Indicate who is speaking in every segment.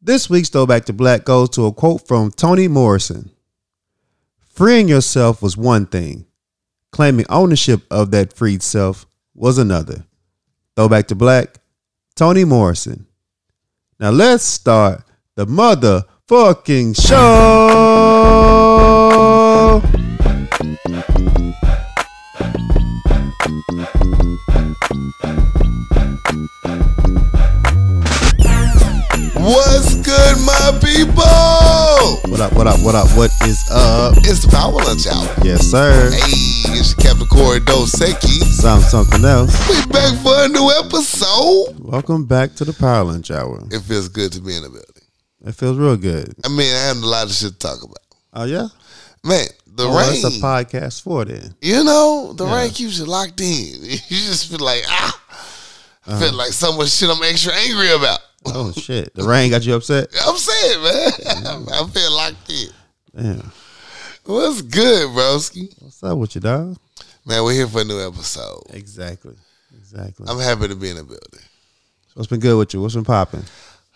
Speaker 1: This week's Throwback to Black goes to a quote from Toni Morrison Freeing yourself was one thing, claiming ownership of that freed self was another. Throwback to Black, Toni Morrison. Now let's start the motherfucking show.
Speaker 2: What's good, my people?
Speaker 1: What up, what up, what up, what is up?
Speaker 2: It's the Power Lunch Hour.
Speaker 1: Yes, sir.
Speaker 2: Hey, it's your Captain Corey Doseki.
Speaker 1: Sounds something else.
Speaker 2: We back for a new episode.
Speaker 1: Welcome back to the Power Lunch Hour.
Speaker 2: It feels good to be in the building.
Speaker 1: It feels real good.
Speaker 2: I mean, I had a lot of shit to talk about.
Speaker 1: Oh, yeah?
Speaker 2: Man, the
Speaker 1: Oh, that's a
Speaker 2: rain.
Speaker 1: podcast for then.
Speaker 2: you know, the rain keeps you locked in. You just feel like, ah. I feel like so much shit I'm extra angry about.
Speaker 1: Oh, shit. The rain got you upset?
Speaker 2: I'm saying, man. I feel locked in.
Speaker 1: Damn.
Speaker 2: What's good, broski?
Speaker 1: What's up with you, dog?
Speaker 2: Man, we're here for a new episode.
Speaker 1: Exactly. Exactly.
Speaker 2: I'm happy to be in the building.
Speaker 1: What's been good with you? What's been popping?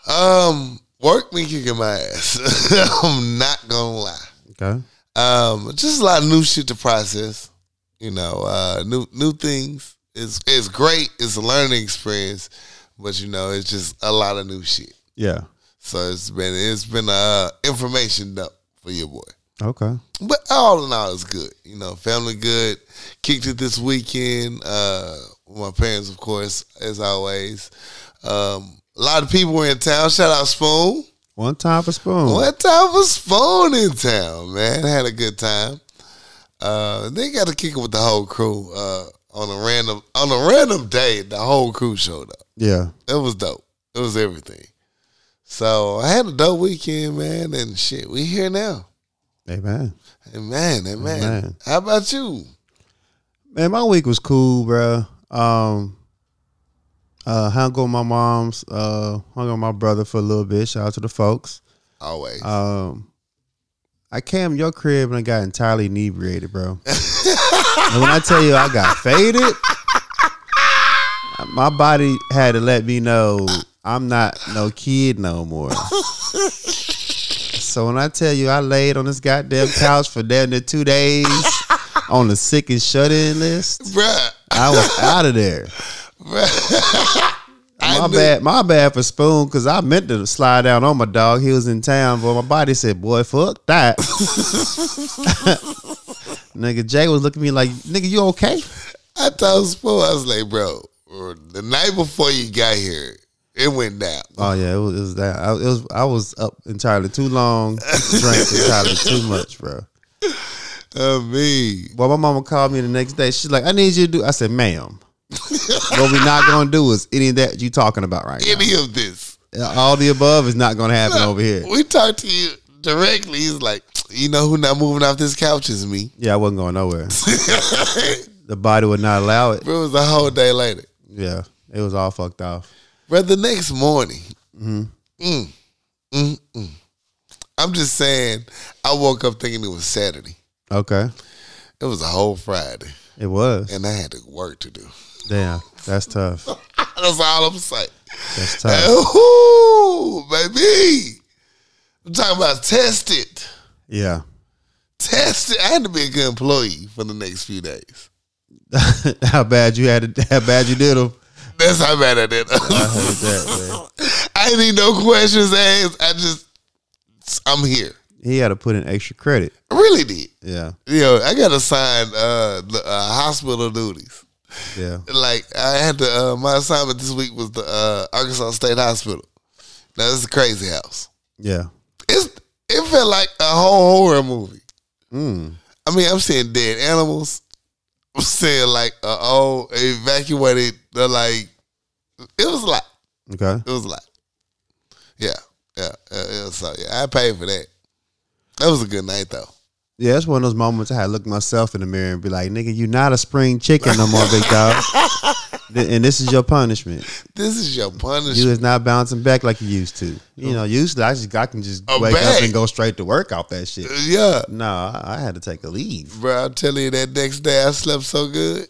Speaker 2: Um, work me kicking my ass. I'm not gonna lie.
Speaker 1: Okay.
Speaker 2: Um, just a lot of new shit to process. You know, uh, new new things. It's it's great. It's a learning experience, but you know, it's just a lot of new shit.
Speaker 1: Yeah.
Speaker 2: So it's been it's been uh information dump for your boy.
Speaker 1: Okay.
Speaker 2: But all in all, it's good. You know, family good. Kicked it this weekend. Uh, with my parents, of course, as always. Um, a lot of people were in town. Shout out Spoon.
Speaker 1: One time for spoon.
Speaker 2: What time was phone in town, man? Had a good time. Uh, they got to kick it with the whole crew uh, on a random on a random day. The whole crew showed up.
Speaker 1: Yeah.
Speaker 2: It was dope. It was everything. So I had a dope weekend, man. And shit, we here now.
Speaker 1: Amen.
Speaker 2: Amen, amen.
Speaker 1: Amen.
Speaker 2: How about you?
Speaker 1: Man, my week was cool, bro. Um, uh, hung with my mom's, uh, hung with my brother for a little bit. Shout out to the folks.
Speaker 2: Always.
Speaker 1: Um, I came to your crib and I got entirely inebriated, bro. and when I tell you I got faded, my body had to let me know I'm not no kid no more. so when I tell you I laid on this goddamn couch for damn near two days on the sick and shut in list,
Speaker 2: bruh,
Speaker 1: I was out of there.
Speaker 2: bruh. I
Speaker 1: My
Speaker 2: knew-
Speaker 1: bad, my bad for Spoon, because I meant to slide down on my dog. He was in town, but my body said, "Boy, fuck that." nigga Jay was looking at me like, "Nigga, you okay?"
Speaker 2: I told Spoon, I was like, bro, the night before you got here, it went down.
Speaker 1: Oh yeah, it was, it was that. I, it was I was up entirely too long, drank entirely too much, bro.
Speaker 2: Uh, me.
Speaker 1: Well, my mama called me the next day. She's like, "I need you to do." I said, "Ma'am." what we not gonna do is any of that you talking about right
Speaker 2: Any of this.
Speaker 1: now. All the above is not gonna happen over here.
Speaker 2: We talked to you directly. He's like, you know who not moving off this couch is me.
Speaker 1: Yeah, I wasn't going nowhere.
Speaker 2: it
Speaker 1: The body would not allow it.
Speaker 2: was a whole day later.
Speaker 1: Yeah, it was all fucked off.
Speaker 2: But the next morning, mm, mm, mm. I'm just saying, I woke up thinking it was Saturday.
Speaker 1: Okay.
Speaker 2: It was a whole Friday,
Speaker 1: It was.
Speaker 2: and I had to work to do.
Speaker 1: Damn, that's tough.
Speaker 2: That's all I'm saying.
Speaker 1: That's tough.
Speaker 2: Ooh, baby. I'm talking about test it.
Speaker 1: Yeah.
Speaker 2: Test it. I had to be a good employee for the next few days.
Speaker 1: how bad you had it? How bad you did them?
Speaker 2: That's how bad I did.
Speaker 1: I heard that. Man.
Speaker 2: I ain't need no questions asked. I just, I'm here.
Speaker 1: He had to put in extra credit.
Speaker 2: I really did.
Speaker 1: Yeah.
Speaker 2: You know, I got to sign uh, the, uh, hospital duties.
Speaker 1: Yeah.
Speaker 2: Like, I had to, uh, my assignment this week was the uh, Arkansas State Hospital. Now, this is a crazy house.
Speaker 1: Yeah.
Speaker 2: It's, it felt like a whole horror movie.
Speaker 1: Mm.
Speaker 2: I mean, I'm seeing dead animals. I'm seeing, like, uh, oh, evacuated, uh, like, it was a lot.
Speaker 1: Okay.
Speaker 2: It was a lot. Yeah, yeah, yeah, yeah. So yeah, I paid for that. That was a good night though.
Speaker 1: Yeah, that's one of those moments I had to look myself in the mirror and be like, "Nigga, you not a spring chicken no more, big dog." Th- and this is your punishment.
Speaker 2: This is your
Speaker 1: You
Speaker 2: punishment.
Speaker 1: is not bouncing back like you used to. You know, usually I just I can just
Speaker 2: I'm
Speaker 1: wake up
Speaker 2: back.
Speaker 1: and go straight to work off that shit.
Speaker 2: yeah,
Speaker 1: No, I, I had to take a leave.
Speaker 2: bro. I'm telling you, that next day I slept so good.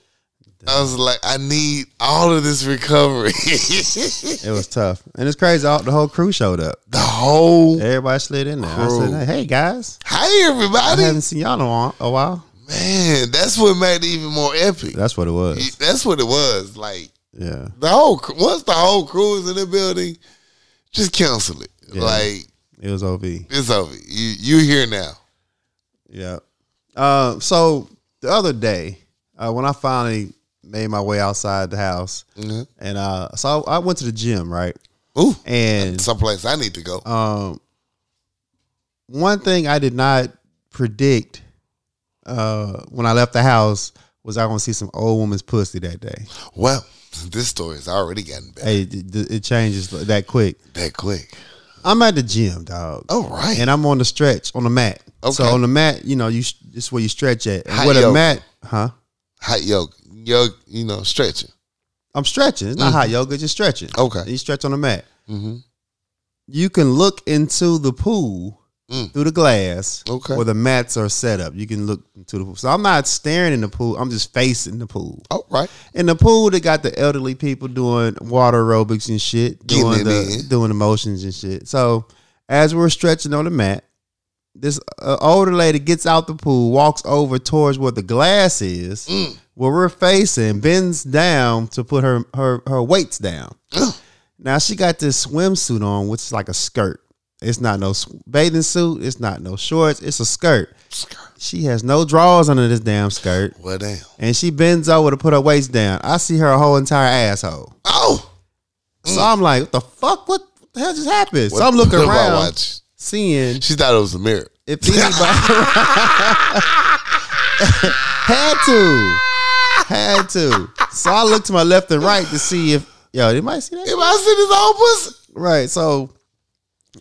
Speaker 2: I was like, I need all of this recovery.
Speaker 1: It was tough, and it's crazy. All, the whole crew showed up.
Speaker 2: the whole
Speaker 1: Everybody slid in there. I
Speaker 2: Crew.
Speaker 1: said, "Hey guys,
Speaker 2: hi
Speaker 1: I
Speaker 2: everybody,
Speaker 1: haven't seen y'all in a while- a while."
Speaker 2: man. That's what made it even more epic.
Speaker 1: That's what it was.
Speaker 2: That's what it was. Like
Speaker 1: Yeah,
Speaker 2: the whole cr- once the whole crew is in the building, just cancel it.
Speaker 1: Yeah.
Speaker 2: Like
Speaker 1: it was OV.
Speaker 2: it's over. You you here now?
Speaker 1: Yeah. Uh, so the other day, uh, when I finally made my way outside the house,
Speaker 2: Mhm.
Speaker 1: and uh, so I, I went to the gym, right?
Speaker 2: Ooh,
Speaker 1: And
Speaker 2: someplace I need to go.
Speaker 1: um, one thing I did not predict uh, when I left the house was I was gonna see some old woman's pussy that day.
Speaker 2: Well, this story has already gotten better
Speaker 1: Hey, it, it- it changes that quick.
Speaker 2: that quick.
Speaker 1: I'm at the gym, dog.
Speaker 2: All right.
Speaker 1: And I'm on the stretch on the mat. So
Speaker 2: Okay.
Speaker 1: on the mat, you know, you sh- this is where you stretch at. And
Speaker 2: Hot
Speaker 1: with a
Speaker 2: yoga.
Speaker 1: mat, huh?
Speaker 2: Hot yoga, yoga, you know, stretching.
Speaker 1: I'm stretching. It's not hot yoga, it's just stretching.
Speaker 2: Mm. Okay.
Speaker 1: You stretch on the mat.
Speaker 2: Mm-hmm.
Speaker 1: You can look into the pool
Speaker 2: Mm.
Speaker 1: through the glass
Speaker 2: Okay.
Speaker 1: where the mats are set up. You can look into the pool. So I'm not staring in the pool, I'm just facing the pool.
Speaker 2: All right.
Speaker 1: In the pool, they got the elderly people doing water aerobics and shit,
Speaker 2: Getting
Speaker 1: doing
Speaker 2: it
Speaker 1: the
Speaker 2: in.
Speaker 1: doing the motions and shit. So as we're stretching on the mat, this uh, older lady gets out the pool, walks over towards where the glass is,
Speaker 2: Mm.
Speaker 1: where we're facing, bends down to put her her her weights down.
Speaker 2: Ugh.
Speaker 1: now she got this swimsuit on, which is like a skirt. It's not no sw- bathing suit. It's not no shorts. It's a skirt. She has no drawers under this damn skirt
Speaker 2: Well, damn.
Speaker 1: and she bends over to put her waist down. I see her whole entire asshole.
Speaker 2: Oh,
Speaker 1: So I'm like, what the fuck? What, what the hell just happened? so
Speaker 2: What-
Speaker 1: I'm looking
Speaker 2: what am I
Speaker 1: around,
Speaker 2: watching?
Speaker 1: seeing
Speaker 2: She thought it was a mirror.
Speaker 1: if anybody had to, had to. So I look to my left and right to see if yo, they might see that.
Speaker 2: If I see this old pussy,
Speaker 1: Right. So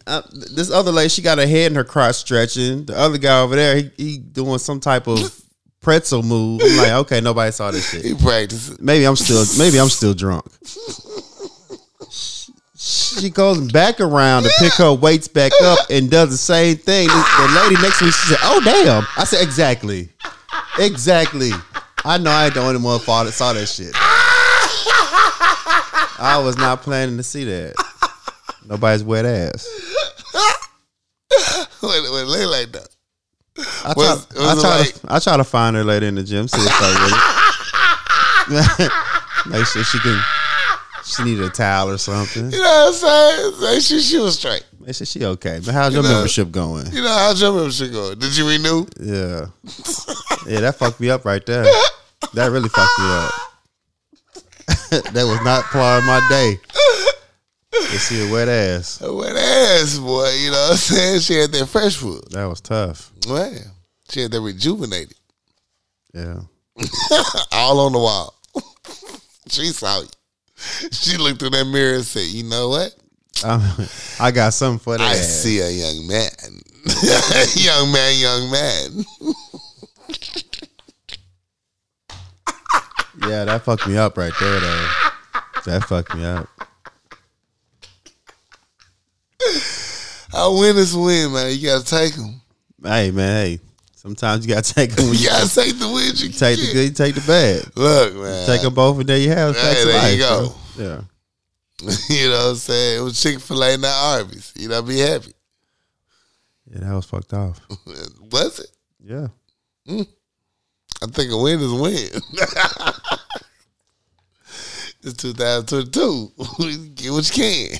Speaker 1: uh, th- this other lady, she got her head in her crotch stretching. The other guy over there, he, he doing some type of pretzel move. I'm like, okay, nobody saw this shit.
Speaker 2: he practices.
Speaker 1: Maybe I'm still maybe I'm still drunk. She goes back around to pick her weights back up and does the same thing. The, the lady next to me, she said, "Oh damn!" I said, "Exactly, exactly." I know I ain't the only one fault that saw that shit. I was not planning to see that. Nobody's wet ass.
Speaker 2: Wait, wait, lay like that.
Speaker 1: I try,
Speaker 2: Was-
Speaker 1: I,
Speaker 2: was it
Speaker 1: try
Speaker 2: like-
Speaker 1: to, I try to find her later in the gym, see if I really. Make sure she can. She need a towel or something.
Speaker 2: You know what I'm saying? Like she, she was straight.
Speaker 1: They said she okay. But how's your
Speaker 2: know.
Speaker 1: membership going?
Speaker 2: You know how your membership going? Did you renew?
Speaker 1: Yeah. Yeah, that fucked me up right there. That really fucked me up. that was not part of my day. To see a wet ass.
Speaker 2: A Wet ass boy. You know what I'm saying? She had that fresh food.
Speaker 1: That was tough.
Speaker 2: Man, she had that rejuvenated.
Speaker 1: Yeah.
Speaker 2: all on the wall. she saw you. She looked in that mirror and said, "You know what?
Speaker 1: i I got something for that.
Speaker 2: I
Speaker 1: ass.
Speaker 2: see a young man, young man, young man."
Speaker 1: Yeah, that fucked me up right there though. That fucked me up.
Speaker 2: A win is a win, man. You gotta take them.
Speaker 1: Hey man, hey. Sometimes you gotta take them when
Speaker 2: You
Speaker 1: you
Speaker 2: gotta take the win. You
Speaker 1: take the
Speaker 2: get.
Speaker 1: good, you take the bad.
Speaker 2: Look, man.
Speaker 1: Take them both and there you have
Speaker 2: Hey,
Speaker 1: facts of
Speaker 2: there you
Speaker 1: life,
Speaker 2: go.
Speaker 1: bro. Yeah.
Speaker 2: you know what I'm saying? It was Chick Fil A, not Arby's. You know, be happy.
Speaker 1: Yeah, that was fucked off.
Speaker 2: Was it?
Speaker 1: Yeah.
Speaker 2: I think a win is a win. it's 2022. get what you can.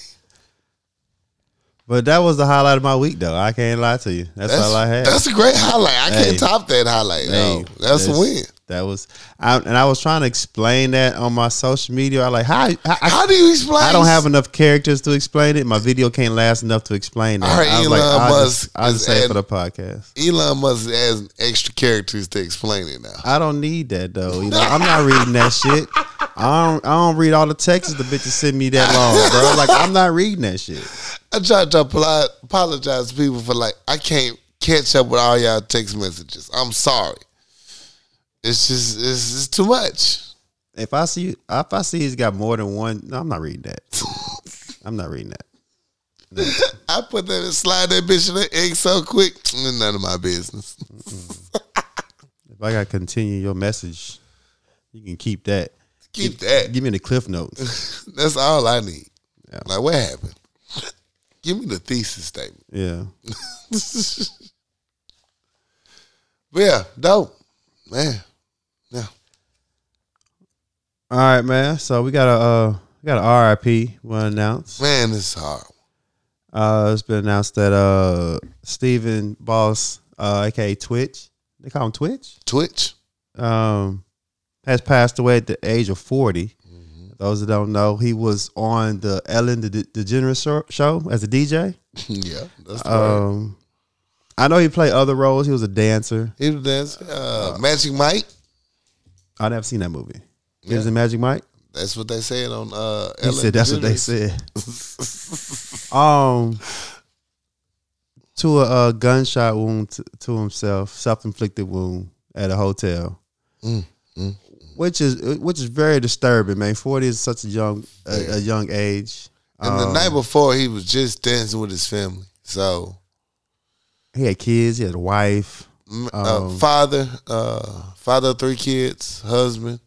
Speaker 1: But that was the highlight of my week, though. I can't lie to you. That's, all I had.
Speaker 2: That's a great highlight. I
Speaker 1: Hey.
Speaker 2: can't top that highlight.
Speaker 1: Hey,
Speaker 2: no. that's, a win.
Speaker 1: That was, I, and I was trying to explain that on my social media. I like how I, I,
Speaker 2: How do you explain?
Speaker 1: I don't have enough characters to explain it. My video can't last enough to explain that.
Speaker 2: All right,
Speaker 1: I was
Speaker 2: Elon
Speaker 1: I'll just,
Speaker 2: Musk
Speaker 1: I'll just
Speaker 2: is
Speaker 1: say it for
Speaker 2: adding-
Speaker 1: the podcast.
Speaker 2: Elon Musk has extra characters to explain it now.
Speaker 1: I don't need that though. You know, I'm not reading that shit. I don't. I don't read all the texts the bitches send me that long, bro. Like I'm not reading that shit.
Speaker 2: I try to apolo- apologize to people for like I can't catch up with all y'all text messages. I'm sorry. It's just it's, it's too much.
Speaker 1: If I see, if I see he's got more than one, no, I'm not reading that. I'm not reading that.
Speaker 2: I put that slide that bitch in the egg so quick. mm, None of my business.
Speaker 1: If I gotta continue your message, You can keep that.
Speaker 2: Keep that.
Speaker 1: Give me the cliff notes.
Speaker 2: That's all I need.
Speaker 1: Yeah.
Speaker 2: Like what happened? Give me the thesis statement.
Speaker 1: Yeah.
Speaker 2: But yeah, dope. Man. Yeah.
Speaker 1: All right, man. So we got a uh, we got a RIP we want to announce.
Speaker 2: Man, this is hard.
Speaker 1: Uh, it's been announced that uh Steven Boss, uh, aka Twitch, they call him Twitch,
Speaker 2: Twitch.
Speaker 1: um, has passed away at the age of forty. Those that don't know, he was on the Ellen the DeGeneres show- show as a DJ.
Speaker 2: yeah. That's the word.
Speaker 1: Um, I know he played other roles. He was a dancer.
Speaker 2: He was dancing. Uh, Magic Mike.
Speaker 1: I never seen that movie. He was in Magic Mike.
Speaker 2: That's what they said on uh
Speaker 1: He
Speaker 2: Ellen
Speaker 1: said that's what they
Speaker 2: DeGeneres.
Speaker 1: said. um, to a, uh gunshot wound to, to himself, self-inflicted wound at a hotel, which is which is very disturbing. Man, forty is such a young a, a young age.
Speaker 2: And
Speaker 1: Um,
Speaker 2: the night before he was just dancing with his family. So
Speaker 1: He had kids. He had a wife.
Speaker 2: m- uh,
Speaker 1: Um,
Speaker 2: father, uh father of three kids, husband.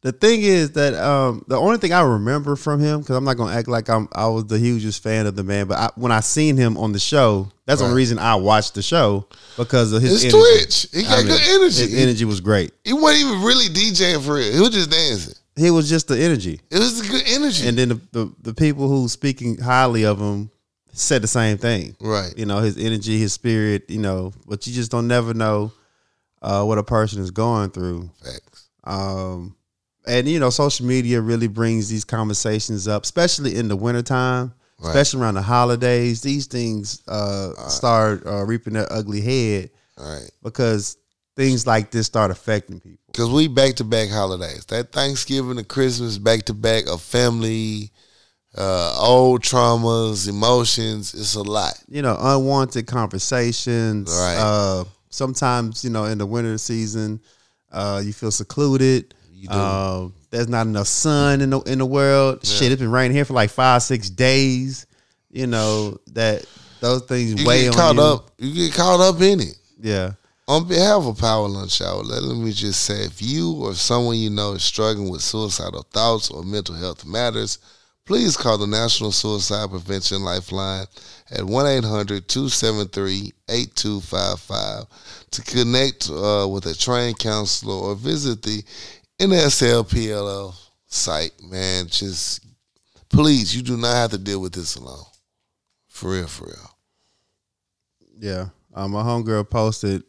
Speaker 1: The thing is that um, the only thing I remember from him, because I'm not gonna act like I'm I was the hugest fan of the man, but I, when I seen him on the show, that's the only reason I watched the show because of his
Speaker 2: It's
Speaker 1: energy.
Speaker 2: Twitch. He got
Speaker 1: I mean,
Speaker 2: good energy.
Speaker 1: His energy was great.
Speaker 2: He wasn't even really DJing for real. He was just dancing.
Speaker 1: He was just the energy,
Speaker 2: It was good energy.
Speaker 1: and then the, the the people who speaking highly of him said the same thing.
Speaker 2: right.
Speaker 1: You know, his energy, his spirit. You know, but you just don't never know uh, what a person is going through.
Speaker 2: Facts.
Speaker 1: Um, and you know, social media really brings these conversations up, especially in the wintertime,
Speaker 2: Right.
Speaker 1: especially around the holidays. These things uh, start uh, reaping their ugly head
Speaker 2: All right.
Speaker 1: because things like this start affecting people.
Speaker 2: Cause we back to back holidays. That Thanksgiving and Christmas back to back of family, uh, old traumas, emotions. It's a lot.
Speaker 1: You know, unwanted conversations.
Speaker 2: Right.
Speaker 1: Uh, sometimes, you know, in the winter season, uh, you feel secluded.
Speaker 2: You do.
Speaker 1: Uh, there's not enough sun in the in the world. Shit, it's been raining here for like five, six days. You know that those things
Speaker 2: You
Speaker 1: weigh
Speaker 2: get
Speaker 1: on
Speaker 2: caught
Speaker 1: you.
Speaker 2: up. You get caught up in it.
Speaker 1: Yeah,
Speaker 2: On behalf of Power Lunch Hour, let, let me just say if you or someone you know is struggling with suicidal thoughts or mental health matters, please call the National Suicide Prevention Lifeline at 1 800 273 8255 to connect uh, with a trained counselor or visit the NSLPLL site. Man, just please, you do not have to deal with this alone. For real, for real.
Speaker 1: yeah. Um, my homegirl posted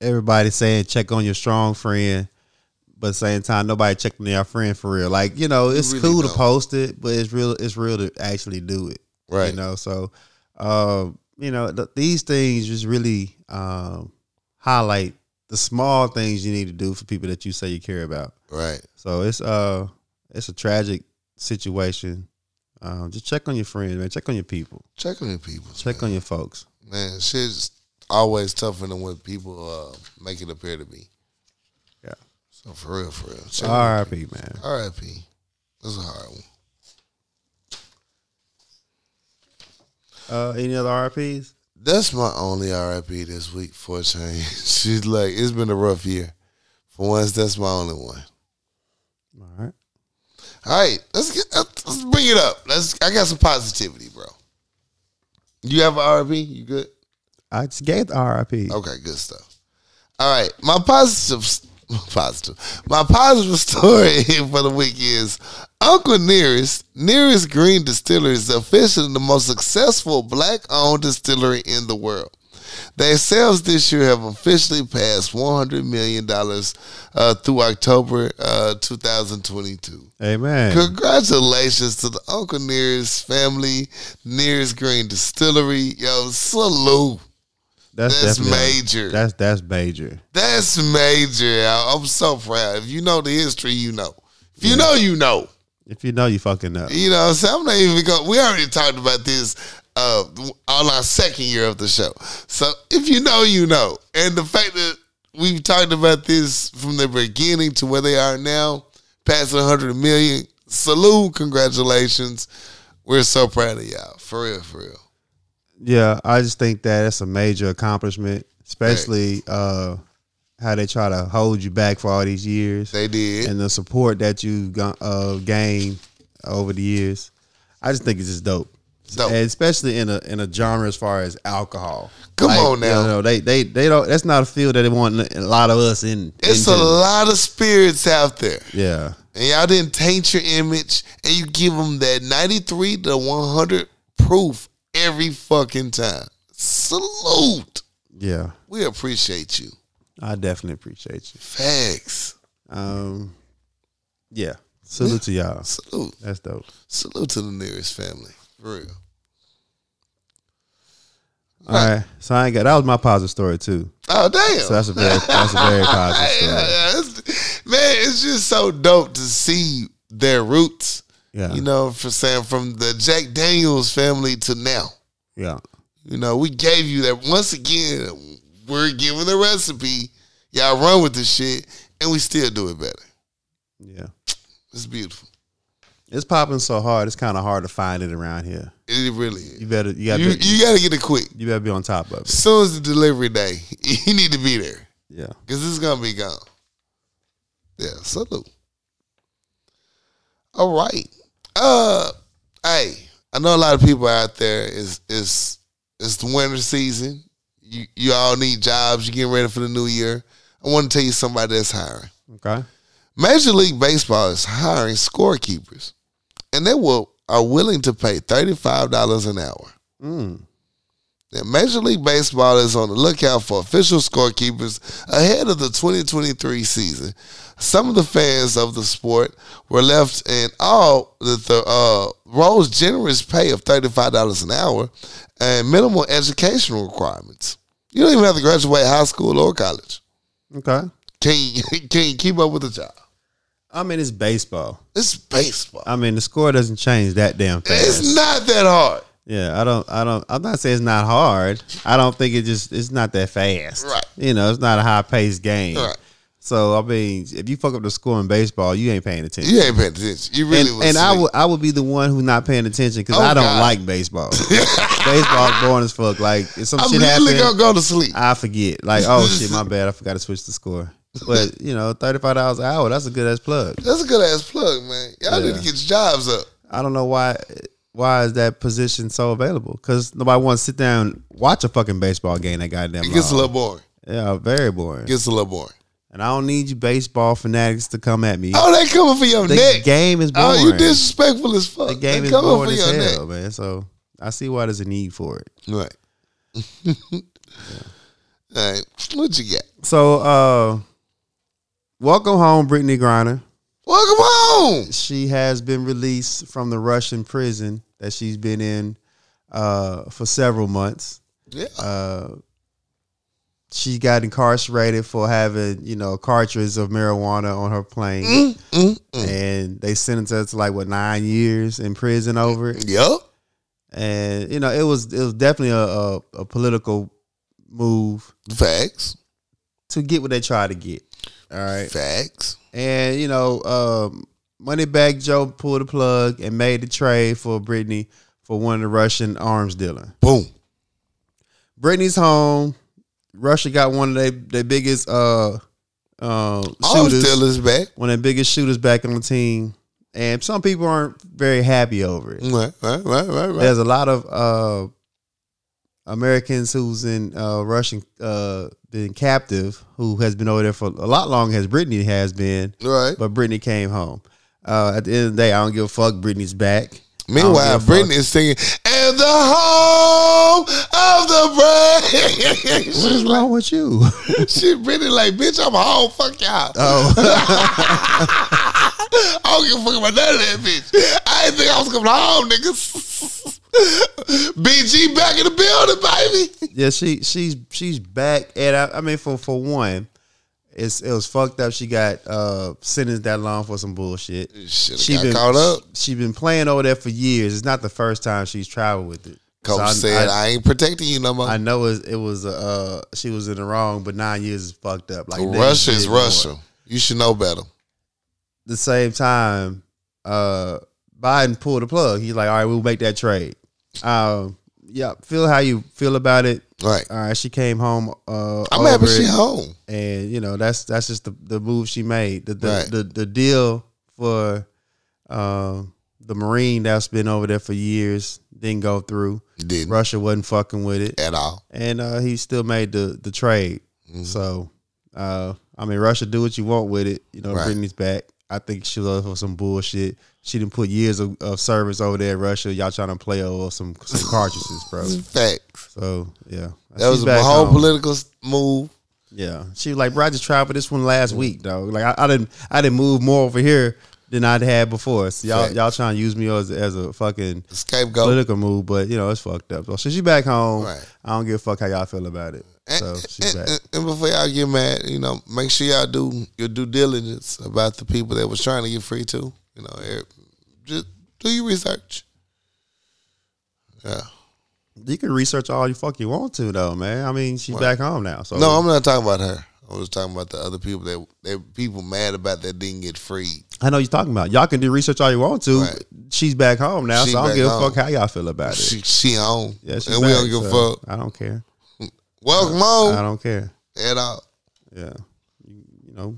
Speaker 1: everybody saying check on your strong friend, but at the same time nobody checking on your friend for real. Like you know, it's
Speaker 2: really
Speaker 1: cool to
Speaker 2: don't.
Speaker 1: post it, but it's real. It's real to actually do it.
Speaker 2: Right.
Speaker 1: You know, so uh, you know th- these things just really um, highlight the small things you need to do for people that you say you care about.
Speaker 2: Right.
Speaker 1: So it's uh it's a tragic situation. Um, just check on your friends, man. Check on your people.
Speaker 2: Check on your people.
Speaker 1: Check on your folks.
Speaker 2: Man, shit's always tougher than what people uh, make it appear to be.
Speaker 1: Yeah.
Speaker 2: So for real, for real. Shit.
Speaker 1: R.I.P. Man.
Speaker 2: R.I.P. That's a hard one.
Speaker 1: Uh, any other R.I.P.s?
Speaker 2: That's my only R.I.P. this week for a change. She's like, it's been a rough year. For once, that's my only one.
Speaker 1: All right.
Speaker 2: All right, let's get let's let's bring it up. Let's. I got some positivity, bro. You have an R.I.P. You good?
Speaker 1: I just gave the R.I.P.
Speaker 2: Okay, good stuff. All right, my positive, positive, my positive story for the week is Uncle Nearest Nearest Green Distillery is officially the most successful black-owned distillery in the world. Their sales this year have officially passed one hundred million dollars uh, through October uh, two thousand twenty-two.
Speaker 1: Amen.
Speaker 2: Congratulations to the Uncle Nearest family, Nearest Green Distillery. Yo, salute.
Speaker 1: That's,
Speaker 2: that's
Speaker 1: definitely-
Speaker 2: major.
Speaker 1: That's that's major.
Speaker 2: That's major. I- I'm so proud. If you know the history, you know. If you know, you know.
Speaker 1: If you know you fucking up.
Speaker 2: You know what I'm saying? I'm not even going we already talked about this uh on our second year of the show. So if you know, you know. And the fact that we've talked about this from the beginning to where they are now, passing hundred million. Salute, congratulations. We're so proud of y'all. For real, for real.
Speaker 1: Yeah, I just think that it's a major accomplishment, especially uh, how they try to hold you back for all these years
Speaker 2: They did.
Speaker 1: and the support that you've gon- uh, gained over the years. I just think it's just dope.
Speaker 2: Dope.
Speaker 1: And especially in a in a genre as far as alcohol.
Speaker 2: Come on now.
Speaker 1: you know, they they they don't. That's not a field that they want a lot of us in.
Speaker 2: It's a
Speaker 1: into.
Speaker 2: lot of spirits out there,
Speaker 1: yeah,
Speaker 2: and y'all didn't taint your image, and you give them that ninety-three to one hundred proof every fucking time. Salute.
Speaker 1: yeah.
Speaker 2: We appreciate you.
Speaker 1: I definitely appreciate you.
Speaker 2: Facts.
Speaker 1: Um, yeah. Salute to y'all.
Speaker 2: Salute.
Speaker 1: That's dope.
Speaker 2: Salute to the nearest family. For real.
Speaker 1: All right. So I ain't got. That was my positive story too.
Speaker 2: Oh damn.
Speaker 1: So that's a very that's a very positive
Speaker 2: Yeah,
Speaker 1: story.
Speaker 2: yeah, it's- man, it's just so dope to see their roots.
Speaker 1: Yeah.
Speaker 2: You know, for saying from the Jack Daniels family to now.
Speaker 1: Yeah.
Speaker 2: You know, we gave you that once again. We're giving the recipe. Y'all run with the shit, and we still do it better.
Speaker 1: Yeah.
Speaker 2: It's beautiful.
Speaker 1: It's popping so hard. It's kind of hard to find it around here.
Speaker 2: It really is.
Speaker 1: You better. You got.
Speaker 2: You,
Speaker 1: to
Speaker 2: you gotta get it quick.
Speaker 1: you better be on top of it.
Speaker 2: As soon as the delivery day, you need to be there.
Speaker 1: Yeah.
Speaker 2: Cause it's gonna be gone. Yeah, salute. All right. Uh hey, I know a lot of people out there is is it's the winter season. You you all need jobs, you're getting ready for the new year. I wanna tell you somebody that's hiring.
Speaker 1: Okay.
Speaker 2: Major League Baseball is hiring scorekeepers, and they will are willing to pay thirty five dollars an hour.
Speaker 1: Mm.
Speaker 2: Now, Major League Baseball is on the lookout for official scorekeepers ahead of the 2023 season. Some of the fans of the sport were left in awe that the uh, role's generous pay of $35 an hour and minimal educational requirements. You don't even have to graduate high school or college.
Speaker 1: Okay.
Speaker 2: Can you, can you keep up with the job?
Speaker 1: I mean, it's baseball.
Speaker 2: It's baseball.
Speaker 1: I mean, the score doesn't change that damn fast.
Speaker 2: It's not that hard.
Speaker 1: Yeah, I don't, I don't, I'm not saying it's not hard. I don't think it just, it's not that fast.
Speaker 2: Right.
Speaker 1: You know, it's not a high paced game.
Speaker 2: Right.
Speaker 1: So I mean, if you fuck up the score in baseball, you ain't paying attention.
Speaker 2: You ain't paying attention. You really
Speaker 1: and
Speaker 2: was.
Speaker 1: and I
Speaker 2: asleep.
Speaker 1: would, I would be the one who's not paying attention because
Speaker 2: Oh,
Speaker 1: I don't
Speaker 2: God.
Speaker 1: like baseball. Baseball's boring as fuck. Like if some
Speaker 2: I'm
Speaker 1: shit
Speaker 2: literally
Speaker 1: happens,
Speaker 2: gonna go to sleep.
Speaker 1: I forget. Like oh shit, my bad. I forgot to switch the score. But you know, thirty five dollars an hour. That's a good ass plug.
Speaker 2: That's a good ass plug, man. Y'all need
Speaker 1: Yeah.
Speaker 2: to get your jobs up.
Speaker 1: I don't know why. Why is that position so available? Because nobody wants to sit down, and watch a fucking baseball game. That goddamn.
Speaker 2: It gets
Speaker 1: long.
Speaker 2: a little boring.
Speaker 1: Yeah, very boring.
Speaker 2: Gets a little boring.
Speaker 1: And I don't need you baseball fanatics to come at me.
Speaker 2: Oh, they coming for your
Speaker 1: the
Speaker 2: neck.
Speaker 1: game is boring.
Speaker 2: Oh, you disrespectful as fuck.
Speaker 1: the game
Speaker 2: they
Speaker 1: is
Speaker 2: coming for
Speaker 1: boring as
Speaker 2: your neck.
Speaker 1: hell, man. So I see why there's a need for it.
Speaker 2: Right. All right. What you got?
Speaker 1: So uh welcome home, Brittany Griner.
Speaker 2: Welcome home.
Speaker 1: She has been released from the Russian prison that she's been in uh for several months.
Speaker 2: Yeah.
Speaker 1: Uh she got incarcerated for having, you know, cartridges of marijuana on her plane.
Speaker 2: Mm, mm, mm.
Speaker 1: And they sentenced her to like what nine years in prison over it.
Speaker 2: Yup.
Speaker 1: and you know it was it was definitely a, a, a political move
Speaker 2: Facts.
Speaker 1: to get what they tried to get. All right,
Speaker 2: Facts.
Speaker 1: and you know, um, Moneybag Joe pulled the plug and made the trade for Brittany for one of the Russian arms dealer.
Speaker 2: Boom.
Speaker 1: Brittany's home. Russia got one of their their biggest uh, uh,
Speaker 2: All
Speaker 1: shooters,
Speaker 2: dealers back.
Speaker 1: one of their biggest shooters back on the team, and some people aren't very happy over it.
Speaker 2: Right, right, right, right, Mm, right.
Speaker 1: there's a lot of uh, Americans who's in uh, Russian uh, been captive who has been over there for a lot longer as Brittany has been,
Speaker 2: right.
Speaker 1: but Brittany came home. Uh, at the end of the day, I don't give a fuck. Brittany's back. I
Speaker 2: Meanwhile,
Speaker 1: don't give a fuck.
Speaker 2: Brittany is singing, and the home of
Speaker 1: What
Speaker 2: the
Speaker 1: is wrong with you?
Speaker 2: brave. she Brittany like, bitch, I'm home. Fuck y'all.
Speaker 1: oh,
Speaker 2: I don't give a fuck about none of that bitch. I didn't think I was coming home, niggas. BG back in the building, baby.
Speaker 1: yeah, she she's she's back, and I, I mean for for one. It's, it was fucked up. She got uh, sentenced that long for some bullshit.
Speaker 2: Shit,
Speaker 1: she
Speaker 2: she got
Speaker 1: been
Speaker 2: caught up.
Speaker 1: She, been playing over there for years. It's not the first time she's traveled with it. So
Speaker 2: Coach said, I, ain't protecting you no more.
Speaker 1: I know it, it was uh she was in the wrong, but nine years is fucked up. Like niggas
Speaker 2: Russia is
Speaker 1: did more.
Speaker 2: Russia. You should know better.
Speaker 1: The same time, uh, Biden pulled the plug. He's like, all right, we'll make that trade. Um, yeah, feel how you feel about it.
Speaker 2: Right.
Speaker 1: All right, she came home. Uh,
Speaker 2: I'm happy
Speaker 1: over
Speaker 2: she
Speaker 1: it,
Speaker 2: home.
Speaker 1: and you know that's that's just the, the move she made. The the,
Speaker 2: Right.
Speaker 1: the the deal for um, the Marine that's been over there for years didn't go through.
Speaker 2: Didn't
Speaker 1: Russia wasn't fucking with it,
Speaker 2: at all.
Speaker 1: and uh, he still made the the trade.
Speaker 2: Mhm.
Speaker 1: So uh, I mean, Russia do what you want with it. You know,
Speaker 2: Right.
Speaker 1: Britney's back. I think she was up for some bullshit. She didn't put years of, of service over there in Russia. Y'all trying to play over some some cartridges, bro.
Speaker 2: Facts.
Speaker 1: So yeah,
Speaker 2: That was
Speaker 1: She's
Speaker 2: my
Speaker 1: back
Speaker 2: whole
Speaker 1: home.
Speaker 2: political s- move.
Speaker 1: Yeah, she was like, bro, I just tried for this one last week, dog. Like, I, I didn't, I didn't move more over here than I'd had before. So y'all,
Speaker 2: Facts.
Speaker 1: y'all trying to use me as, as a fucking
Speaker 2: Scapegoat.
Speaker 1: political move, but you know it's fucked up. So she back home.
Speaker 2: Right.
Speaker 1: I don't give a fuck how y'all feel about it. So she's
Speaker 2: and,
Speaker 1: back.
Speaker 2: and- and before y'all get mad, you know, make sure y'all do your due diligence about the people that was trying to get free too. You know, eh, just do your research. Yeah.
Speaker 1: You can research all you fuck you want to though, man. I mean, she's back home now. So
Speaker 2: No, I'm not talking about her. I was talking about the other people that that people mad about that didn't get freed.
Speaker 1: I know you're talking about. Y'all can do research all you want to.
Speaker 2: Right.
Speaker 1: She's back home now,
Speaker 2: She
Speaker 1: so I
Speaker 2: back
Speaker 1: don't give
Speaker 2: home.
Speaker 1: a fuck how y'all feel about it.
Speaker 2: She, she home,
Speaker 1: yeah, she's
Speaker 2: and we
Speaker 1: back,
Speaker 2: don't give a
Speaker 1: so
Speaker 2: fuck.
Speaker 1: I don't care.
Speaker 2: Welcome
Speaker 1: I
Speaker 2: home
Speaker 1: don't care.
Speaker 2: at all.
Speaker 1: Yeah, you, you know,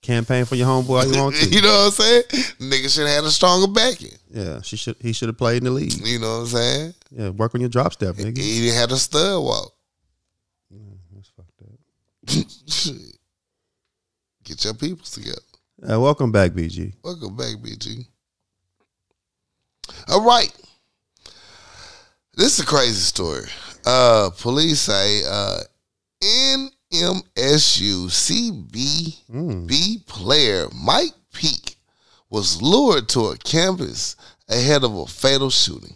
Speaker 1: campaign for your homeboy all you want to.
Speaker 2: You know what I'm saying? Nigga should have had a stronger backing.
Speaker 1: Yeah, she should. He should have played in the league.
Speaker 2: You know what I'm saying?
Speaker 1: Yeah, work on your drop step, nigga.
Speaker 2: He had a stud walk.
Speaker 1: That's fucked up.
Speaker 2: Get your people together.
Speaker 1: Uh, welcome back, BG.
Speaker 2: Welcome back, BG. All right. This is a crazy story. Uh, police say uh, NMSU CBB
Speaker 1: Mm.
Speaker 2: player Mike Peak was lured to a campus ahead of a fatal shooting.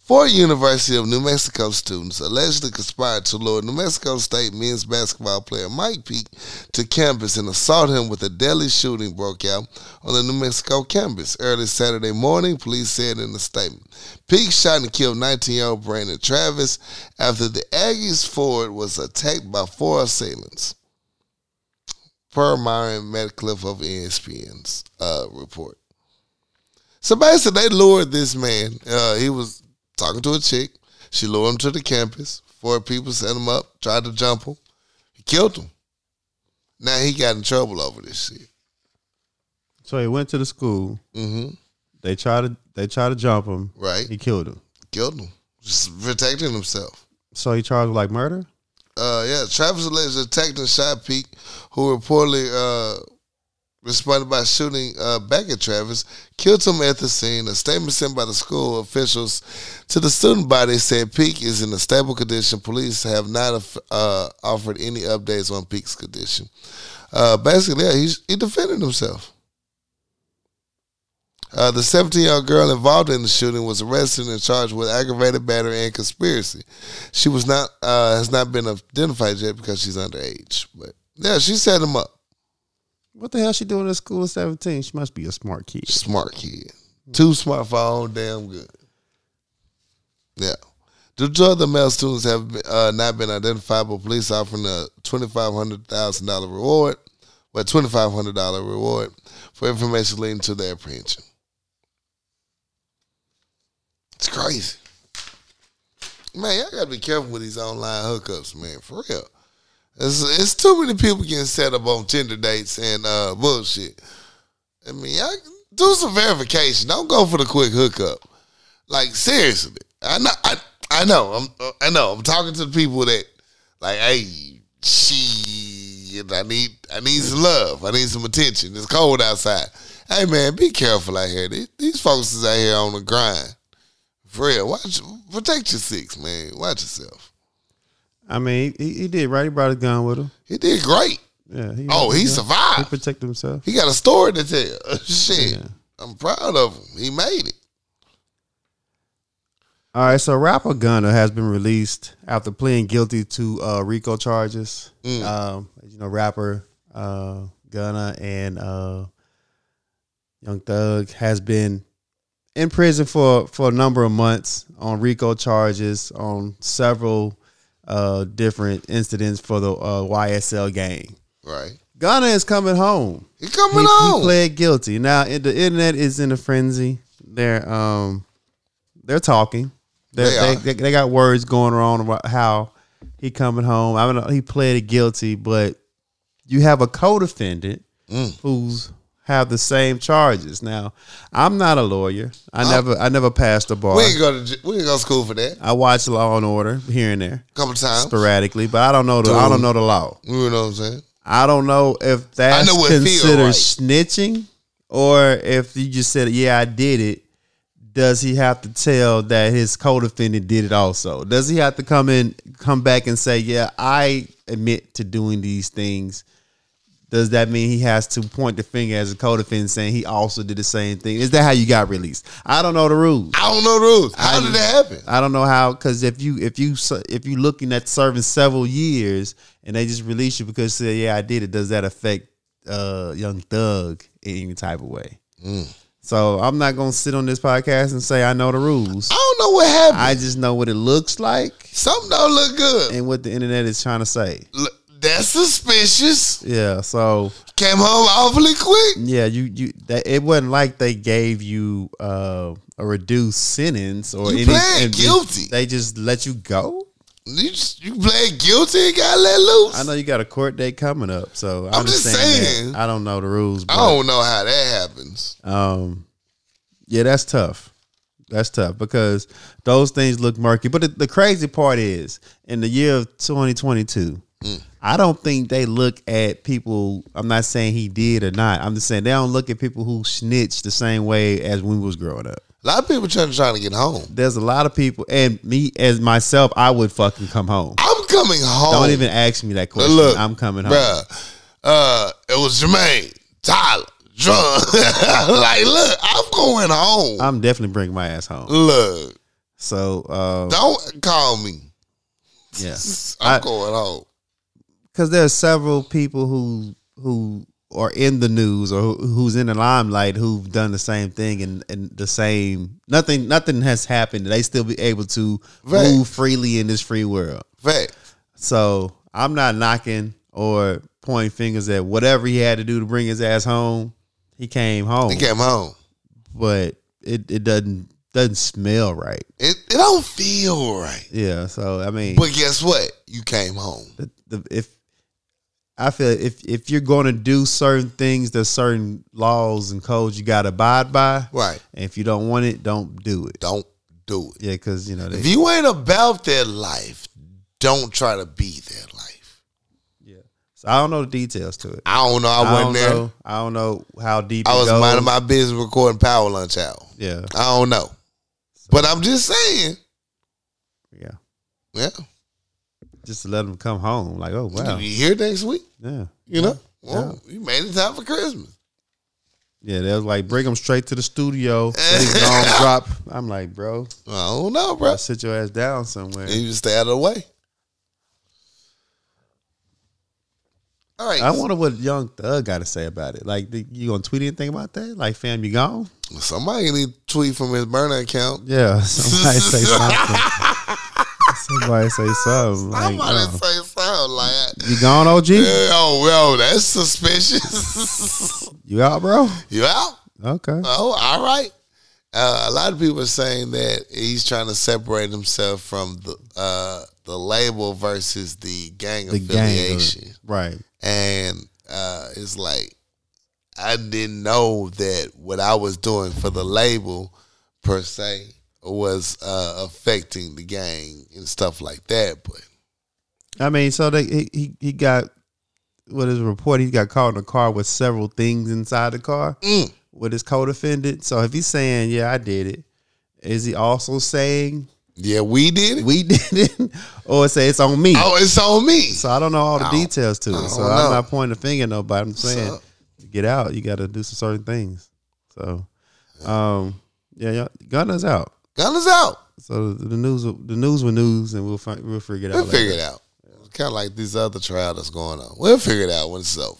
Speaker 2: Four University of New Mexico students allegedly conspired to lure New Mexico State men's basketball player Mike Peak to campus and assault him with a deadly shooting broke out on the New Mexico campus early Saturday morning, police said in a statement. Peak shot and killed 19-year-old Brandon Travis after the Aggies forward was attacked by four assailants per Myron Metcalf of E ESPN's uh, report. So basically, they lured this man. Uh, he was talking to a chick. She lured him to the campus. Four people set him up, tried to jump him. He killed him. Now he got in trouble over this shit.
Speaker 1: So he went to the school.
Speaker 2: Mm-hmm.
Speaker 1: They tried to. They tried to jump him.
Speaker 2: Right?
Speaker 1: He killed him.
Speaker 2: killed him. Just protecting himself.
Speaker 1: So he charged with like murder.
Speaker 2: Uh, yeah, Travis alleged attacked and shot Peak, who reportedly uh, responded by shooting uh, back at Travis, killed him at the scene. A statement sent by the school officials to the student body said Peak is in a stable condition. Police have not uh, offered any updates on Peak's condition. Uh, basically, yeah, he, he defended himself. Uh, the 17 year old girl involved in the shooting was arrested and charged with aggravated battery and conspiracy. She was not uh, has not been identified yet because she's underage. But yeah, she set him up.
Speaker 1: What the hell she doing at school at seventeen? She must be a smart kid.
Speaker 2: Smart kid, too smart for her own damn good. Yeah. The two other male students have uh, not been identified, but police offering a twenty five hundred thousand dollar reward, but twenty five hundred dollar reward for information leading to their apprehension. It's crazy, man. Y'all gotta be careful with these online hookups, man. For real, it's, it's too many people getting set up on Tinder dates and uh, bullshit. I mean, y'all do some verification. Don't go for the quick hookup. Like seriously, I know, I, I know, I'm, uh, I know, I'm talking to the people that, like, hey, she, I need, I need some love, I need some attention. It's cold outside. Hey man, be careful out here. These, these folks is out here on the grind. For real, watch, protect your six, man. Watch yourself.
Speaker 1: I mean, he, he did right. He brought a gun with him.
Speaker 2: He did great.
Speaker 1: Yeah. He
Speaker 2: Oh, he
Speaker 1: He
Speaker 2: survived.
Speaker 1: protected himself.
Speaker 2: He got a story to tell. Shit,
Speaker 1: Yeah.
Speaker 2: I'm proud of him. He made it.
Speaker 1: All right, so rapper Gunna has been released after pleading guilty to uh, RICO charges.
Speaker 2: Mm.
Speaker 1: Um, as you know, rapper uh, Gunna and uh, Young Thug has been in prison for for a number of months on RICO charges on several uh, different incidents for the uh, YSL gang.
Speaker 2: Right.
Speaker 1: Gunna is coming home
Speaker 2: He coming
Speaker 1: he,
Speaker 2: on.
Speaker 1: he pled guilty. Now it- the internet is in a frenzy. They're um, they're talking. They're,
Speaker 2: They are.
Speaker 1: they, they they got words going around about how He coming home. I don't know. He pleaded guilty, but you have a co-defendant
Speaker 2: Mm.
Speaker 1: who's have the same charges. Now, I'm not a lawyer. I
Speaker 2: Oh.
Speaker 1: never I never passed the bar.
Speaker 2: We ain't go to j- we ain't go to school for that.
Speaker 1: I watch Law and Order here and there
Speaker 2: couple times.
Speaker 1: sporadically, but I don't know the I don't know the law.
Speaker 2: You know what I'm saying?
Speaker 1: I don't know if that's
Speaker 2: know what feel
Speaker 1: considered
Speaker 2: right.
Speaker 1: snitching or if you just said, "Yeah, I did it." Does he have to tell that his co-defendant did it also? Does he have to come in, come back and say, "Yeah, I admit to doing these things"? Does that mean he has to point the finger as a co-defendant saying he also did the same thing? Is that how you got released? I don't know the rules.
Speaker 2: I don't know the rules. How did that happen?
Speaker 1: I don't know how because if you if you if you looking at serving several years and they just release you because say yeah I did it does that affect uh Young Thug in any type of way?
Speaker 2: Mm.
Speaker 1: So I'm not gonna sit on this podcast and say I know the rules.
Speaker 2: I don't know what happened.
Speaker 1: I just know what it looks like
Speaker 2: Something don't look good.
Speaker 1: and what the internet is trying to say.
Speaker 2: Look, that's suspicious.
Speaker 1: Yeah, so
Speaker 2: Came home awfully quick.
Speaker 1: yeah, you you that, it wasn't like they gave you uh, a reduced sentence or
Speaker 2: You
Speaker 1: any-
Speaker 2: pled
Speaker 1: and
Speaker 2: guilty.
Speaker 1: They just let you go.
Speaker 2: You just, you played guilty and got let loose. I,
Speaker 1: I know you got a court date coming up, so I
Speaker 2: I'm just
Speaker 1: understand
Speaker 2: saying. Oh.
Speaker 1: that. I don't know the rules, but
Speaker 2: don't know how that happens.
Speaker 1: um, yeah, that's tough. That's tough because those things look murky. But the, the crazy part is, in the year of 2022,
Speaker 2: Mm.
Speaker 1: I don't think they look at people. I'm not saying he did or not. I'm just saying they don't look at people who snitch the same way as when we was growing up.
Speaker 2: A lot of people trying trying to get home.
Speaker 1: There's a lot of people, and me as myself, I would fucking come home.
Speaker 2: I'm coming home.
Speaker 1: Don't even ask me that question.
Speaker 2: Oh. look,
Speaker 1: I'm coming home.
Speaker 2: Bruh, uh, it was Jermaine, Tyler, John. like, look, I'm going home.
Speaker 1: I'm definitely bringing my ass home.
Speaker 2: look,
Speaker 1: So uh,
Speaker 2: don't call me.
Speaker 1: yeah,
Speaker 2: I'm
Speaker 1: I-
Speaker 2: going home.
Speaker 1: because there are several people who who are in the news or who, who's in the limelight who've done the same thing and, and the same nothing nothing has happened. They still be able to
Speaker 2: Right.
Speaker 1: move freely in this free world.
Speaker 2: Fact.
Speaker 1: So I'm not knocking or pointing fingers at whatever he had to do to bring his ass home. He came home,
Speaker 2: He came home.
Speaker 1: but it, it doesn't doesn't smell right.
Speaker 2: It, it don't feel right.
Speaker 1: Yeah, so I mean,
Speaker 2: But guess what? You came home.
Speaker 1: the, the if I feel if if you're going to do certain things, there's certain laws and codes you got to abide by.
Speaker 2: Right.
Speaker 1: And if you don't want it, don't do it.
Speaker 2: Don't do it.
Speaker 1: Yeah, because you know
Speaker 2: If
Speaker 1: they,
Speaker 2: you ain't about that life, don't try to be that life.
Speaker 1: so I don't know the details to it.
Speaker 2: I don't know. I,
Speaker 1: I,
Speaker 2: wasn't
Speaker 1: don't
Speaker 2: there.
Speaker 1: know. I don't know how deep.
Speaker 2: I
Speaker 1: it
Speaker 2: was
Speaker 1: goes.
Speaker 2: minding my business recording Power Lunch Hour.
Speaker 1: Yeah,
Speaker 2: I don't know. But I'm just saying.
Speaker 1: yeah.
Speaker 2: Yeah.
Speaker 1: Just to let them come home. Like, oh wow,
Speaker 2: You here next week?
Speaker 1: yeah,
Speaker 2: You know? Well, you made it time for Christmas.
Speaker 1: yeah. They was like, bring them straight to the studio. Let it go and drop. I'm like, bro,
Speaker 2: I don't know,
Speaker 1: bro,
Speaker 2: bro.
Speaker 1: sit your ass down somewhere.
Speaker 2: You just stay out of the way. All right.
Speaker 1: I wonder what Young Thug got to say about it. Like, th- you gonna tweet anything about that? Like, fam, you gone?
Speaker 2: Somebody need to tweet from his burner account.
Speaker 1: Yeah, somebody say something. somebody say something. Like,
Speaker 2: Somebody
Speaker 1: no.
Speaker 2: say something like that.
Speaker 1: You gone, OG?
Speaker 2: Oh, well, that's suspicious.
Speaker 1: You out, bro?
Speaker 2: you out?
Speaker 1: Okay.
Speaker 2: Oh, all right. Uh, a lot of people are saying that he's trying to separate himself from the uh, the label versus the gang
Speaker 1: The gang. of-
Speaker 2: affiliation,
Speaker 1: Right.
Speaker 2: and uh, it's like I didn't know that what I was doing for the label per se was uh, affecting the gang and stuff like that. But
Speaker 1: I mean, so they, he, he, he got, what is a report? He got caught in a car with several things inside the car
Speaker 2: Mm.
Speaker 1: with his co defendant. So if he's saying, yeah, I did it, is he also saying,
Speaker 2: yeah, we did it.
Speaker 1: we did it? or say, it's on me?
Speaker 2: oh, it's on me.
Speaker 1: So I don't know all the
Speaker 2: I don't-
Speaker 1: details to
Speaker 2: I
Speaker 1: it. So
Speaker 2: don't know.
Speaker 1: I'm not pointing a finger at nobody. I'm saying
Speaker 2: up?
Speaker 1: to get out, you got to do some certain things. So, um, yeah, yeah, Gunna's out.
Speaker 2: Gunner's out.
Speaker 1: So the, the news, the news will news, and we'll find, we'll figure it out.
Speaker 2: We'll
Speaker 1: later.
Speaker 2: figure it out. It's kind of like these other trial that's going on. We'll figure it out when it's over.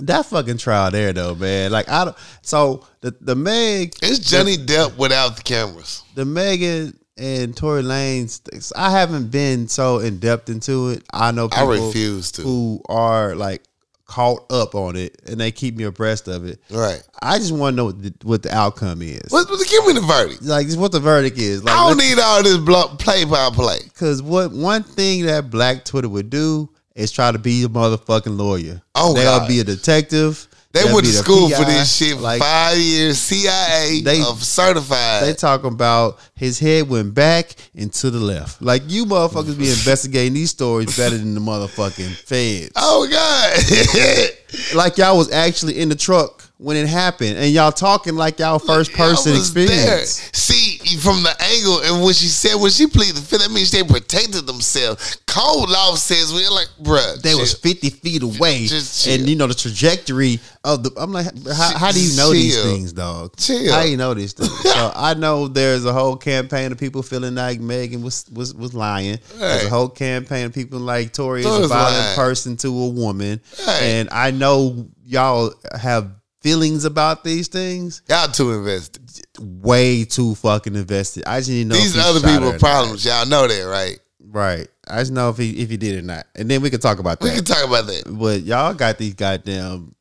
Speaker 1: That fucking trial there, though, man. Like I don't. So the the Meg,
Speaker 2: It's Johnny Depp without the cameras.
Speaker 1: the Megan and Tory Lanez. I haven't been so in depth into it. I know
Speaker 2: I
Speaker 1: people
Speaker 2: refuse to.
Speaker 1: who are like caught up on it and they keep me abreast of it.
Speaker 2: Right.
Speaker 1: I just want to know what the, what the outcome is.
Speaker 2: What, what- give me the verdict.
Speaker 1: Like, just what the verdict is. Like,
Speaker 2: I don't e- need all this blo- play by play.
Speaker 1: Because what one thing that Black Twitter would do is try to be a motherfucking lawyer.
Speaker 2: Oh,
Speaker 1: they'll
Speaker 2: God.
Speaker 1: be a detective.
Speaker 2: They
Speaker 1: They'll
Speaker 2: went
Speaker 1: be
Speaker 2: to
Speaker 1: the
Speaker 2: school for
Speaker 1: PI.
Speaker 2: this shit.
Speaker 1: Like
Speaker 2: Five years CIA
Speaker 1: They-
Speaker 2: of certified.
Speaker 1: they talking about his head went back and to the left. Like you motherfuckers be investigating these stories better than the motherfucking feds.
Speaker 2: oh God!
Speaker 1: Like y'all was actually in the truck when it happened, and y'all talking like y'all first person
Speaker 2: I was there.
Speaker 1: experience.
Speaker 2: See, from the angle and when she said when she pleaded the fifth, that means they protected themselves. Cold law says we're like, bruh.
Speaker 1: They was
Speaker 2: chill.
Speaker 1: fifty feet away,
Speaker 2: just
Speaker 1: and
Speaker 2: chill.
Speaker 1: you know the trajectory of the. I'm like, how, how do you know these
Speaker 2: Chill.
Speaker 1: things, dog?
Speaker 2: Chill.
Speaker 1: How you know these things? so I know there's a whole campaign of people feeling like Megan was was was lying. There's a
Speaker 2: Right.
Speaker 1: whole campaign of people like Tori is a
Speaker 2: Tory's
Speaker 1: violent
Speaker 2: lying.
Speaker 1: person to a woman,
Speaker 2: Right.
Speaker 1: and I know y'all have feelings about these things.
Speaker 2: y'all too invested.
Speaker 1: Way too fucking invested. I just need to know if
Speaker 2: These
Speaker 1: he
Speaker 2: other
Speaker 1: shot her
Speaker 2: people
Speaker 1: or
Speaker 2: are
Speaker 1: not.
Speaker 2: problems. Y'all know that, right?
Speaker 1: Right. I just know if he if he did or not, and then we could talk about that.
Speaker 2: We can talk about that.
Speaker 1: But y'all got these goddamn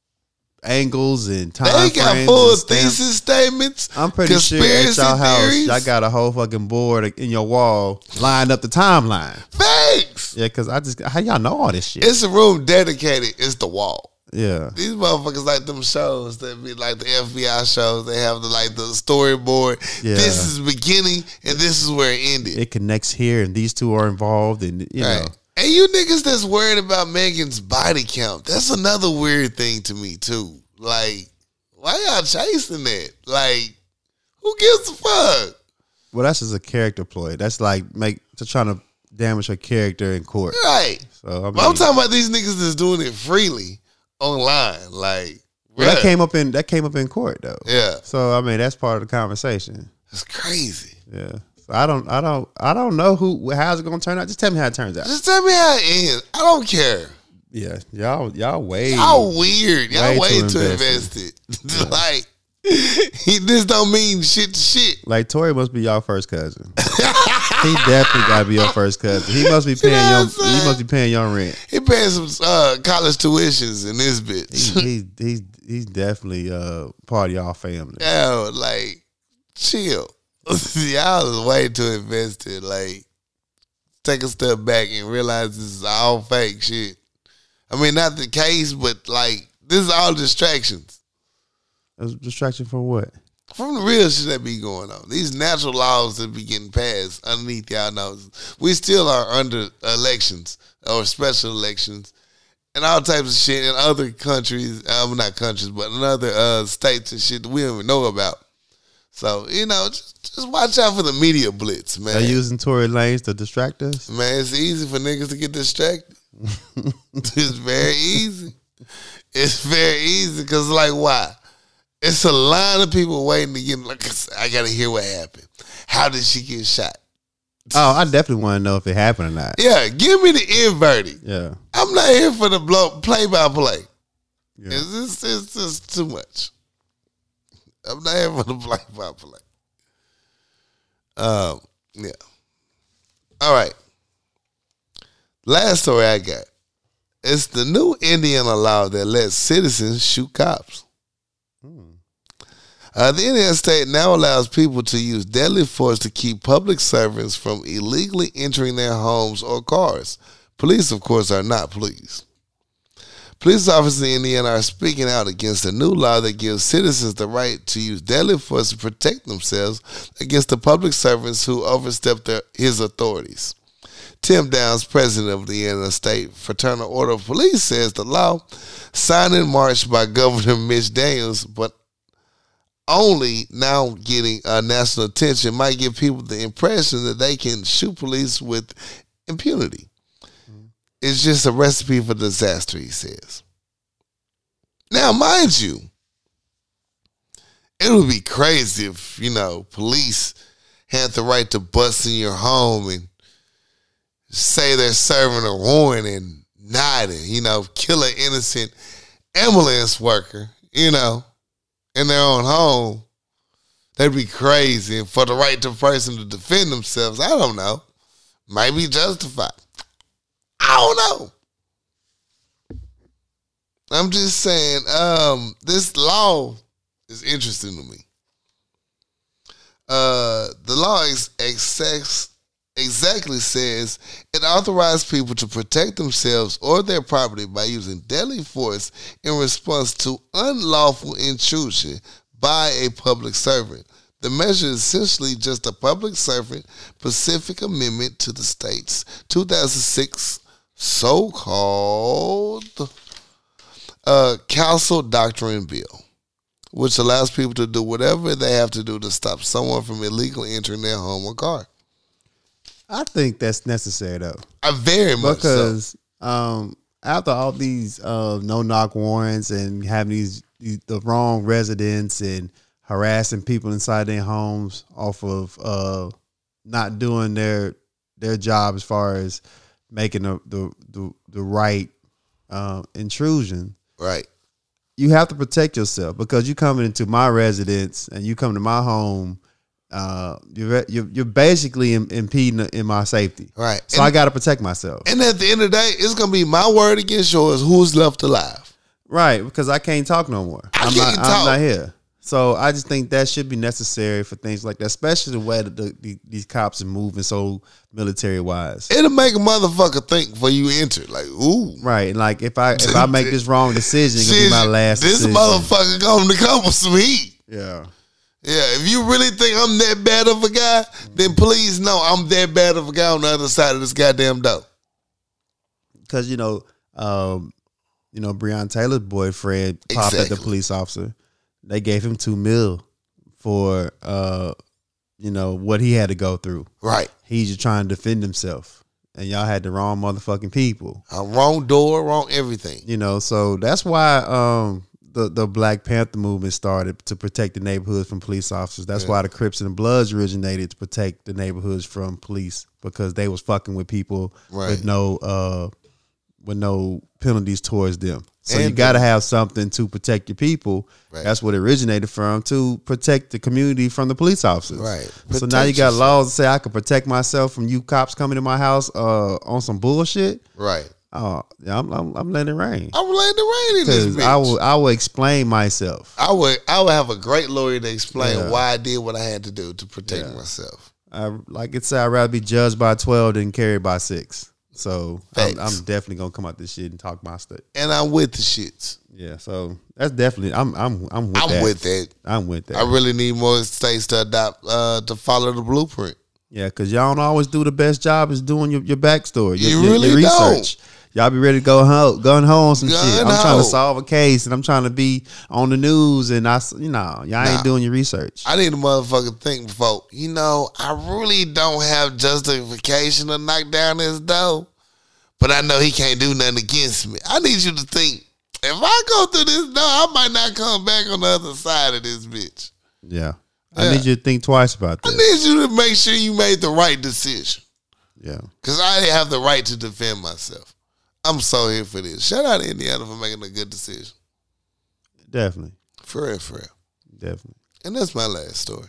Speaker 1: angles and time.
Speaker 2: They got
Speaker 1: frames
Speaker 2: full
Speaker 1: and stamp-
Speaker 2: thesis statements.
Speaker 1: I'm pretty sure at
Speaker 2: conspiracy
Speaker 1: y'all house,
Speaker 2: theories.
Speaker 1: y'all got a whole fucking board in your wall lined up the timeline.
Speaker 2: Facts.
Speaker 1: Yeah, because I just, how y'all know all this shit?
Speaker 2: It's a room dedicated. It's the wall.
Speaker 1: yeah.
Speaker 2: These motherfuckers like them shows that be like the FBI shows. They have the like the storyboard.
Speaker 1: Yeah.
Speaker 2: This is beginning and this is where it ended.
Speaker 1: It connects here and these two are involved and, you know.
Speaker 2: Right. And you niggas that's worried about Megan's body count. That's another weird thing to me too. Like, why y'all chasing that? Like, who gives a fuck?
Speaker 1: Well, that's just a character ploy. That's like make to trying to damage her character in court.
Speaker 2: Right.
Speaker 1: So I mean,
Speaker 2: But I'm talking about these niggas that's doing it freely online. Like,
Speaker 1: well, that
Speaker 2: bruh.
Speaker 1: came up in that came up in court though.
Speaker 2: yeah,
Speaker 1: So I mean that's part of the conversation.
Speaker 2: it's crazy.
Speaker 1: Yeah. So I don't I don't I don't know who how's it gonna turn out. Just tell me how it turns out.
Speaker 2: Just tell me how it ends. I don't care.
Speaker 1: Yeah. Y'all y'all way
Speaker 2: Y'all weird.
Speaker 1: Way
Speaker 2: Y'all way,
Speaker 1: too
Speaker 2: too
Speaker 1: invested.
Speaker 2: invested. like, this don't mean shit to shit.
Speaker 1: like Tori must be y'all first cousin. he definitely gotta be your first cousin. He must be paying
Speaker 2: know
Speaker 1: your
Speaker 2: what I'm saying?
Speaker 1: he must be paying your rent.
Speaker 2: He paying some uh, college tuitions in this
Speaker 1: He,
Speaker 2: bitch.
Speaker 1: he he's he's definitely uh part of y'all family.
Speaker 2: Yo, like, chill. Y'all is way too invested. Like, take a step back and realize this is all fake shit. I mean, not the case, but like, this is all distractions
Speaker 1: A distraction from what?
Speaker 2: from the real shit that be going on. These natural laws that be getting passed underneath y'all noses. We still are under elections or special elections and all types of shit in other countries. Um, not countries, but in other uh, states and shit that we don't even know about. So you know, just, just watch out for the media blitz,
Speaker 1: They're
Speaker 2: man.
Speaker 1: using Tory lanes to distract us?
Speaker 2: man, it's easy for niggas to get distracted. it's very easy. It's very easy because, like, why? It's a lot of people waiting to get. Like, I gotta hear what happened. How did she get shot?
Speaker 1: Oh, I definitely want to know if it happened or not.
Speaker 2: Yeah, give me the end verdict.
Speaker 1: Yeah.
Speaker 2: I'm not here for the blow play by play.
Speaker 1: Yeah.
Speaker 2: It's just, it's just too much. I'm not here for the play by play. Um, yeah. All right. Last story I got. It's the new Indiana law that lets citizens shoot cops. Uh, the Indiana state now allows people to use deadly force to keep public servants from illegally entering their homes or cars. Police, of course, are not pleased. Police officers in Indiana are speaking out against a new law that gives citizens the right to use deadly force to protect themselves against the public servants who overstep their, his authorities. Tim Downs, president of the Indiana State Fraternal Order of Police, says the law, signed in March by Governor Mitch Daniels, but only now getting uh, national attention, might give people the impression that they can shoot police with impunity. It's just a recipe for disaster, he says. Now, mind you, it would be crazy if, you know, police had the right to bust in your home and say they're serving a warrant and not, and, you know, kill an innocent ambulance worker, you know, in their own home. That'd be crazy. And for the right to person to defend themselves, I don't know. Maybe justified. I don't know. I'm just saying, um, this law is interesting to me. Uh, the law ex- ex- exactly says it authorizes people to protect themselves or their property by using deadly force in response to unlawful intrusion by a public servant. The measure is essentially just a public servant Pacific Amendment to the state's 2006 so called uh, Council Doctrine Bill, which allows people to do whatever they have to do to stop someone from illegally entering their home or car.
Speaker 1: I think that's necessary though,
Speaker 2: I very much so.
Speaker 1: because um, after all these uh, no knock warrants and having these, these the wrong residents and harassing people inside their homes off of uh, not doing their their job as far as making the the the, the right uh, intrusion,
Speaker 2: Right.
Speaker 1: you have to protect yourself because you coming into my residence and you come to my home. Uh, you're you're, you're basically im- impeding in my safety.
Speaker 2: Right.
Speaker 1: So I got to protect myself.
Speaker 2: And at the end of the day, it's gonna be my word against yours. Who's left alive?
Speaker 1: Right, because I can't talk no more.
Speaker 2: I
Speaker 1: I'm
Speaker 2: can't
Speaker 1: not,
Speaker 2: talk.
Speaker 1: I'm not here. So I just think that should be necessary for things like that, especially the way that the, the, these cops are moving so military wise.
Speaker 2: It'll make a motherfucker think before you enter. Like, ooh,
Speaker 1: Right, and like if I if I make this wrong decision, it's gonna
Speaker 2: shit,
Speaker 1: be my last
Speaker 2: this
Speaker 1: decision.
Speaker 2: motherfucker going to come with some heat.
Speaker 1: yeah,
Speaker 2: Yeah, if you really think I'm that bad of a guy, then please know I'm that bad of a guy on the other side of this goddamn door.
Speaker 1: because you know, um, you know, Breon Taylor's boyfriend popped at the
Speaker 2: Exactly.
Speaker 1: police officer. They gave him two mil for uh, you know, what he had to go through.
Speaker 2: Right.
Speaker 1: He's just trying to defend himself, and y'all had the wrong motherfucking people.
Speaker 2: I'm wrong door, wrong everything.
Speaker 1: you know so that's why um the, the black panther movement started to protect the neighborhoods from police officers that's why the crips and the bloods originated to protect the neighborhoods from police because they was fucking with people
Speaker 2: Right.
Speaker 1: with no uh with no penalties towards them so you
Speaker 2: And-
Speaker 1: got to have something to protect your people
Speaker 2: Right.
Speaker 1: that's what it originated from to protect the community from the police officers
Speaker 2: Right.
Speaker 1: so now you
Speaker 2: Protect
Speaker 1: got
Speaker 2: yourself.
Speaker 1: laws that say i can protect myself from you cops coming to my house uh on some bullshit
Speaker 2: Right.
Speaker 1: oh yeah, i'm, I'm, I'm letting it rain
Speaker 2: I'm laying the rain in this
Speaker 1: because
Speaker 2: bitch.
Speaker 1: I will I will explain myself.
Speaker 2: I would I would have a great lawyer to explain
Speaker 1: Yeah.
Speaker 2: why I did what I had to do to protect myself.
Speaker 1: I, like it said, I'd rather be judged by twelve than carried by six. So I'm,
Speaker 2: Facts.
Speaker 1: I'm definitely gonna come out this shit and talk my stuff.
Speaker 2: And I'm with the shits.
Speaker 1: Yeah, so that's definitely I'm I'm I'm with
Speaker 2: I'm
Speaker 1: that.
Speaker 2: with that.
Speaker 1: I'm with that.
Speaker 2: I really need more states to adopt uh, to follow the blueprint.
Speaker 1: yeah, because y'all don't always do the best job is doing your, your backstory. Your,
Speaker 2: You
Speaker 1: your- your
Speaker 2: really
Speaker 1: research. Y'all be ready to go home, gun home on some shit. I'm
Speaker 2: Gun
Speaker 1: trying to
Speaker 2: ho.
Speaker 1: solve a case and I'm trying to be on the news and I, s- you know, y'all ain't doing your research.
Speaker 2: I need a motherfucker think before. You know, I really don't have justification to knock down this door, but I know he can't do nothing against me. I need you to think. If I go through this door, I might not come back on the other side of this bitch.
Speaker 1: yeah. I need you to think twice about
Speaker 2: I
Speaker 1: that.
Speaker 2: need you to make sure you made the right decision.
Speaker 1: Yeah.
Speaker 2: Cause I have the right to defend myself. I'm so here for this. Shout out to Indiana for making a good decision.
Speaker 1: Definitely.
Speaker 2: For real, for real.
Speaker 1: Definitely.
Speaker 2: And that's my last story.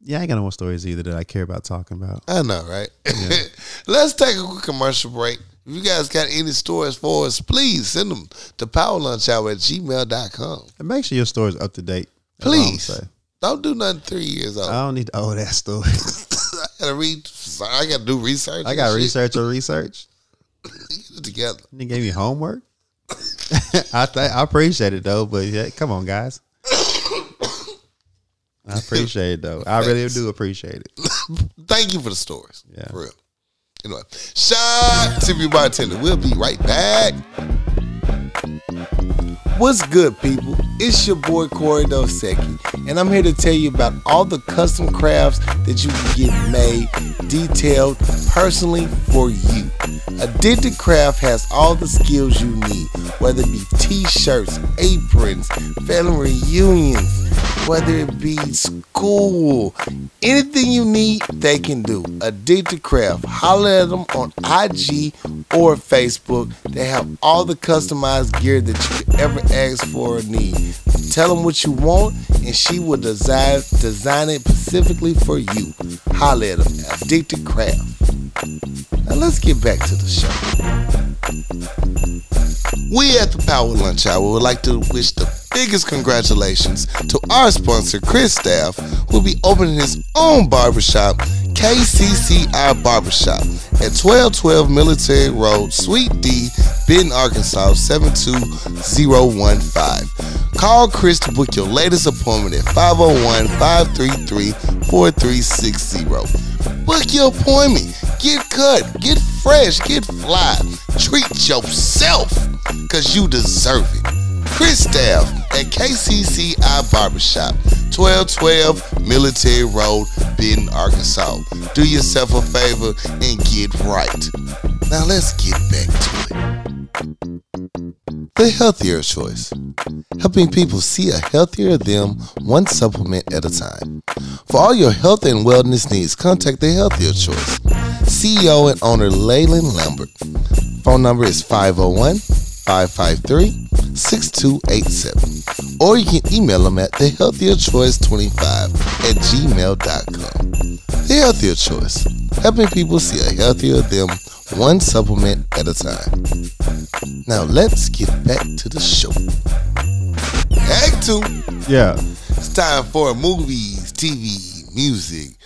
Speaker 1: Yeah, I ain't got no more stories either that I care about talking about.
Speaker 2: I know, right? Let's take a quick commercial break. If you guys got any stories for us, please send them to powerlunchhour at gmail.com.
Speaker 1: And make sure your story's up to date. That's all I'm
Speaker 2: Please.
Speaker 1: saying.
Speaker 2: Don't do nothing three years old.
Speaker 1: I don't need to owe that story.
Speaker 2: I gotta read I gotta do research.
Speaker 1: I got
Speaker 2: and shit.
Speaker 1: research or research.
Speaker 2: Get it together.
Speaker 1: They gave me homework. I th- I appreciate it though, but yeah, come on, guys. I appreciate it though. I really do appreciate it.
Speaker 2: Thank you for the stories.
Speaker 1: Yeah.
Speaker 2: For real. Anyway. Shot to your bartender. We'll be right back. What's good, people? It's your boy Corey Dosecki, and I'm here to tell you about all the custom crafts that you can get made, detailed, personally for you. Addicted Craft has all the skills you need, whether it be t-shirts, aprons, family reunions, whether it be school, anything you need, they can do. Addicted Craft, holler at them on IG or Facebook. They have all the customized gear that you could ever ask for or need. Tell them what you want, and she will design design it specifically for you. Holler at them, Addicted Craft. Now let's get back to the show. We at the Power Lunch Hour would like to wish the biggest congratulations to our sponsor, Chris Staff, who will be opening his own barbershop, KCCI Barbershop, at 1212 Military Road, Suite D, Benton, Arkansas, 72015. Call Chris to book your latest appointment at 501 533 4360. Book your appointment. Get cut. Get fresh. Get fly. Treat yourself because you deserve it. Chris Staff at KCCI Barbershop, 1212 Military Road, Benton, Arkansas. Do yourself a favor and get right. Now let's get back to it. The healthier choice helping people see a healthier them one supplement at a time. For all your health and wellness needs, contact The Healthier Choice. CEO and owner Leyland Lambert. Phone number is 501 553 6287. Or you can email them at thehealthierchoice25 at gmail.com. The Healthier Choice, helping people see a healthier them one supplement at a time. Now let's get back to the show. Act two.
Speaker 1: Yeah.
Speaker 2: It's time for movies, TV, music,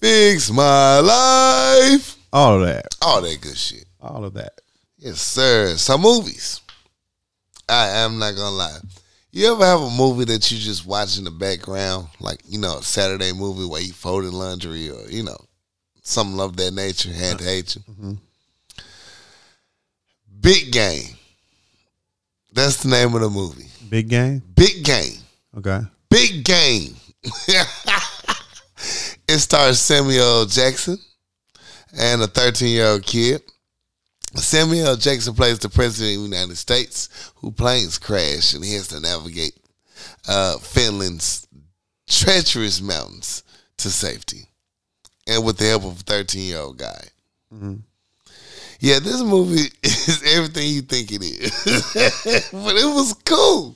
Speaker 2: fix my life,
Speaker 1: All of that.
Speaker 2: all that good shit.
Speaker 1: All of that.
Speaker 2: Yes, sir. Some movies. I am not gonna lie. You ever have a movie that you just watch in the background, like you know, a Saturday movie where you folded laundry or you know, something of that nature, had to hate you. Big Game. That's the name of the movie.
Speaker 1: Big game.
Speaker 2: Big Game.
Speaker 1: Okay.
Speaker 2: Big Game. it stars Samuel Jackson and a 13 year old kid. Samuel Jackson plays the president of the United States, who planes crash and he has to navigate uh, Finland's treacherous mountains to safety, and with the help of a 13 year old guy. Yeah, this movie is everything you think it is, but it was cool.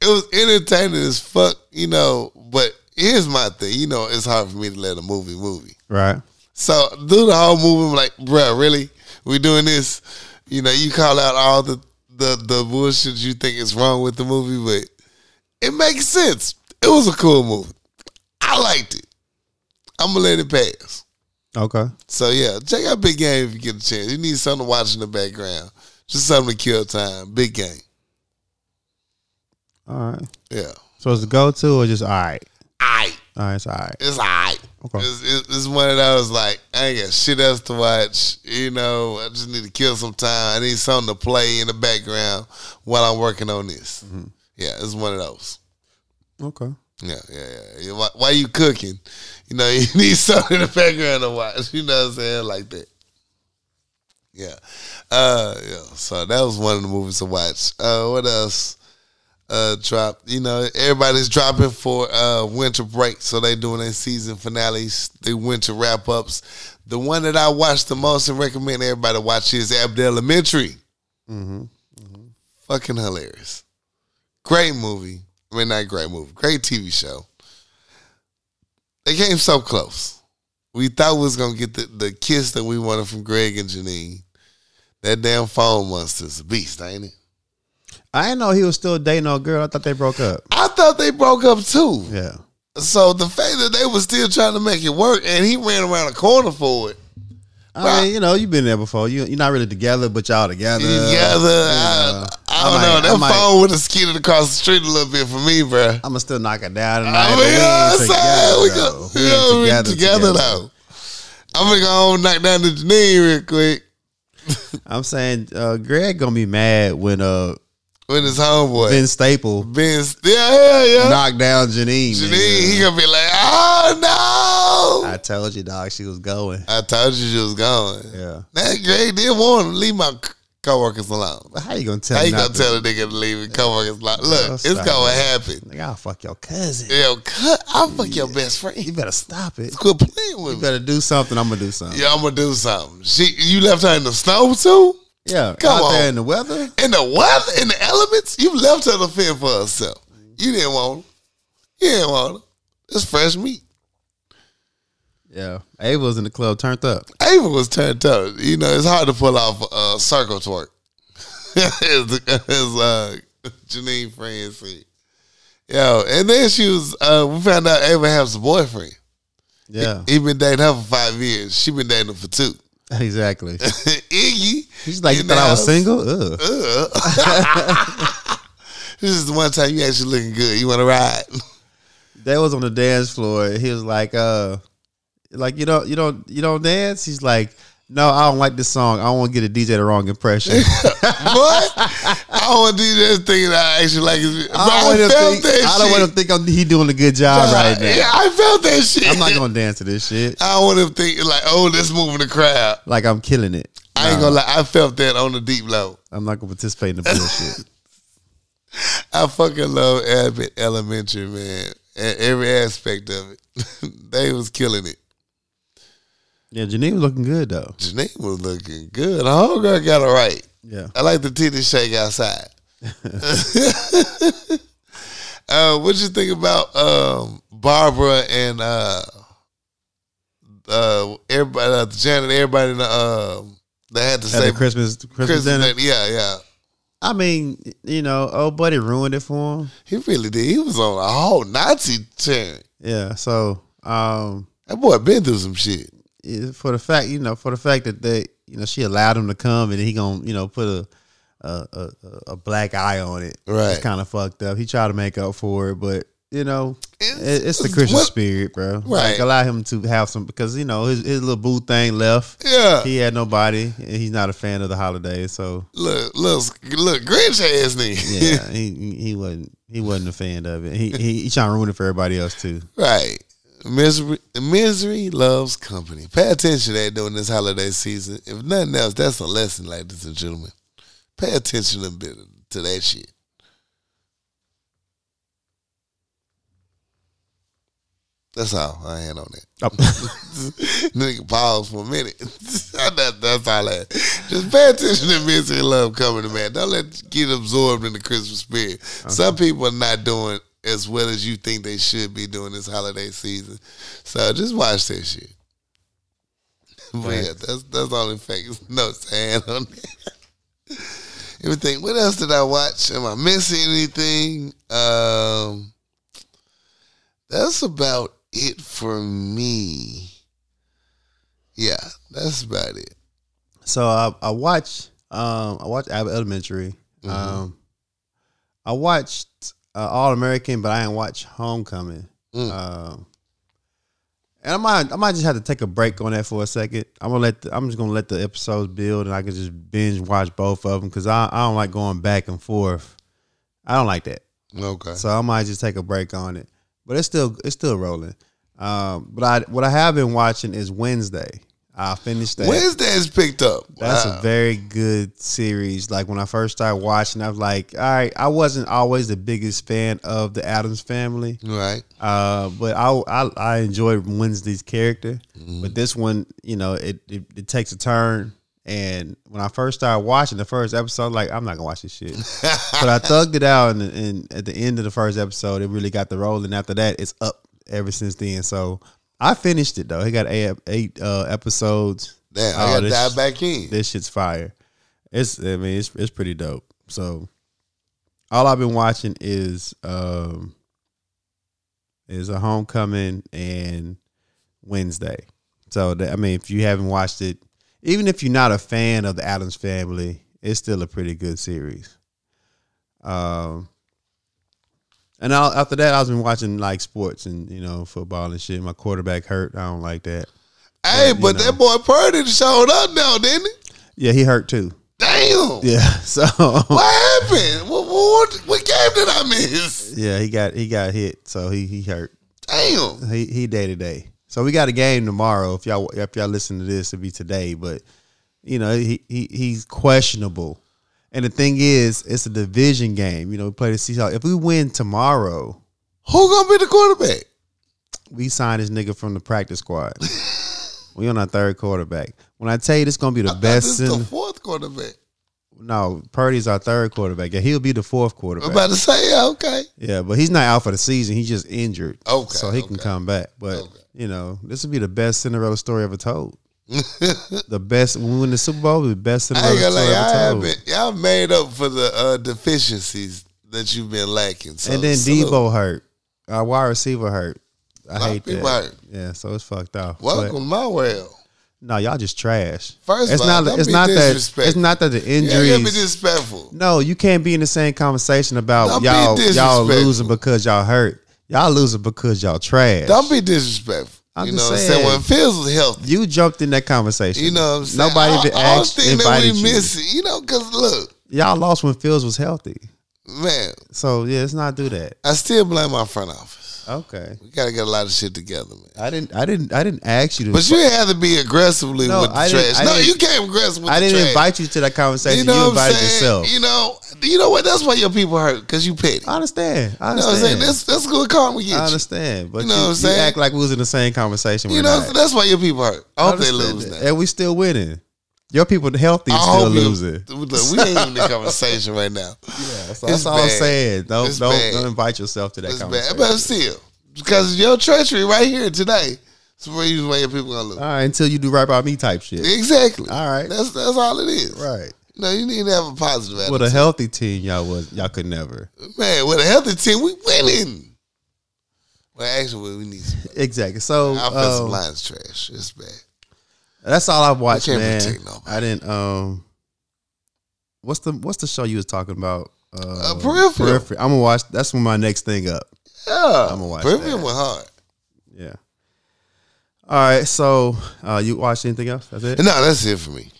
Speaker 2: It was entertaining as fuck, you know. But here's my thing, you know, it's hard for me to let a movie movie.
Speaker 1: Right.
Speaker 2: So do the whole movie, I'm like, bruh, really? We doing this? You know, you call out all the the the bullshit you think is wrong with the movie, but it makes sense. It was a cool movie. I liked it. I'm gonna let it pass.
Speaker 1: Okay.
Speaker 2: So yeah, check out Big Game if you get a chance. You need something to watch in the background, just something to kill time. Big Game.
Speaker 1: All right.
Speaker 2: Yeah,
Speaker 1: So it's a go to or just all right?
Speaker 2: I.
Speaker 1: All right. It's all right.
Speaker 2: It's alright.
Speaker 1: Okay.
Speaker 2: It's, it's, it's one of those like I ain't got shit else to watch. You know, I just need to kill some time. I need something to play in the background while I'm working on this.
Speaker 1: Mm-hmm.
Speaker 2: Yeah, it's one of those.
Speaker 1: Okay.
Speaker 2: Yeah, yeah, yeah. You- Why, why you cooking? You know, you need something in the background to watch. You know what I'm saying? Like that. Yeah. Uh yeah. So that was one of the movies to watch. Uh what else? Uh drop. You know, everybody's dropping for uh winter break. So they doing their season finales, they winter wrap ups. The one that I watched the most and recommend everybody watch is Abdel Elementary.
Speaker 1: Mm-hmm.
Speaker 2: Fucking hilarious. Great movie. I mean, not great movie. Great TV show. They came so close. We thought we was gonna get the, the kiss that we wanted from Greg and Janine. That damn phone monster's a beast, ain't it?
Speaker 1: I didn't know he was still dating a girl. I thought they broke up.
Speaker 2: I thought they broke up too.
Speaker 1: Yeah.
Speaker 2: So the fact that they was still trying to make it work and he ran around a corner for it.
Speaker 1: I mean, you know, you've been there before. You you're not really together, but y'all together.
Speaker 2: Together, I, I don't
Speaker 1: I might- I
Speaker 2: know. That
Speaker 1: might-
Speaker 2: phone would have skidded across the street a little bit for me, bruh.
Speaker 1: I'ma still knock it down tonight.
Speaker 2: I
Speaker 1: but
Speaker 2: mean, I'm saying we
Speaker 1: we ain't together,
Speaker 2: go,
Speaker 1: though. We ain't together, together.
Speaker 2: we go we together, though. I'm gonna go on knock down the Janine real quick
Speaker 1: I'm saying uh, Greg gonna be mad when uh
Speaker 2: with his homeboy Ben.
Speaker 1: Ben Staple
Speaker 2: yeah, yeah, yeah.
Speaker 1: knocked down Janine.
Speaker 2: Janine,
Speaker 1: nigga.
Speaker 2: he gonna be like, oh no!
Speaker 1: I told you, dog, she was going.
Speaker 2: I, told you she was gone.
Speaker 1: Yeah.
Speaker 2: That Greg didn't want him to leave my c- coworkers alone.
Speaker 1: But how you gonna tell
Speaker 2: How
Speaker 1: me
Speaker 2: you
Speaker 1: not
Speaker 2: gonna tell a nigga to leave his coworkers alone? Look,
Speaker 1: Oh,
Speaker 2: it's
Speaker 1: stop
Speaker 2: gonna
Speaker 1: it.
Speaker 2: happen.
Speaker 1: Nigga, I'll fuck your cousin.
Speaker 2: Yo, cut! I fuck your best
Speaker 1: You
Speaker 2: friend.
Speaker 1: better stop it.
Speaker 2: Quit playing with
Speaker 1: You
Speaker 2: me.
Speaker 1: better do something. I'm gonna do something.
Speaker 2: Yeah, I'm gonna do something. She, you left her in the snow too.
Speaker 1: Yeah,
Speaker 2: Come
Speaker 1: out
Speaker 2: on.
Speaker 1: there in the weather.
Speaker 2: in the weather, in the elements, you left her to fend for herself. You didn't want her. You didn't want her. It's fresh meat.
Speaker 1: Yeah, Ava was in the club, turned up.
Speaker 2: Ava was turned up. You know, it's hard to pull off a circle twerk. as, as uh, Janine Francis. Yo, and then she was. Uh, we found out Abraham's boyfriend.
Speaker 1: Yeah,
Speaker 2: He been dating her for five years. She been dating him for two.
Speaker 1: exactly.
Speaker 2: Iggy.
Speaker 1: She's like, you
Speaker 2: in
Speaker 1: thought
Speaker 2: the
Speaker 1: I was
Speaker 2: house.
Speaker 1: single? Ugh.
Speaker 2: Ugh. uh. this is the one time you actually looking good. You want to ride?
Speaker 1: That was on the dance floor. He was like, uh, like you don't, you don't, you don't dance. He's like, no, I don't like this song. I don't want to get a DJ the wrong impression.
Speaker 2: what? I don't want to do this thing that I actually like. is- Bro,
Speaker 1: I don't want
Speaker 2: I,
Speaker 1: him to
Speaker 2: felt
Speaker 1: think,
Speaker 2: that
Speaker 1: I don't
Speaker 2: shit.
Speaker 1: want him to think I'm, he doing a good job right now.
Speaker 2: Yeah, I felt that shit.
Speaker 1: I'm not gonna dance to this shit.
Speaker 2: I don't want him thinking like, oh, this moving the crowd.
Speaker 1: Like I'm killing it.
Speaker 2: I ain't gonna lie. I felt that on the deep level.
Speaker 1: I'm not gonna participate in the bullshit.
Speaker 2: I fucking love Abbott Elementary, man. And every aspect of it, they was killing it.
Speaker 1: yeah, Janine was looking good though.
Speaker 2: Janine was looking good. Her girl got it right.
Speaker 1: Yeah,
Speaker 2: I like the titty shake outside. uh, what you think about um, Barbara and uh, uh, everybody, uh, Janet, everybody in the, um that had to
Speaker 1: at
Speaker 2: say
Speaker 1: the Christmas Christmas dinner.
Speaker 2: Yeah, yeah.
Speaker 1: I mean, you know, old buddy ruined it for him.
Speaker 2: He really did. He was on a whole Nazi turn.
Speaker 1: Yeah, so um,
Speaker 2: That boy been through some shit.
Speaker 1: it- for the fact you know, for the fact that they, you know, she allowed him to come and he gonna you know put a a a, a- a black eye on it.
Speaker 2: Right.
Speaker 1: it's kind of fucked up. He tried to make up for it, but you know,
Speaker 2: It's-
Speaker 1: it, it's the Christian
Speaker 2: what-
Speaker 1: spirit, bro.
Speaker 2: Right.
Speaker 1: like allow him to have some because you know his his little boo thing left.
Speaker 2: Yeah.
Speaker 1: He had nobody, and he's not a fan of the holidays, so
Speaker 2: look, look, look, Grinch ass nigga.
Speaker 1: yeah, he he wasn't he wasn't a fan of it. He he, he trying to ruin it for everybody else too.
Speaker 2: Right. Misery misery loves company. Pay attention to that during this holiday season. If nothing else, that's a lesson, ladies and gentlemen. Pay attention a bit to that shit. That's all I had on that. Nigga, pause for a minute. that, that's all that. Just pay attention to misery and love coming to man. Don't let you get absorbed in the Christmas spirit. Some people are not doing as well as you think they should be doing this holiday season. So just watch that shit. But yeah, that's that's all in fact. No saying on that. Everything. What else did I watch? Am I missing anything? Um that's about it for me. Yeah, that's about it.
Speaker 1: So I I watch um I watch Abbott Elementary. Um, I watched uh, All American, but I didn't watch Homecoming.
Speaker 2: Mm.
Speaker 1: Um, and I might I might just have to take a break on that for a second. I'm gonna let the, I'm just gonna let the episodes build, and I can just binge watch both of them because I I don't like going back and forth. I don't like that.
Speaker 2: Okay.
Speaker 1: So I might just take a break on it. But it's still it's still rolling. Um, but I what I have been watching is Wednesday. I finished that.
Speaker 2: Wednesday's picked up.
Speaker 1: That's
Speaker 2: Wow.
Speaker 1: a very good series. Like when I first started watching, I was like, all right, I wasn't always the biggest fan of the Adams family.
Speaker 2: right.
Speaker 1: Uh, but I, I I enjoyed Wednesday's character, but this one, you know, it, it it takes a turn. And when I first started watching the first episode, I'm like I'm not gonna watch this shit. but I thugged it out, and, and at the end of the first episode, it really got the roll. And after that, it's up ever since then. So I finished it though. It got eight, eight uh, episodes.
Speaker 2: Damn,
Speaker 1: Oh,
Speaker 2: I gotta
Speaker 1: this-
Speaker 2: dive back in.
Speaker 1: This shit's fire. It's I mean it's it's pretty dope. So all I've been watching is um is a homecoming and Wednesday. So that, I mean if you haven't watched it, even if you're not a fan of the Adams family, it's still a pretty good series. Um and I, after that, I was been watching like sports and you know football and shit. My quarterback hurt. I don't like that.
Speaker 2: Hey,
Speaker 1: you
Speaker 2: but
Speaker 1: know.
Speaker 2: that boy Purdy showed up now, didn't he?
Speaker 1: Yeah, he hurt too.
Speaker 2: Damn.
Speaker 1: Yeah. So
Speaker 2: What happened? What, what what game did I miss?
Speaker 1: Yeah, he got he got hit, so he he hurt.
Speaker 2: Damn.
Speaker 1: He he day to day. So we got a game tomorrow. If y'all if y'all listen to this, it'll be today. But you know he, he he's questionable. And the thing is, it's a division game. You know, we play the Seahawks. If we win tomorrow,
Speaker 2: Who gonna be the quarterback?
Speaker 1: we sign this nigga from the practice squad. we on our third quarterback. When I tell you this gonna be the
Speaker 2: I thought
Speaker 1: best,
Speaker 2: This is the
Speaker 1: in-
Speaker 2: fourth quarterback.
Speaker 1: no, Purdy's our third quarterback. Yeah, he'll be the fourth quarterback.
Speaker 2: I'm about to say, yeah, okay.
Speaker 1: Yeah, but he's not out for the season. He's just injured.
Speaker 2: Okay,
Speaker 1: So he can
Speaker 2: okay.
Speaker 1: come back. But,
Speaker 2: Okay.
Speaker 1: you know, this would be the best Cinderella story ever told. the best when we win the Super Bowl, the best in the
Speaker 2: I ain't
Speaker 1: world.
Speaker 2: gonna lie,
Speaker 1: story ever
Speaker 2: y'all, have
Speaker 1: told.
Speaker 2: been, y'all made up for the uh, deficiencies that you've been lacking. So,
Speaker 1: and then
Speaker 2: salute.
Speaker 1: Debo hurt. Our wide receiver hurt. I
Speaker 2: lot of
Speaker 1: hate that.
Speaker 2: people hurt.
Speaker 1: Yeah, so it's fucked off. But-
Speaker 2: welcome to my world.
Speaker 1: no, y'all just trash.
Speaker 2: First of
Speaker 1: it's
Speaker 2: all,
Speaker 1: not.
Speaker 2: don't
Speaker 1: it's
Speaker 2: be
Speaker 1: not that.
Speaker 2: disrespectful.
Speaker 1: It's not that the
Speaker 2: Yeah,
Speaker 1: injuries.
Speaker 2: you be disrespectful.
Speaker 1: no, you can't be in the same conversation about
Speaker 2: Don't be
Speaker 1: y'all. Y'all
Speaker 2: disrespectful.
Speaker 1: losing because y'all hurt. Y'all losing because y'all trash.
Speaker 2: Don't be disrespectful.
Speaker 1: I'm
Speaker 2: you
Speaker 1: just
Speaker 2: know what I'm
Speaker 1: saying.
Speaker 2: saying? When Fields was healthy,
Speaker 1: you jumped in that conversation.
Speaker 2: you know what I'm saying?
Speaker 1: Nobody
Speaker 2: all,
Speaker 1: even
Speaker 2: all
Speaker 1: asked.
Speaker 2: thing that
Speaker 1: invited
Speaker 2: we
Speaker 1: you.
Speaker 2: missing, you know, because look,
Speaker 1: Y'all lost when Fields was healthy.
Speaker 2: man,
Speaker 1: So yeah, let's not do that.
Speaker 2: I still blame my front office.
Speaker 1: Okay.
Speaker 2: We got to get a lot of shit together, man.
Speaker 1: I didn't. I didn't. I didn't ask you to.
Speaker 2: But you didn't have to be aggressively
Speaker 1: No,
Speaker 2: with the
Speaker 1: I didn't-
Speaker 2: trash.
Speaker 1: I
Speaker 2: no,
Speaker 1: didn't-
Speaker 2: you came aggressive with
Speaker 1: I
Speaker 2: the
Speaker 1: didn't
Speaker 2: trash.
Speaker 1: invite you to that conversation. You,
Speaker 2: You know what I'm
Speaker 1: invited
Speaker 2: saying?
Speaker 1: yourself.
Speaker 2: You know, you know what? That's why your people hurt because you petty.
Speaker 1: I understand. I
Speaker 2: You know what I'm
Speaker 1: understand.
Speaker 2: saying? That's that's good karma get you.
Speaker 1: I understand. But you,
Speaker 2: know what I'm
Speaker 1: you
Speaker 2: saying?
Speaker 1: act like we was in the same conversation.
Speaker 2: You
Speaker 1: we're
Speaker 2: know,
Speaker 1: not.
Speaker 2: that's why your people hurt. I hope they
Speaker 1: understand
Speaker 2: lose
Speaker 1: that.
Speaker 2: that.
Speaker 1: And we still winning. Your people healthy
Speaker 2: I
Speaker 1: still
Speaker 2: hope you-
Speaker 1: losing.
Speaker 2: Look, we ain't even in the conversation right now.
Speaker 1: Yeah, so
Speaker 2: it's
Speaker 1: that's all I'm
Speaker 2: bad.
Speaker 1: saying. Don't
Speaker 2: It's
Speaker 1: don't,
Speaker 2: bad.
Speaker 1: don't invite yourself to that
Speaker 2: It's
Speaker 1: conversation.
Speaker 2: bad, but still, because your treachery right here today is the reason why your people gonna lose.
Speaker 1: All right, until you do right by me type shit.
Speaker 2: Exactly.
Speaker 1: All right.
Speaker 2: That's that's all it is.
Speaker 1: Right.
Speaker 2: No, you need to have a positive attitude.
Speaker 1: With a healthy team, y'all was y'all could never.
Speaker 2: Man, with a healthy team, we winning. Well, actually, we need some.
Speaker 1: Exactly. So
Speaker 2: Our offensive
Speaker 1: um,
Speaker 2: line is trash. It's bad.
Speaker 1: that's all I've watched,
Speaker 2: can't
Speaker 1: man.
Speaker 2: protect nobody.
Speaker 1: I didn't. Um, what's the what's the show you was talking about? Uh,
Speaker 2: Peripheral.
Speaker 1: I'm gonna watch. That's when my next thing up.
Speaker 2: Yeah,
Speaker 1: I'ma watch
Speaker 2: Premium
Speaker 1: that.
Speaker 2: went hard.
Speaker 1: Yeah. All right. So uh, you watched anything else? That's it.
Speaker 2: No, that's it for me.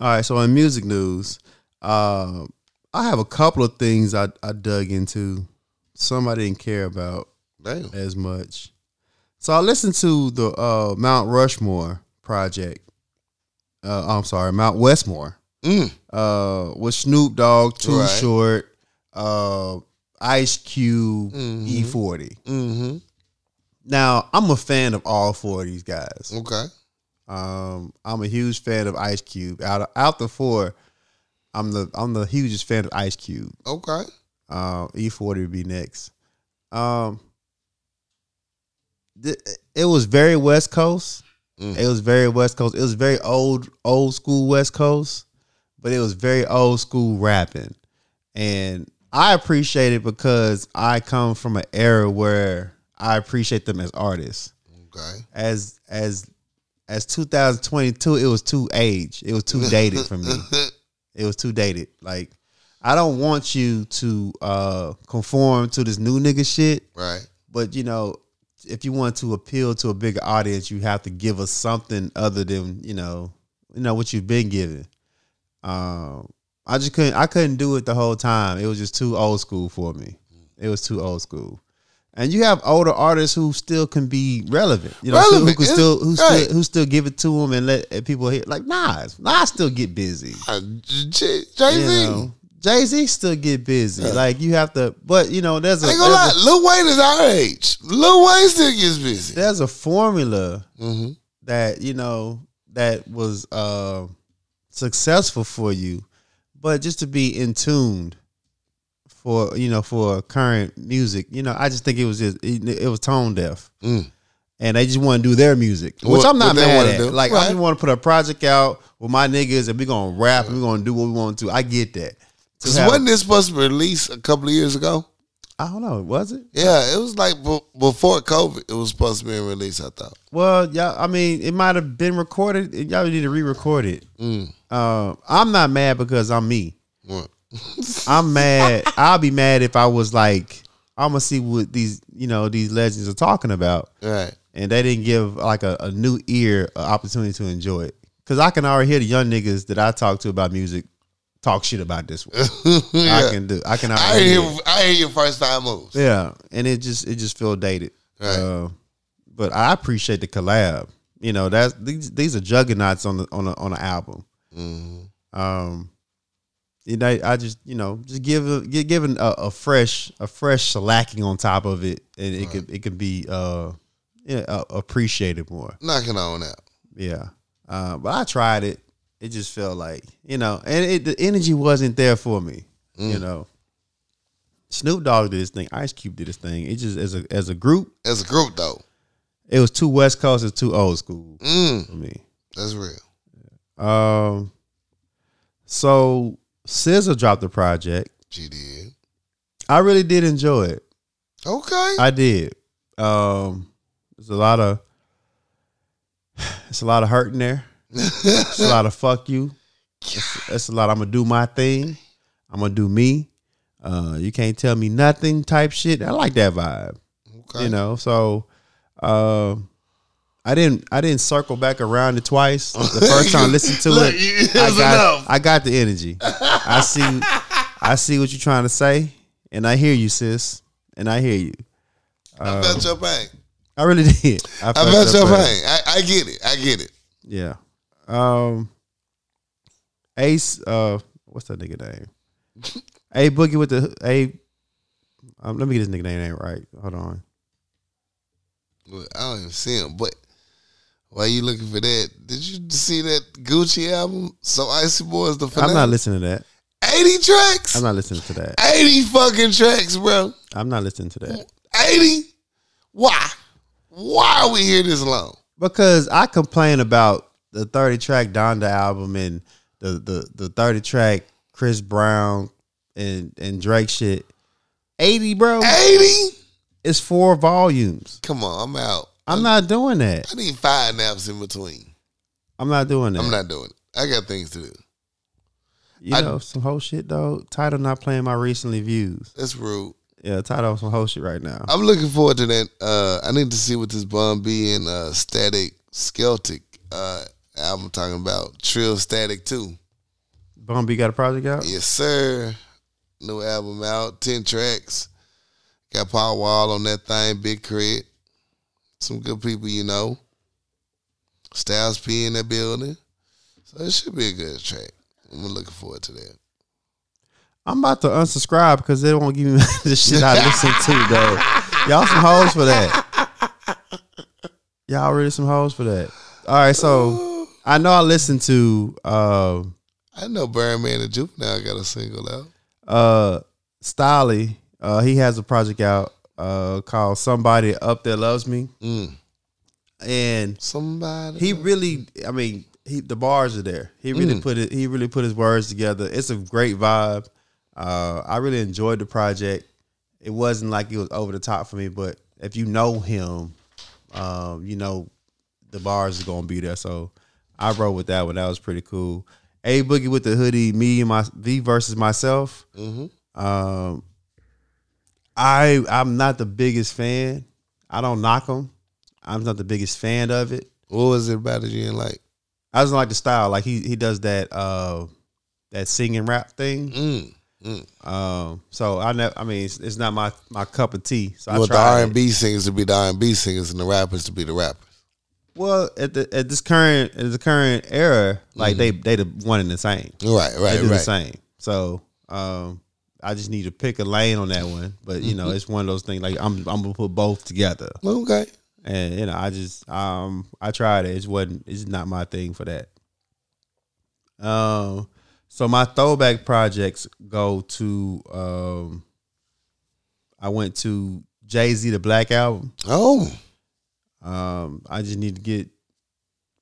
Speaker 1: All right. So in music news, uh, I have a couple of things I, I dug into. Some I didn't care about
Speaker 2: Damn.
Speaker 1: as much. So I listened to the uh, Mount Rushmore project. Uh, I'm sorry, Mount Westmore.
Speaker 2: Mm.
Speaker 1: Uh, with Snoop Dogg, Too
Speaker 2: Right.
Speaker 1: Short, uh, Ice Cube,
Speaker 2: Mhm.
Speaker 1: E40.
Speaker 2: Mm-hmm.
Speaker 1: Now I'm a fan of all four of these guys.
Speaker 2: Okay.
Speaker 1: Um, I'm a huge fan of Ice Cube. Out of, out the four, I'm the I'm the hugest fan of Ice Cube.
Speaker 2: Okay.
Speaker 1: Um, E40 would be next. Um, th- it was very West Coast.
Speaker 2: Mm.
Speaker 1: It was very West Coast. It was very old old school West Coast, but it was very old school rapping, and I appreciate it because I come from an era where I appreciate them as artists
Speaker 2: Okay.
Speaker 1: as as as 2022 it was too age it was too dated for me it was too dated like i don't want you to uh conform to this new nigga shit
Speaker 2: right.
Speaker 1: but you know if you want to appeal to a bigger audience you have to give us something other than you know you know what you've been given um i just couldn't i couldn't do it the whole time it was just too old school for me it was too old school and you have older artists who still can be relevant you know who-
Speaker 2: Relevant,
Speaker 1: who can
Speaker 2: yeah,
Speaker 1: still who
Speaker 2: right.
Speaker 1: still who still give it to them and let and people hear like Nas Nas still get busy
Speaker 2: Uh, J- Jay Z.
Speaker 1: you know Jay Z still get busy like you have to but you know there's a,
Speaker 2: I ain't
Speaker 1: there's
Speaker 2: gonna lie.
Speaker 1: a
Speaker 2: Lil Wayne is our age. Lil Wayne still gets busy.
Speaker 1: there's a formula
Speaker 2: Mm-hmm.
Speaker 1: that you know that was uh, successful for you, but just to be in tuned for you know for current music, you know, I just think it was just it, it was tone deaf,
Speaker 2: Mm.
Speaker 1: and they just want to do their music, which
Speaker 2: What-
Speaker 1: I'm not
Speaker 2: what they
Speaker 1: mad
Speaker 2: wanna
Speaker 1: at.
Speaker 2: do.
Speaker 1: Like I
Speaker 2: Right.
Speaker 1: just want to put a project out with my niggas, and we gonna rap, and we gonna do what we want to. I get that. To have-
Speaker 2: wasn't this supposed to be released a couple of years ago?
Speaker 1: I don't know, was it?
Speaker 2: Yeah, it was like b- before COVID. It was supposed to be released. I thought.
Speaker 1: Well, yeah, I mean, it might have been recorded. and Y'all need to re-record it.
Speaker 2: Mm.
Speaker 1: Uh, I'm not mad because I'm me.
Speaker 2: What?
Speaker 1: I'm mad. I'll be mad if I was like, I'm gonna see what these you know these legends are talking about,
Speaker 2: Right.
Speaker 1: and they didn't give like a, a new ear an opportunity to enjoy it. Cause I can already hear the young niggas that I talk to about music talk shit about this one. I
Speaker 2: yeah.
Speaker 1: can do. I can
Speaker 2: I
Speaker 1: already.
Speaker 2: hear.
Speaker 1: hear it.
Speaker 2: I hear your first time moves.
Speaker 1: Yeah, and it just it just feel dated.
Speaker 2: Right.
Speaker 1: Uh, but I appreciate the collab. You know that's these these are juggernauts on the on a, on an album.
Speaker 2: Mhm.
Speaker 1: Um, and I, I just you know just give a, gi- giving a, a fresh a fresh shellacking on top of it, and it could it could be uh yeah, uh, appreciated more.
Speaker 2: Knocking on out.
Speaker 1: Yeah, uh, but I tried it. It just felt like you know, and it, the energy wasn't there for me. You know, Snoop Dogg did his thing, Ice Cube did his thing. It just as a as a group,
Speaker 2: As a group, though.
Speaker 1: it was too West Coast, it's too old school
Speaker 2: Mm.
Speaker 1: for me.
Speaker 2: That's real.
Speaker 1: Um, so SZA dropped the project.
Speaker 2: She did.
Speaker 1: I really did enjoy it.
Speaker 2: Okay.
Speaker 1: I did. Um, there's a lot of it's a lot of hurt in there. It's a lot of fuck you. That's a lot. I'm gonna do my thing. I'm gonna do me. Uh, you can't tell me nothing type shit. I like that vibe.
Speaker 2: okay.
Speaker 1: You know, so um, I didn't I didn't circle back around it twice. The first time I listened to
Speaker 2: Look,
Speaker 1: it,
Speaker 2: you- it
Speaker 1: I
Speaker 2: was
Speaker 1: got
Speaker 2: enough.
Speaker 1: I got the energy. I see I see what you're trying to say, and I hear you, sis, and I hear you.
Speaker 2: I felt your pain.
Speaker 1: I really did.
Speaker 2: I
Speaker 1: Uh, felt
Speaker 2: felt
Speaker 1: your
Speaker 2: your
Speaker 1: pain.
Speaker 2: pain. I, I get it. I get it.
Speaker 1: Yeah. Um Ace uh what's that nigga name? A Boogie with the A um, let me get his nigga name right. Hold on.
Speaker 2: Look, I don't even see him. But while you looking for that, did you see that Gucci album? So Icy Boy is the finale.
Speaker 1: I'm not listening to that.
Speaker 2: Eighty tracks.
Speaker 1: I'm not listening to that.
Speaker 2: Eighty fucking tracks, bro.
Speaker 1: I'm not listening to that.
Speaker 2: Eighty. Why? Why are we here this long?
Speaker 1: Because I complain about the 30 track Donda album and the the, the 30 track Chris Brown and and Drake shit. 80, bro.
Speaker 2: Eighty.
Speaker 1: It's four volumes.
Speaker 2: Come on, I'm out.
Speaker 1: I'm not doing that.
Speaker 2: I need five naps in between.
Speaker 1: I'm not doing that.
Speaker 2: I'm not doing it. I got things to do.
Speaker 1: You
Speaker 2: I-
Speaker 1: know, some whole shit though. Title not playing my recently views.
Speaker 2: That's rude.
Speaker 1: Yeah, title on some whole shit right now.
Speaker 2: I'm looking forward to that. Uh, I need to see what this bum B and uh, Static Skeltic uh, album talking about. Trill Static too.
Speaker 1: Bum B got a project out.
Speaker 2: Yes, sir. New album out, ten tracks. Got Paul Wall on that thing, Big Crit. Some good people you know. Styles P in that building. So it should be a good track. I'm looking forward to that.
Speaker 1: I'm about to unsubscribe because they won't give me the shit I listen to though. Y'all some hoes for that. Y'all really some hoes for that. All right, so I know I listened to uh,
Speaker 2: I know Birdman and Juvenile got a single out.
Speaker 1: uh Styley. Uh, he has a project out uh called Somebody Up That Loves Me,
Speaker 2: Mm.
Speaker 1: and
Speaker 2: Somebody.
Speaker 1: he really i mean he the bars are there he really put it he really put his words together it's a great vibe uh i really enjoyed the project it wasn't like it was over the top for me but if you know him um you know the bars is gonna be there so i rode with that one that was pretty cool a boogie with the hoodie me and my v versus myself
Speaker 2: Mhm.
Speaker 1: um i i'm not the biggest fan i don't knock him i'm not the biggest fan of it
Speaker 2: What was it about that you didn't like?
Speaker 1: I just don't like the style. Like he he does that uh that singing rap thing.
Speaker 2: Mm. Mm.
Speaker 1: Um, so I never. I mean, it's, it's not my my cup of tea. So
Speaker 2: You
Speaker 1: I
Speaker 2: want the
Speaker 1: tried.
Speaker 2: R
Speaker 1: it.
Speaker 2: and B singers to be the R and B singers and the rappers to be the rappers.
Speaker 1: Well, at the at this current at the current era, like they they the one and the same.
Speaker 2: Right,
Speaker 1: They
Speaker 2: right,
Speaker 1: do the
Speaker 2: right.
Speaker 1: same. So um, I just need to pick a lane on that one. But you know, it's one of those things. Like I'm I'm gonna put both together.
Speaker 2: Okay.
Speaker 1: And you know, I just um I tried it. It wasn't it's not my thing for that. Um so my throwback projects go to um I went to Jay-Z the Black Album.
Speaker 2: Oh,
Speaker 1: Um I just need to get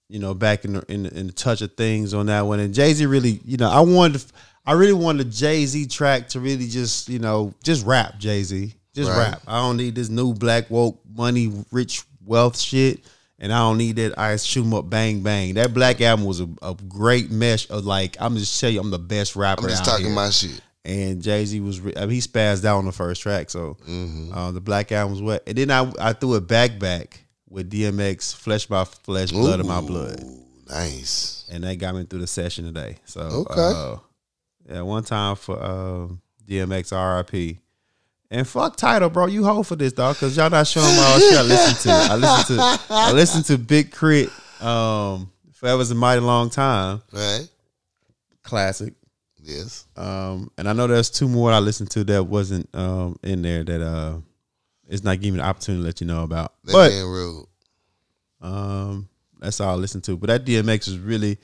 Speaker 1: you know back in the, in the, in the touch of things on that one. And Jay-Z really, you know, I wanted to, I really wanted a Jay-Z track to really just, you know, just rap Jay-Z. Just
Speaker 2: Right.
Speaker 1: rap. I don't need this new black woke money rich wealth shit. And I don't need that ice shoot 'em up bang bang. That black album was a, a great mesh of like I'm just tell you I'm the best rapper.
Speaker 2: I'm just
Speaker 1: out
Speaker 2: talking
Speaker 1: here.
Speaker 2: my shit.
Speaker 1: and Jay Z was re- I mean, he spazzed out on the first track, so
Speaker 2: Mm-hmm.
Speaker 1: uh, the black album was wet. And then I I threw it back back with DMX Flesh by Flesh, Blood of My
Speaker 2: Ooh,
Speaker 1: Blood,
Speaker 2: Nice.
Speaker 1: and that got me through the session today. So
Speaker 2: Okay.
Speaker 1: uh, yeah, one time for um DMX RIP. And fuck title, bro. You hold for this, dog, because y'all not showing me all shit I listen to. I listen to I listen to Big Crit um Forever's a Mighty Long Time.
Speaker 2: Right.
Speaker 1: Classic.
Speaker 2: Yes.
Speaker 1: Um, and I know there's two more I listened to that wasn't um in there that uh it's not giving me the opportunity to let you know about.
Speaker 2: That
Speaker 1: but
Speaker 2: damn rude.
Speaker 1: um that's all I listened to. But that DMX was really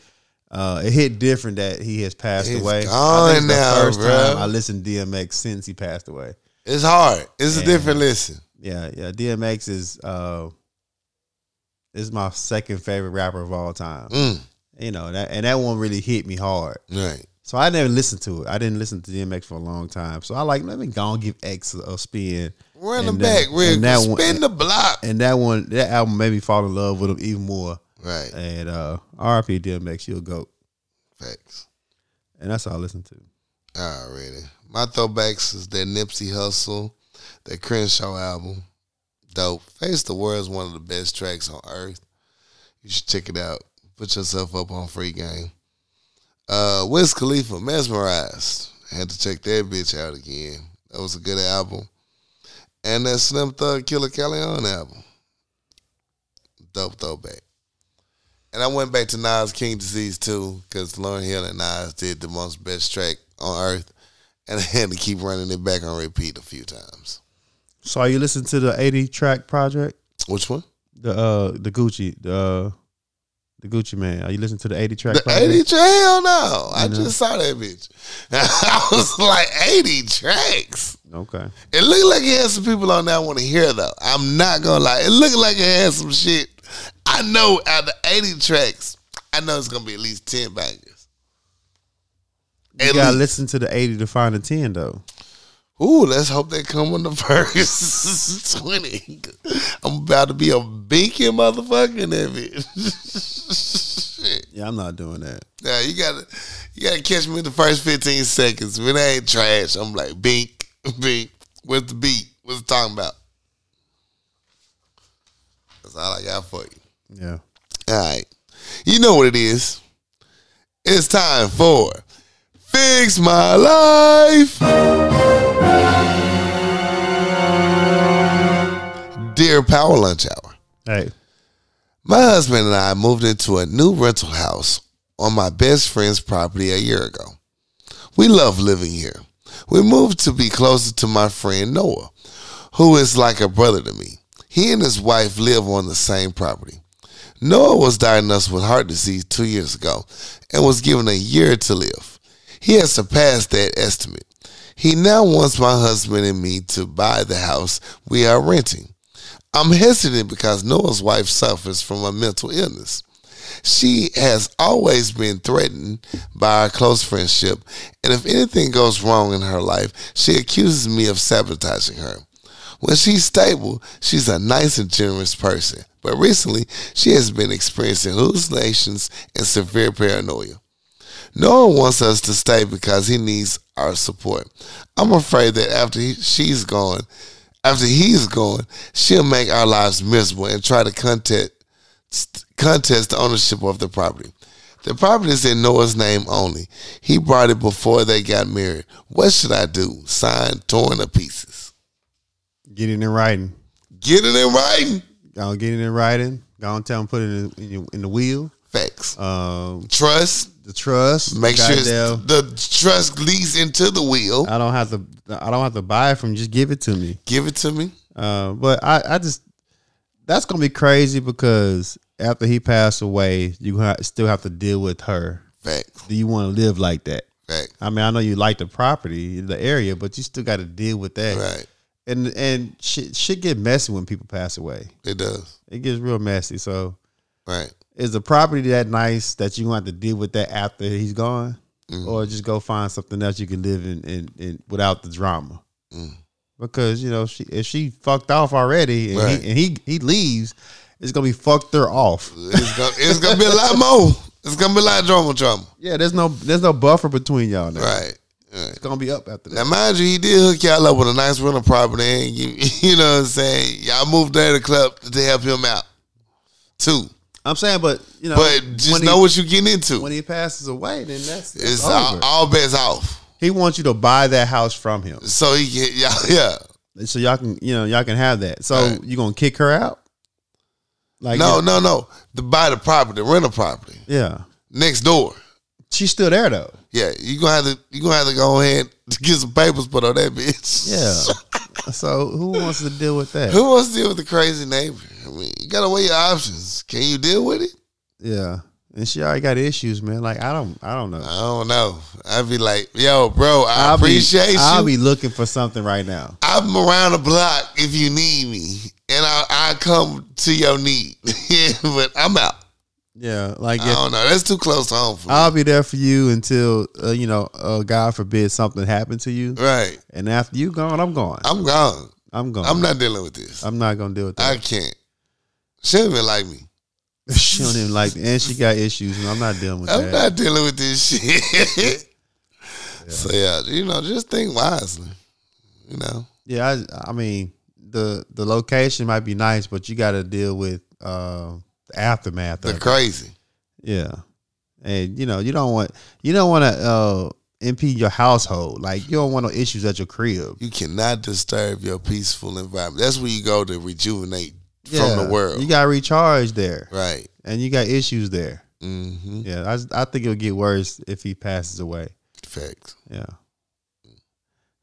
Speaker 1: uh it hit different that he has passed
Speaker 2: It's
Speaker 1: away.
Speaker 2: gone
Speaker 1: it's
Speaker 2: now, bruh.
Speaker 1: time I listened to DMX since he passed away.
Speaker 2: It's hard. It's
Speaker 1: Yeah.
Speaker 2: a different listen.
Speaker 1: Yeah, yeah. DMX is uh This is my second favorite rapper of all time.
Speaker 2: Mm.
Speaker 1: You know, that, and that one really hit me hard.
Speaker 2: Right.
Speaker 1: So I never listened to it. I didn't listen to DMX for a long time. So I like let me go and give X a, a spin.
Speaker 2: Run
Speaker 1: And
Speaker 2: them
Speaker 1: that-
Speaker 2: back, Rick.
Speaker 1: and that
Speaker 2: Spin
Speaker 1: one-
Speaker 2: the block.
Speaker 1: And that one, that album made me fall in love with him even more.
Speaker 2: Right.
Speaker 1: And uh, RP DMX, you'll go.
Speaker 2: Facts.
Speaker 1: And that's all I listen to.
Speaker 2: Already. My throwbacks is that Nipsey Hustle, that Crenshaw album. Dope. Face the World is one of the best tracks on earth. You should check it out. Put yourself up on free game. Uh Wiz Khalifa, Mesmerized. Had to check that bitch out again. That was a good album. And that Slim Thug Killer Callion album. Dope throwback. And I went back to Nas King Disease too, because Lauren Hill and Nas did the most best track on earth. And I had to keep running it back on repeat a few times.
Speaker 1: So you listen to the 80 track project?
Speaker 2: Which one?
Speaker 1: The uh the Gucci, the uh, the Gucci man. Are you listening to the 80 track
Speaker 2: The
Speaker 1: project?
Speaker 2: 80 track? Hell no. I
Speaker 1: You know.
Speaker 2: just saw that bitch. I was like, 80 tracks.
Speaker 1: Okay.
Speaker 2: It looked like it had some people on that want to hear though. I'm not gonna lie. It looked like it had some shit. I know out of 80 tracks, I know it's gonna be at least 10 bangers.
Speaker 1: You
Speaker 2: At
Speaker 1: gotta
Speaker 2: least-
Speaker 1: listen to the 80 to find a 10 though.
Speaker 2: Ooh, let's hope they come on the first 20. I'm about to be a beacon motherfucker in that bitch. Shit.
Speaker 1: Yeah, I'm not doing that.
Speaker 2: Nah, you gotta you gotta catch me in the first 15 seconds. When I ain't trash, I'm like bink, bink. What's the beat? What's it talking about? That's all I got for you.
Speaker 1: Yeah.
Speaker 2: All right. You know what it is. It's time for Fix My Life. Dear Power Lunch Hour.
Speaker 1: Hey.
Speaker 2: My husband and I moved into a new rental house on my best friend's property a year ago. We love living here. We moved to be closer to my friend Noah, who is like a brother to me. He and his wife live on the same property. Noah was diagnosed with heart disease two years ago and was given a year to live. He has surpassed that estimate. He now wants my husband and me to buy the house we are renting. I'm hesitant because Noah's wife suffers from a mental illness. She has always been threatened by our close friendship, and if anything goes wrong in her life, she accuses me of sabotaging her. When she's stable, she's a nice and generous person, but recently she has been experiencing hallucinations and severe paranoia. Noah wants us to stay because he needs our support. I'm afraid that after he, she's gone, after he's gone, she'll make our lives miserable and try to contest contest the ownership of the property. The property is in Noah's name only. He bought it before they got married. What should I do? Sign torn to pieces.
Speaker 1: Get it in writing.
Speaker 2: Get it in writing.
Speaker 1: Go and get it in writing. Go and tell them put it in, in, your- in the wheel.
Speaker 2: Facts.
Speaker 1: Um,
Speaker 2: Trust.
Speaker 1: the trust.
Speaker 2: Make sure it's,
Speaker 1: goddamn-
Speaker 2: the trust leads into the wheel.
Speaker 1: I don't have to. I don't have to buy it from. you. Just give it to me.
Speaker 2: Give it to me.
Speaker 1: Uh, but I, I just that's gonna be crazy because after he passed away, you ha- still have to deal with her.
Speaker 2: Facts.
Speaker 1: Do you want to live like that?
Speaker 2: Facts.
Speaker 1: I mean, I know you like the property, the area, but you still got to deal with that.
Speaker 2: Right.
Speaker 1: And and shit, shit get messy when people pass away.
Speaker 2: It does.
Speaker 1: It gets real messy. So
Speaker 2: Right.
Speaker 1: is the property that nice that you gonna have to deal with that after he's gone,
Speaker 2: Mm.
Speaker 1: or just go find something else you can live in, in, in without the drama?
Speaker 2: Mm.
Speaker 1: Because you know, she if she fucked off already, and,
Speaker 2: Right.
Speaker 1: he, and he he leaves, it's gonna be fucked her off.
Speaker 2: It's gonna, it's gonna be a lot more. It's gonna be a lot of drama, drama.
Speaker 1: Yeah, there's no there's no buffer between y'all now.
Speaker 2: Right. Right.
Speaker 1: It's gonna be up after
Speaker 2: Now,
Speaker 1: that.
Speaker 2: mind you, he did hook y'all up with a nice rental property, and you, you know what I'm saying? Y'all moved there to club to help him out, too.
Speaker 1: I'm saying, but you know,
Speaker 2: But
Speaker 1: when
Speaker 2: just
Speaker 1: he-
Speaker 2: know what you're getting into.
Speaker 1: when he passes away, then that's, that's
Speaker 2: it's
Speaker 1: over.
Speaker 2: all, all bets off.
Speaker 1: he wants you to buy that house from him,
Speaker 2: So he get, y'all, yeah.
Speaker 1: so y'all can you know y'all can have that. So
Speaker 2: Right.
Speaker 1: you gonna kick her out? Like
Speaker 2: No, no, no. The buy the property, rent a property
Speaker 1: yeah.
Speaker 2: next door.
Speaker 1: She's still there though.
Speaker 2: Yeah, you gonna have to you gonna have to go ahead to get some papers put on that bitch.
Speaker 1: Yeah. so who wants to deal with that?
Speaker 2: Who wants to deal with the crazy neighbor? I mean, you gotta weigh your options. Can you deal with it?
Speaker 1: Yeah. And she already got issues, man. Like I don't I don't know.
Speaker 2: I don't know. I'd be like, yo, bro, I
Speaker 1: I'll be-
Speaker 2: appreciate you.
Speaker 1: I'll be looking for something right now.
Speaker 2: I'm around the block if you need me. And and I, I come to your need. but I'm out.
Speaker 1: Yeah, Uh, like
Speaker 2: I
Speaker 1: if
Speaker 2: don't know. That's too close to home for me.
Speaker 1: I'll be there for you until uh, you know, uh, God forbid something happened to you,
Speaker 2: right.
Speaker 1: and after you gone, I'm gone.
Speaker 2: I'm gone.
Speaker 1: I'm gone.
Speaker 2: I'm not dealing with this.
Speaker 1: I'm not gonna deal with
Speaker 2: I
Speaker 1: that.
Speaker 2: can't. She don't even like me.
Speaker 1: she don't even like, and she got issues, and I'm not dealing with
Speaker 2: I'm
Speaker 1: that.
Speaker 2: not dealing with this shit. So yeah, you know, just think wisely. You know.
Speaker 1: Yeah, I, I mean the the location might be nice, but you got to deal with uh, the aftermath.
Speaker 2: The
Speaker 1: of it.
Speaker 2: crazy.
Speaker 1: Yeah, and you know you don't want you don't want to uh, impede your household. Like you don't want no issues at your crib.
Speaker 2: You cannot disturb your peaceful environment. That's where you go to rejuvenate from
Speaker 1: Yeah,
Speaker 2: the world.
Speaker 1: you got to recharge there,
Speaker 2: right.
Speaker 1: and you got issues there.
Speaker 2: Mm-hmm.
Speaker 1: Yeah, I, I think it'll get worse if he passes away.
Speaker 2: Facts.
Speaker 1: Yeah,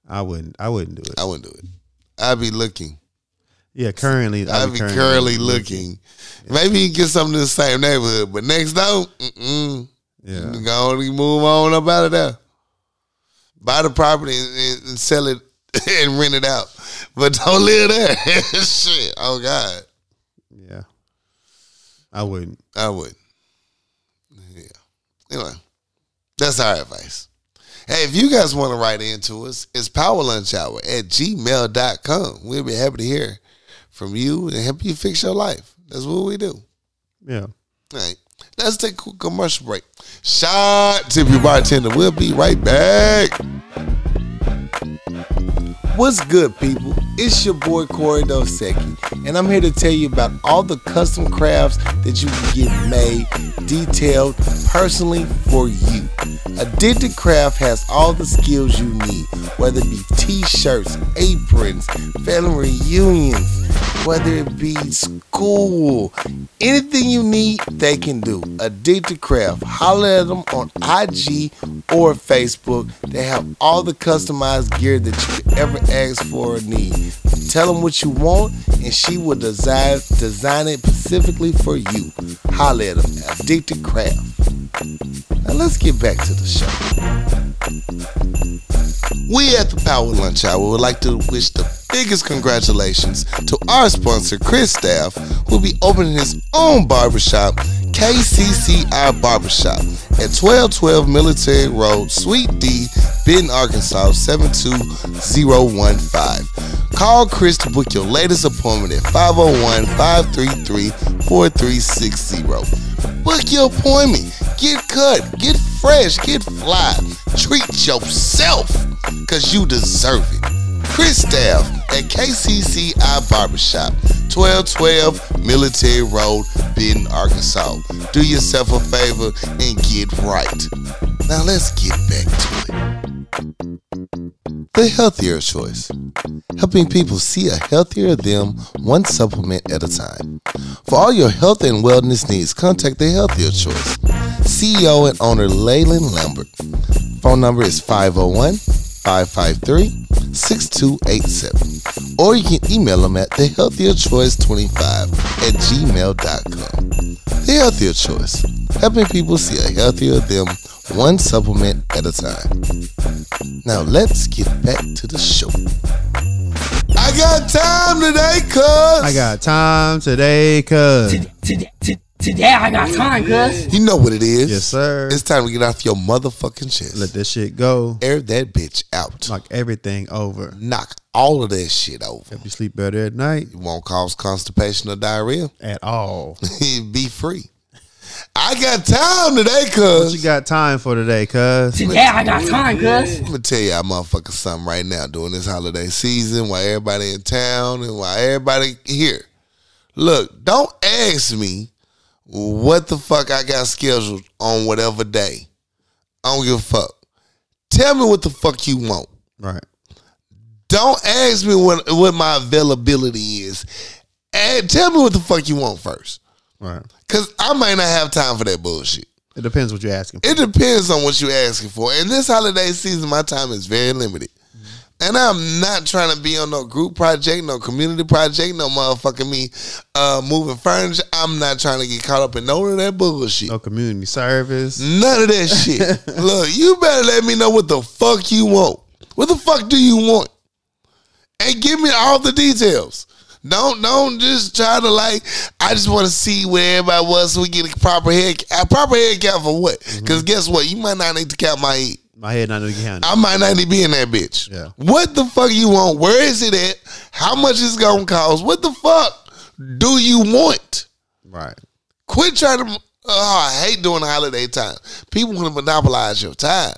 Speaker 1: I wouldn't. I wouldn't do it.
Speaker 2: I wouldn't do it. I'd be looking.
Speaker 1: Yeah, currently
Speaker 2: I'd, be currently looking. Maybe you can get something in the same neighborhood, but next door, mm-mm.
Speaker 1: Yeah,
Speaker 2: Go on and move on up out of there. Buy the property and, and- and sell it and rent it out. But don't live there. Shit. Oh, God.
Speaker 1: yeah. I wouldn't.
Speaker 2: I would. Yeah. Anyway, that's our advice. Hey, if you guys want to write into us, it's powerlunchhour at gmail.com. We'll be happy to hear from you and help you fix your life. That's what we do.
Speaker 1: Yeah.
Speaker 2: All right. Let's take a quick commercial break. Shot tip your bartender. We'll be right back. What's good, people? It's your boy Corey Dosecki, and I'm here to tell you about all the custom crafts that you can get made, detailed, personally for you. Addicted Craft has all the skills you need, whether it be t-shirts, aprons, family reunions, whether it be school, anything you need, they can do. Addicted Craft, holler at them on IG or Facebook. They have all the customized gear that you could ever ask for or need. Tell them what you want, and she will design design it specifically for you. Holler at them, Addicted Craft. Now let's get back to the show. We at the Power Lunch Hour would like to wish the biggest congratulations to our sponsor, Chris Staff, who'll be opening his own barbershop, KCCI Barbershop, at 1212 Military Road, Suite D, Benton, Arkansas, 72015. Call Chris to book your latest appointment at 501 533 4360. Book your appointment. Get cut. Get fresh. Get fly. Treat yourself because you deserve it. Chris Staff at KCCI Barbershop, 1212 Military Road, Benton, Arkansas. Do yourself a favor and get right. Now let's get back to it. The healthier choice helping people see a healthier them one supplement at a time. For all your health and wellness needs, contact the Healthier Choice. CEO and owner Leyland Lambert. Phone number is 501 553 6287. Or you can email them at thehealthierchoice25 at gmail.com. The Healthier Choice, helping people see a healthier them one supplement at a time. Now let's get back to the show. I got time today, cuz.
Speaker 1: I got time today, cuz.
Speaker 3: Today, today, today I got time, cuz.
Speaker 2: You know what it is.
Speaker 1: Yes, sir.
Speaker 2: It's time to get off your motherfucking chest.
Speaker 1: Let this shit go.
Speaker 2: Air that bitch out.
Speaker 1: Knock everything over.
Speaker 2: Knock all of that shit over.
Speaker 1: Help you sleep better at night
Speaker 2: It won't cause constipation or diarrhea.
Speaker 1: at all.
Speaker 2: Be free. I got time today,
Speaker 1: What you
Speaker 2: cuz.
Speaker 1: got time for today, cuz?
Speaker 3: Today I got time, cuz.
Speaker 2: I'm gonna tell y'all motherfuckers something right now during this holiday season while everybody in town and while everybody here. Look, don't ask me what the fuck I got scheduled on whatever day. I don't give a fuck. Tell me what the fuck you want.
Speaker 1: Right.
Speaker 2: Don't ask me what what my availability is. And tell me what the fuck you want first.
Speaker 1: Right.
Speaker 2: Cause I might not have time for that bullshit.
Speaker 1: It depends what you're asking. For.
Speaker 2: It depends on what you're asking for. And this holiday season, my time is very limited. And I'm not trying to be on no group project, no community project, no motherfucking me uh, moving furniture. I'm not trying to get caught up in none of that bullshit.
Speaker 1: No community service.
Speaker 2: None of that shit. Look, you better let me know what the fuck you want. What the fuck do you want? And give me all the details. Don't don't just try to like. I just want to see where everybody was so we get a proper head a proper head count for what? Because guess what? You might not need to count my heat.
Speaker 1: My head not in the county.
Speaker 2: I might not need to be in that bitch.
Speaker 1: Yeah.
Speaker 2: What the fuck you want? Where is it at? How much it's gonna cost? What the fuck do you want?
Speaker 1: Right.
Speaker 2: Quit trying to. Oh, I hate doing holiday time. People want to monopolize your time.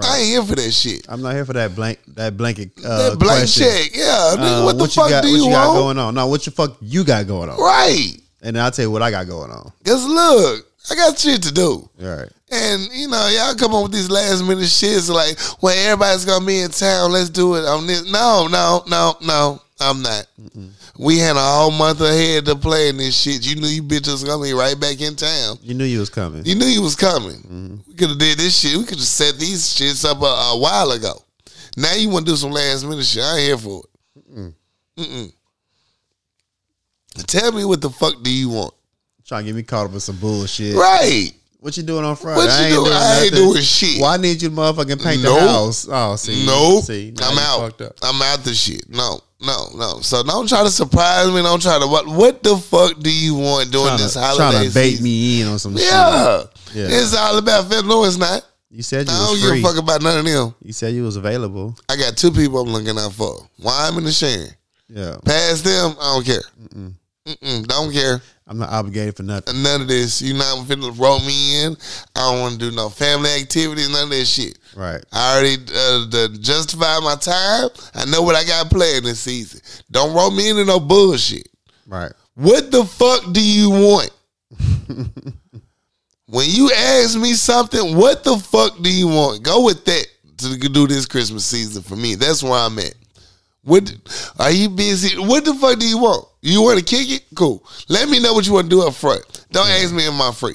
Speaker 2: I ain't here for that shit.
Speaker 1: I'm not here for that blank that blanket uh,
Speaker 2: That blank
Speaker 1: question.
Speaker 2: check. Yeah. nigga,
Speaker 1: Uh,
Speaker 2: what the fuck
Speaker 1: you got,
Speaker 2: do
Speaker 1: what
Speaker 2: you,
Speaker 1: you got
Speaker 2: want?
Speaker 1: going on? No, what the fuck you got going on?
Speaker 2: Right.
Speaker 1: And then I'll tell you what I got going on.
Speaker 2: Cause look, I got shit to do.
Speaker 1: All right.
Speaker 2: And you know, y'all come on with these last minute shits like, well, everybody's gonna be in town. Let's do it on this. No, no, no, no. I'm not. We had a whole month ahead to play in this shit. You knew you bitches was gonna be right back in town.
Speaker 1: You knew you was coming.
Speaker 2: You knew you was coming.
Speaker 1: Mm-hmm.
Speaker 2: We could have did this shit. We could have set these shits up a, a while ago. Now you want to do some last minute shit. I ain't here for it. Mm-mm. Tell me what the fuck do you want?
Speaker 1: Trying to get me caught up with some bullshit.
Speaker 2: Right.
Speaker 1: What you doing on Friday?
Speaker 2: What you doing? I ain't
Speaker 1: nothing.
Speaker 2: doing shit.
Speaker 1: Well, I need you to motherfucking paint the
Speaker 2: Nope.
Speaker 1: house. Oh, see.
Speaker 2: No,
Speaker 1: See, now
Speaker 2: I'm
Speaker 1: you
Speaker 2: out.
Speaker 1: Fucked up.
Speaker 2: I'm out the shit. No, no, no. So don't try to surprise me. Don't try to what? What the fuck do you want during
Speaker 1: Trying
Speaker 2: this
Speaker 1: to,
Speaker 2: holiday?
Speaker 1: trying to bait
Speaker 2: season?
Speaker 1: me in on some shit.
Speaker 2: Yeah.
Speaker 1: Yeah.
Speaker 2: it's all about Phil. No, it's not.
Speaker 1: You said you
Speaker 2: I don't
Speaker 1: was
Speaker 2: give a
Speaker 1: free.
Speaker 2: fuck about none of them.
Speaker 1: You said you was available.
Speaker 2: I got two people I'm looking out for. Wyman and Sharon.
Speaker 1: Yeah,
Speaker 2: Past them, I don't care. Mm-mm, don't care.
Speaker 1: I'm not obligated for nothing.
Speaker 2: None of this. You not finna roll me in. I don't want to do no family activities. None of that shit.
Speaker 1: Right.
Speaker 2: I already uh, done justified my time. I know what I got playing this season. Don't roll me into no bullshit.
Speaker 1: Right.
Speaker 2: What the fuck do you want? when you ask me something, what the fuck do you want? Go with that to do this Christmas season for me. That's where I'm at. What are you busy? What the fuck do you want? You want to kick it? Cool. Let me know what you want to do up front. Don't ask me in my free.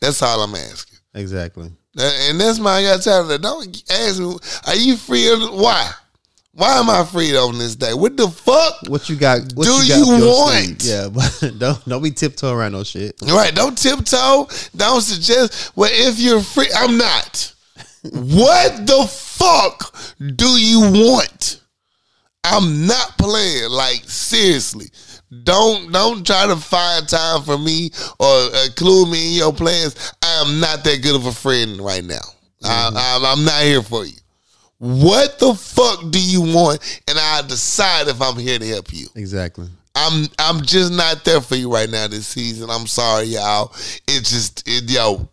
Speaker 2: That's all I'm asking.
Speaker 1: Exactly.
Speaker 2: That- And that's my I got time. to- Don't ask me, are you free? Or, why? Why am I free on this day? What the fuck?
Speaker 1: What you got? What
Speaker 2: Do
Speaker 1: you, got
Speaker 2: you
Speaker 1: up your sleeve?
Speaker 2: want?
Speaker 1: Yeah, but don't don't be tiptoeing around no shit.
Speaker 2: Right? Don't tiptoe. Don't suggest. Well, if you're free, I'm not. what the fuck do you want? I'm not playing. Like seriously, don't don't try to find time for me or include me in your plans. I am not that good of a friend right now. I, I, I'm not here for you. What the fuck do you want? And I decide if I'm here to help you.
Speaker 1: Exactly.
Speaker 2: I'm I'm just not there for you right now this season. I'm sorry, y'all. It's just it, yo,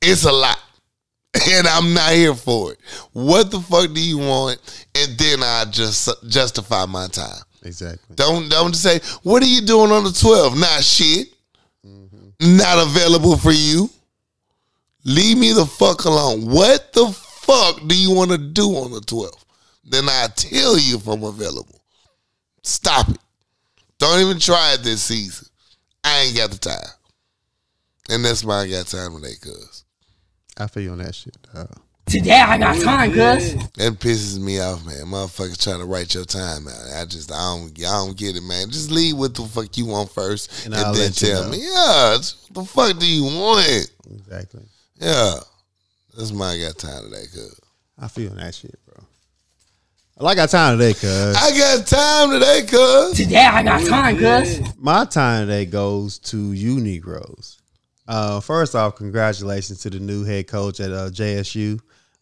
Speaker 2: it's a lot, and I'm not here for it. What the fuck do you want? And then I just justify my time.
Speaker 1: Exactly.
Speaker 2: Don't don't say what are you doing on the 12th? Not shit. Not available for you. Leave me the fuck alone. What the fuck do you want to do on the 12th? Then I tell you if I'm available. Stop it. Don't even try it this season. I ain't got the time. And that's why I got time today, cuz.
Speaker 1: I feel you on that shit. Uh,
Speaker 3: Today I got time, cuz.
Speaker 2: That pisses me off, man. Motherfuckers trying to write your time out. I just I don't I don't get it, man. Just leave what the fuck you want first,
Speaker 1: And
Speaker 2: and,
Speaker 1: I'll
Speaker 2: then
Speaker 1: let you
Speaker 2: tell
Speaker 1: know.
Speaker 2: me, yeah, it's- what the fuck do you want?
Speaker 1: exactly.
Speaker 2: Yeah, that's my I got time today, cuz.
Speaker 1: I feel on that shit, bro. Well, I got time today, cuz.
Speaker 2: I got time today, cuz.
Speaker 3: Today I got time, cuz.
Speaker 1: My time today goes to you, Negroes. Uh, first off, congratulations to the new head coach at uh, JSU,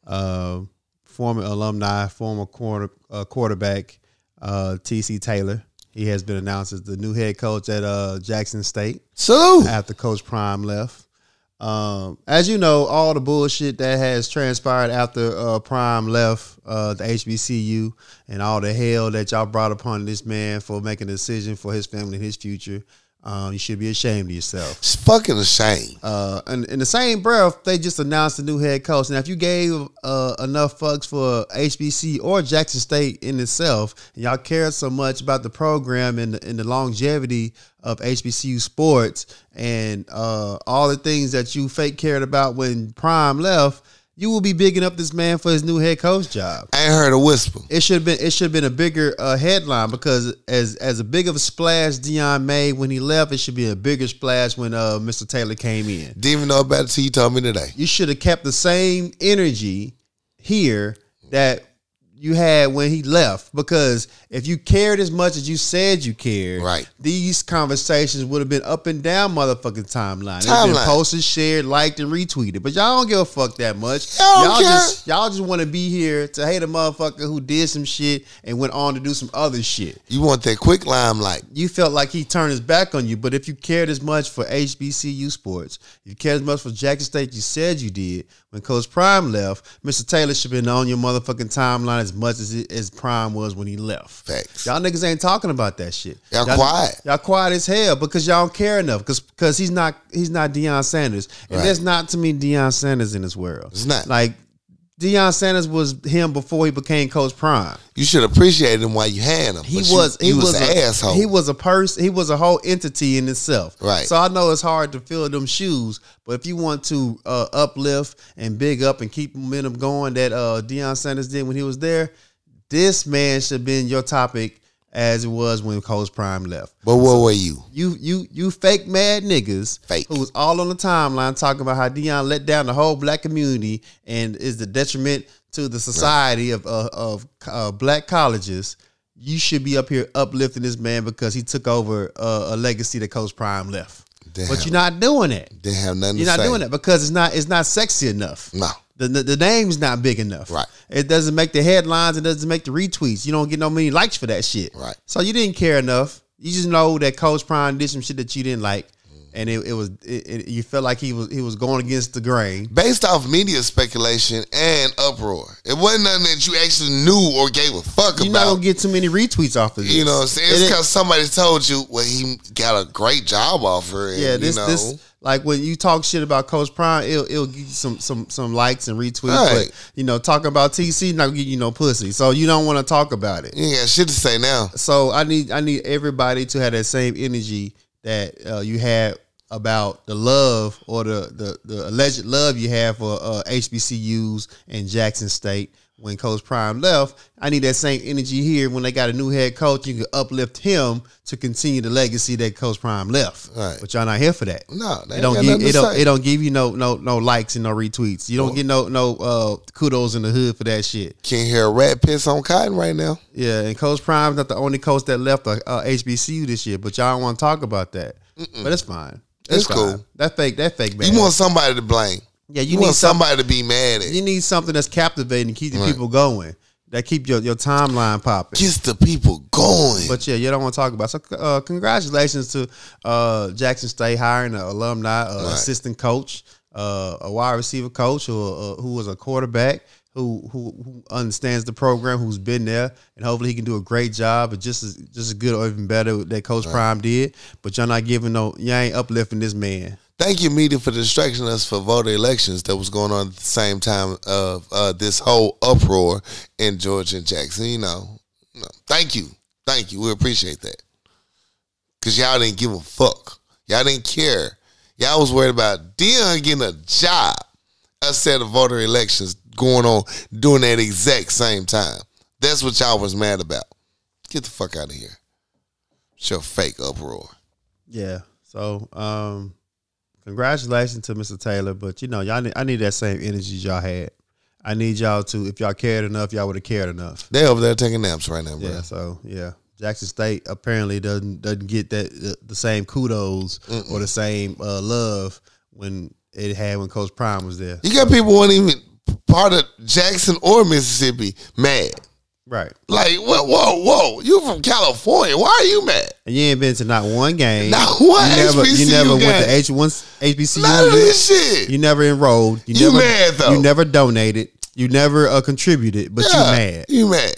Speaker 1: uh, former alumni, former quarter, uh, quarterback uh, TC Taylor. He has been announced as the new head coach at uh, Jackson State.
Speaker 2: Salute.
Speaker 1: after Coach Prime left. Um, as you know, all the bullshit that has transpired after uh, Prime left uh, the HBCU and all the hell that y'all brought upon this man for making a decision for his family and his future, um, you should be ashamed of yourself.
Speaker 2: It's fucking a shame.
Speaker 1: Uh, and in the same breath, they just announced a new head coach. Now, if you gave uh, enough fucks for HBC or Jackson State in itself, and y'all cared so much about the program and the, and the longevity of HBCU sports and uh, all the things that you fake cared about when Prime left, you will be bigging up this man for his new head coach job.
Speaker 2: I ain't heard a whisper.
Speaker 1: It should have been it should have been a bigger uh, headline because as as a big of a splash Dion made when he left, it should be a bigger splash when uh, Mr. Taylor came in
Speaker 2: Didn't even know about it till you told me today.
Speaker 1: you should have kept the same energy here that you had when he left because if you cared as much as you said you cared,
Speaker 2: Right.
Speaker 1: These conversations would have been up and down motherfucking timeline. It's been
Speaker 2: Timeline.
Speaker 1: posted, shared, liked, and retweeted. But y'all don't give a fuck that much.
Speaker 2: Y'all don't
Speaker 1: y'all
Speaker 2: care.
Speaker 1: just y'all just want to be here to hate a motherfucker who did some shit and went on to do some other shit.
Speaker 2: You want that quick limelight.
Speaker 1: You felt like he turned his back on you, but if you cared as much for HBCU sports, if you cared as much for Jackson State, you said you did. When Coach Prime left, Mr. Taylor should have been on your motherfucking timeline as much as it, as Prime was when he left.
Speaker 2: Facts.
Speaker 1: Y'all niggas ain't talking about that shit.
Speaker 2: Y'all quiet.
Speaker 1: Y'all quiet as hell because y'all don't care enough. Because he's not he's not Deion Sanders, and
Speaker 2: Right.
Speaker 1: there's not to me Deion Sanders in this world.
Speaker 2: It's not.
Speaker 1: like Deion Sanders was him before he became Coach Prime.
Speaker 2: You should appreciate him while you had him.
Speaker 1: He
Speaker 2: but
Speaker 1: was
Speaker 2: you,
Speaker 1: he
Speaker 2: you
Speaker 1: was,
Speaker 2: an
Speaker 1: a,
Speaker 2: asshole.
Speaker 1: He was a person. He was a whole entity in itself.
Speaker 2: Right.
Speaker 1: So I know it's hard to fill them shoes, but if you want to uh, uplift and big up and keep momentum going that uh, Deion Sanders did when he was there, this man should have been your topic as it was when Coach Prime left.
Speaker 2: but what were you?
Speaker 1: You you you fake mad niggas
Speaker 2: Fake.
Speaker 1: who was all on the timeline talking about how Dion let down the whole black community and is the detriment to the society of uh, of uh, black colleges. You should be up here uplifting this man because he took over uh, a legacy that Coach Prime left.
Speaker 2: Damn.
Speaker 1: But you're not doing that.
Speaker 2: Didn't have nothing
Speaker 1: You're
Speaker 2: to
Speaker 1: not
Speaker 2: say.
Speaker 1: doing that because it's not it's not sexy enough.
Speaker 2: No.
Speaker 1: The, the, the name's not big enough.
Speaker 2: Right.
Speaker 1: It doesn't make the headlines. It doesn't make the retweets. You don't get no many likes for that shit.
Speaker 2: Right.
Speaker 1: So you didn't care enough. You just know that Coach Prime did some shit that you didn't like,
Speaker 2: Mm-hmm.
Speaker 1: and it, it was it, it, you felt like he was he was going against the grain.
Speaker 2: Based off media speculation and uproar, it wasn't nothing that you actually knew or gave a fuck
Speaker 1: You're not
Speaker 2: about.
Speaker 1: gonna get too many retweets off of this.
Speaker 2: you know what I'm saying? It's
Speaker 1: It-
Speaker 2: because somebody told you, well, he got a great job offer. And,
Speaker 1: yeah, this
Speaker 2: you know,
Speaker 1: this like when you talk shit about Coach Prime, it'll it'll give you some some some likes and retweets.
Speaker 2: Right.
Speaker 1: But you know, talking about TC not gonna give you no pussy, so you don't want to talk about it.
Speaker 2: you ain't got shit to say now.
Speaker 1: So I need I need everybody to have that same energy that uh, you had about the love or the, the the alleged love you have for uh, HBCUs and Jackson State when Coach Prime left. I need that same energy here when they got a new head coach. You can uplift him to continue the legacy that Coach Prime left.
Speaker 2: Right.
Speaker 1: But y'all not here for that.
Speaker 2: No, they
Speaker 1: It don't
Speaker 2: ain't got
Speaker 1: give it
Speaker 2: nothing to
Speaker 1: don't,
Speaker 2: say.
Speaker 1: it don't give you no no no likes and no retweets. You don't get no no uh, kudos in the hood for that shit.
Speaker 2: Can't hear a rat piss on cotton right now.
Speaker 1: Yeah, and Coach Prime's not the only coach that left uh, uh, HBCU this year, but y'all don't want to talk about that. But it's fine.
Speaker 2: It's
Speaker 1: fine.
Speaker 2: cool.
Speaker 1: That fake, that fake man.
Speaker 2: You want somebody to blame.
Speaker 1: yeah, you,
Speaker 2: You,
Speaker 1: need
Speaker 2: want
Speaker 1: somebody.
Speaker 2: somebody to be mad at.
Speaker 1: You need something that's captivating to keep the
Speaker 2: Right.
Speaker 1: people going. That keep your, your timeline popping.
Speaker 2: Gets the people going.
Speaker 1: But yeah, you don't want to talk about. So uh, congratulations to uh, Jackson State hiring an alumni uh,
Speaker 2: Right.
Speaker 1: assistant coach, uh, a wide receiver coach, or uh, who was a quarterback who, who who understands the program, who's been there, and hopefully he can do a great job, but just as, just as good or even better that Coach Prime did. But y'all not giving no, y'all ain't uplifting this man.
Speaker 2: Thank you, media, for distracting us for voter elections that was going on at the same time of uh, this whole uproar in Georgia and Jackson. You know, No. thank you, thank you. We appreciate that because y'all didn't give a fuck. Y'all didn't care. Y'all was worried about Dion getting a job instead of voter elections going on during that exact same time. That's what y'all was mad about. Get the fuck out of here. It's your fake uproar.
Speaker 1: Yeah. So um, congratulations to Mr. Taylor, but you know y'all, need, I need that same energy y'all had. I need y'all to, if y'all cared enough, y'all would have cared enough.
Speaker 2: They over there taking naps right now, bro.
Speaker 1: Yeah, so yeah, Jackson State apparently doesn't doesn't get that the, the same kudos or the same uh, love when it had when Coach Prime was there.
Speaker 2: You got people who weren't even part of Jackson or Mississippi mad.
Speaker 1: Right,
Speaker 2: Like, whoa, whoa, whoa. You from California. Why are you mad?
Speaker 1: and you ain't been to not one game.
Speaker 2: Not one
Speaker 1: you never you
Speaker 2: HBCU
Speaker 1: never went
Speaker 2: game.
Speaker 1: to H one HBCU.
Speaker 2: None of
Speaker 1: event.
Speaker 2: this shit.
Speaker 1: You never enrolled. You,
Speaker 2: You
Speaker 1: never
Speaker 2: mad, though.
Speaker 1: You never donated. You never uh, contributed, but
Speaker 2: Yeah,
Speaker 1: you mad.
Speaker 2: You mad.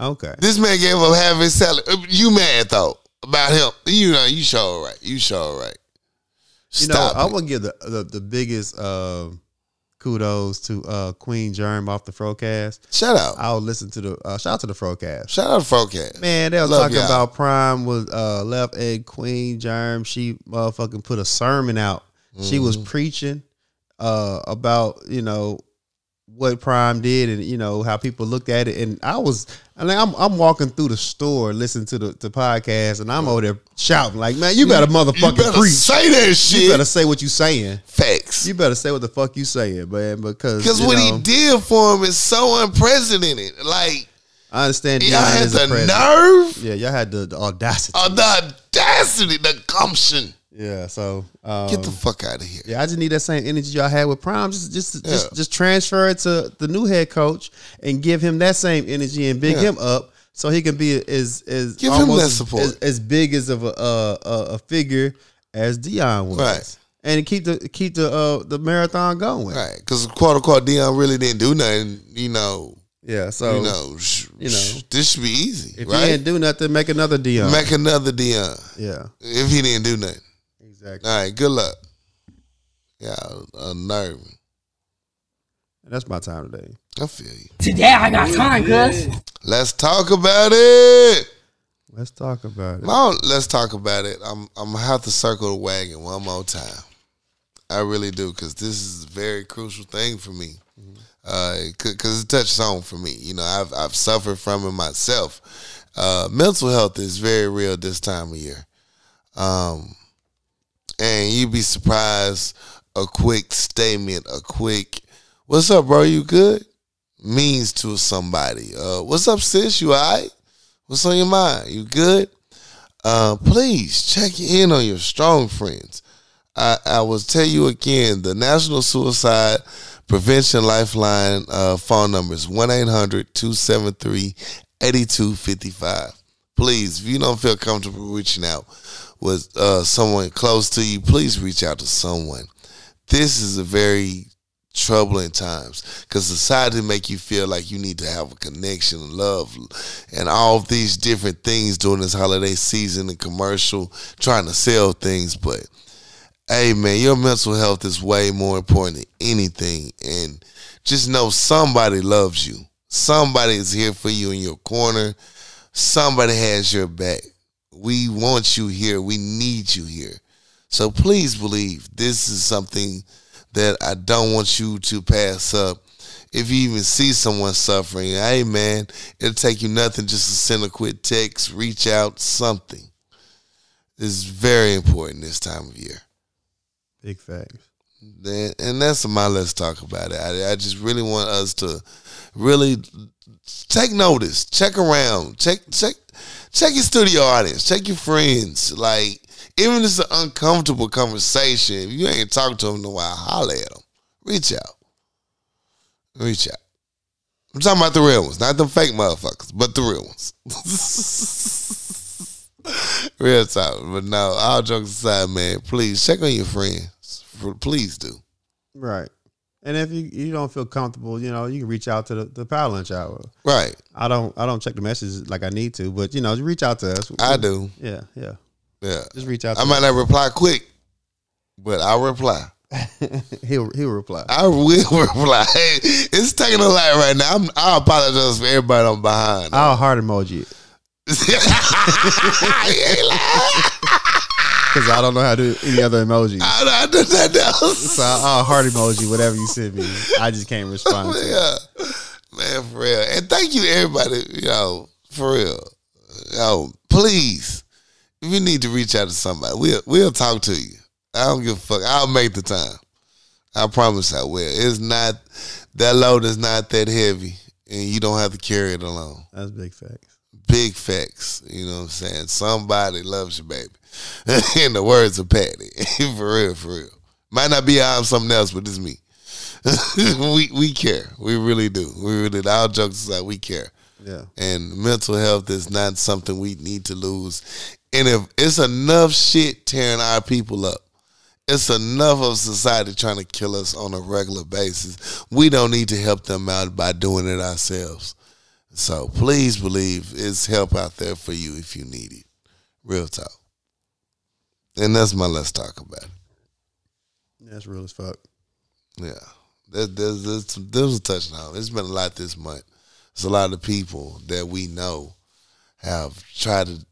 Speaker 1: Okay.
Speaker 2: This man gave up half his salary. Uh, You mad, though, about him. You know, you sure right. You sure right.
Speaker 1: You know,
Speaker 2: Stop
Speaker 1: I
Speaker 2: it.
Speaker 1: would give the the, the biggest uh, kudos to uh, Queen Germ off the Frocast.
Speaker 2: Shout out.
Speaker 1: I would listen to the uh, shout out to the Frocast.
Speaker 2: Shout out to Frocat.
Speaker 1: Man, they was
Speaker 2: Love
Speaker 1: talking
Speaker 2: y'all.
Speaker 1: about Prime was uh, left egg queen germ. She motherfucking put a sermon out. She was
Speaker 2: Mm-hmm.
Speaker 1: preaching uh, about you know what Prime did and you know how people looked at it. And I was, I mean, I'm I'm walking through the store listening to the, the podcast, and I'm over there shouting like, "Man, you better
Speaker 2: You
Speaker 1: motherfucking
Speaker 2: better
Speaker 1: preach!
Speaker 2: say that
Speaker 1: You better
Speaker 2: shit.
Speaker 1: say what you saying.
Speaker 2: Facts.
Speaker 1: You better say what the fuck you saying, man." Because
Speaker 2: Because
Speaker 1: you
Speaker 2: what
Speaker 1: know,
Speaker 2: he did for him is so unprecedented. Like,
Speaker 1: I understand
Speaker 2: Y'all
Speaker 1: Dion
Speaker 2: had
Speaker 1: is a
Speaker 2: the
Speaker 1: predator.
Speaker 2: nerve,
Speaker 1: Yeah, y'all had the, the audacity.
Speaker 2: uh, the audacity, the gumption.
Speaker 1: yeah, so um,
Speaker 2: Get the fuck out of here.
Speaker 1: yeah, I just need that same energy y'all had with Prime. Just just just,
Speaker 2: Yeah.
Speaker 1: just transfer it to the new head coach and give him that same energy and big
Speaker 2: Yeah.
Speaker 1: him up so he can be as as
Speaker 2: Give him
Speaker 1: almost
Speaker 2: that
Speaker 1: as-
Speaker 2: support.
Speaker 1: As, as big as of a, a a a figure as Dion was.
Speaker 2: Right.
Speaker 1: And keep the keep the uh, the marathon going.
Speaker 2: Right, because quote unquote Dion really didn't do nothing. You know,
Speaker 1: Yeah. So
Speaker 2: you know, sh-
Speaker 1: you
Speaker 2: sh-
Speaker 1: know.
Speaker 2: this should be easy,
Speaker 1: if you
Speaker 2: right?
Speaker 1: didn't do nothing, make another Dion.
Speaker 2: Make another Dion
Speaker 1: yeah.
Speaker 2: if he didn't do nothing.
Speaker 1: Exactly.
Speaker 2: All right, good luck. Yeah, a nerve.
Speaker 1: That's my time today.
Speaker 2: I feel you.
Speaker 3: Today I got time, cuz.
Speaker 2: Let's talk about it.
Speaker 1: Let's talk about it.
Speaker 2: Now, let's talk about it. I'm I'm gonna have to circle the wagon one more time. I really do because this is a very crucial thing for me. Because it touches home for me. You know, I've I've suffered from it myself. Uh, mental health is very real this time of year, um, and you'd be surprised. A quick statement, a quick "What's up, bro? You good?" means to somebody. Uh, "What's up, sis? You alright? What's on your mind? You good?" uh, please check in on your strong friends. I, I will tell you again the National Suicide Prevention Lifeline uh, phone number is 1 800 273 8255. Please, if you don't feel comfortable reaching out with uh, someone close to you, please reach out to someone. This is a very troubling times because society make you feel like you need to have a connection and love and all of these different things during this holiday season and commercial trying to sell things but hey man your mental health is way more important than anything and just know somebody loves you somebody is here for you in your corner somebody has your back we want you here we need you here so please believe this is something that I don't want you to pass up. If you even see someone suffering, hey man, it'll take you nothing just to send a quick text, reach out, something. It's very important this time of year.
Speaker 1: Big facts.
Speaker 2: Then- And that's my let's talk about it. I, I just really want us to really take notice, check around, check check check your studio audience, check your friends. Like even if it's an uncomfortable conversation, if you ain't talked to them in a while, holler at them. Reach out, reach out. I'm talking about the real ones, not the fake motherfuckers, but the real ones. real talk, but no. All jokes aside, man. Please check on your friends. Please do.
Speaker 1: Right. And if you, you don't feel comfortable, you know, you can reach out to the, the power lunch hour.
Speaker 2: Right,
Speaker 1: I don't I don't check the messages like I need to, but you know, you reach out to us.
Speaker 2: I do.
Speaker 1: Yeah, yeah.
Speaker 2: Yeah.
Speaker 1: Just reach out to
Speaker 2: I might not reply quick, but I'll reply.
Speaker 1: he'll he'll reply.
Speaker 2: I will reply. it's taking a lot right now. I'm, I apologize for everybody I'm behind.
Speaker 1: I'll heart emoji it because I don't know how to do any other emoji.
Speaker 2: I, I did that else.
Speaker 1: So I'll, I'll heart emoji whatever you send me. I just can't respond. To it.
Speaker 2: yeah. Man, for real. And thank you to everybody, you know, for real. Yo, please, if you need to reach out to somebody, we'll we'll talk to you. I don't give a fuck. I'll make the time. I promise I will. It's not that load is not that heavy and you don't have to carry it alone.
Speaker 1: That's big facts.
Speaker 2: Big facts. You know what I'm saying? Somebody loves you, baby. In the words of Patty. for real, for real. Might not be I'm something else, but it's me. we we care. We really do. We really do. All jokes aside, we care.
Speaker 1: Yeah,
Speaker 2: And mental health is not something we need to lose. And if it's enough shit tearing our people up, it's enough of society trying to kill us on a regular basis. We don't need to help them out by doing it ourselves. So please believe it's help out there for you if you need it. Real talk. And that's my let's talk about it.
Speaker 1: that's real as fuck.
Speaker 2: Yeah, there's there's, there's, some- there's a touching home. It's been a lot this month. It's a lot of people that we know have tried to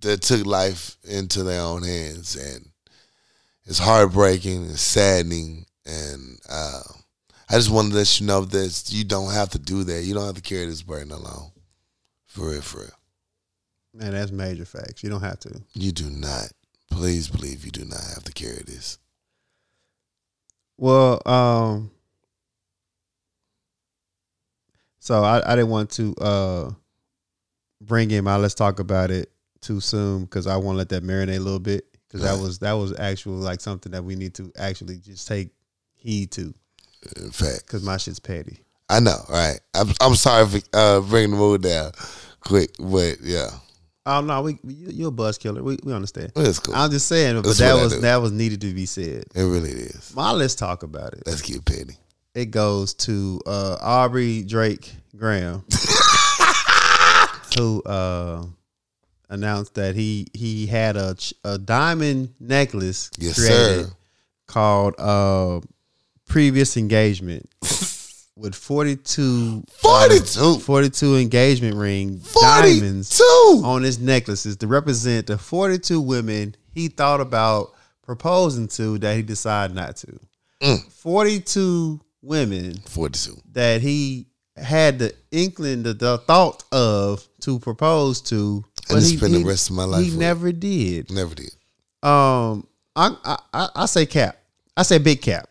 Speaker 2: that took life into their own hands, and it's heartbreaking and saddening. And uh, I just wanted to let you know that you don't have to do that. You don't have to carry this burden alone. For real, for real,
Speaker 1: Man, that's major facts. You don't have to.
Speaker 2: you do not. Please believe you do not have to carry this.
Speaker 1: Well, um, so I, I didn't want to uh bring in my let's talk about it too soon because I want to let that marinate a little bit because that was that was actual like something that we need to actually just take heed to
Speaker 2: In fact,
Speaker 1: because my shit's petty.
Speaker 2: I know. Right. I'm I'm sorry for uh, bringing the mood down quick, but yeah,
Speaker 1: Oh no, we you, you're a buzz killer. We we understand.
Speaker 2: it's cool.
Speaker 1: I'm just saying, but
Speaker 2: That's
Speaker 1: that
Speaker 2: what I
Speaker 1: was
Speaker 2: do.
Speaker 1: that was needed to be said.
Speaker 2: it really is.
Speaker 1: My let's talk about it.
Speaker 2: Let's get petty.
Speaker 1: It goes to uh, Aubrey Drake Graham, who uh, announced that he he had a ch- a diamond necklace
Speaker 2: Yes,
Speaker 1: created
Speaker 2: sir.
Speaker 1: called uh, previous engagement with 42, uh,
Speaker 2: 42.
Speaker 1: 42 engagement ring
Speaker 2: 42.
Speaker 1: diamonds on his necklaces to represent the 42 women he thought about proposing to that he decided not to.
Speaker 2: Mm.
Speaker 1: 42 women
Speaker 2: 42.
Speaker 1: that he had the inkling, the, the thought of to propose to. but
Speaker 2: And
Speaker 1: he-
Speaker 2: spend
Speaker 1: he-
Speaker 2: the rest of my life.
Speaker 1: He
Speaker 2: with it.
Speaker 1: never did.
Speaker 2: never did.
Speaker 1: Um, I, I I I say cap. I say big cap.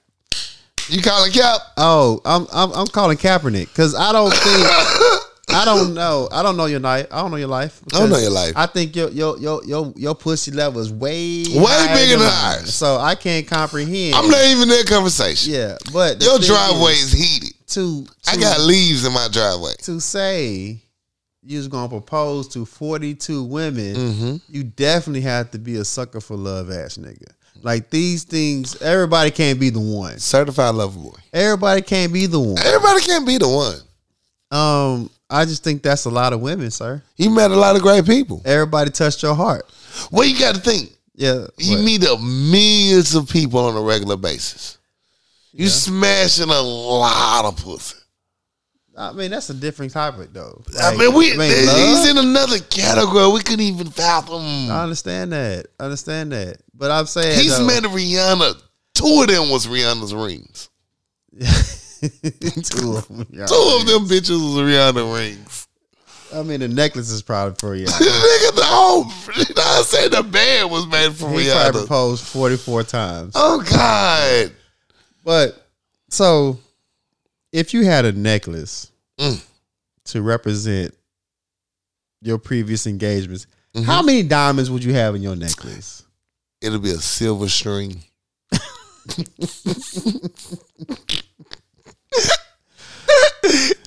Speaker 2: You calling Cap?
Speaker 1: Oh, I'm I'm, I'm calling Kaepernick because I don't think I don't know I don't know your life I don't know your life
Speaker 2: I don't know
Speaker 1: because
Speaker 2: your life.
Speaker 1: I think your your your your your pussy level is way
Speaker 2: Way bigger than
Speaker 1: mine.
Speaker 2: ours.
Speaker 1: so I can't comprehend.
Speaker 2: I'm not even in that conversation.
Speaker 1: yeah, but the
Speaker 2: Your
Speaker 1: thing
Speaker 2: driveway
Speaker 1: is
Speaker 2: is heated.
Speaker 1: to, to
Speaker 2: I got leaves in my driveway.
Speaker 1: to say you was gonna propose to 42 women,
Speaker 2: Mm-hmm.
Speaker 1: you definitely have to be a sucker for love ass nigga. Like these things, everybody can't be the one.
Speaker 2: Certified lover boy.
Speaker 1: Everybody can't be the one.
Speaker 2: Everybody can't be the one.
Speaker 1: Um, I just think that's a lot of women, sir.
Speaker 2: You met a lot of great people.
Speaker 1: Everybody touched your heart.
Speaker 2: Well, you got to think.
Speaker 1: Yeah.
Speaker 2: You
Speaker 1: what?
Speaker 2: meet up millions of people on a regular basis. You smashing a lot of pussy.
Speaker 1: I mean, that's a different topic though.
Speaker 2: I mean, we
Speaker 1: love?
Speaker 2: he's in another category we couldn't even fathom.
Speaker 1: I understand that. I understand that. But I'm saying
Speaker 2: he's
Speaker 1: though,
Speaker 2: met Rihanna. Two of them was Rihanna's rings.
Speaker 1: two of them. y'all.
Speaker 2: Two of them bitches was Rihanna rings.
Speaker 1: I mean, the necklace is probably for you.
Speaker 2: Nigga, the whole I said the band was made for
Speaker 1: He
Speaker 2: Rihanna.
Speaker 1: probably proposed 44 times.
Speaker 2: oh God.
Speaker 1: But so if you had a necklace
Speaker 2: Mm.
Speaker 1: to represent your previous engagements,
Speaker 2: Mm-hmm.
Speaker 1: how many diamonds would you have in your necklace?
Speaker 2: It'll be a silver string.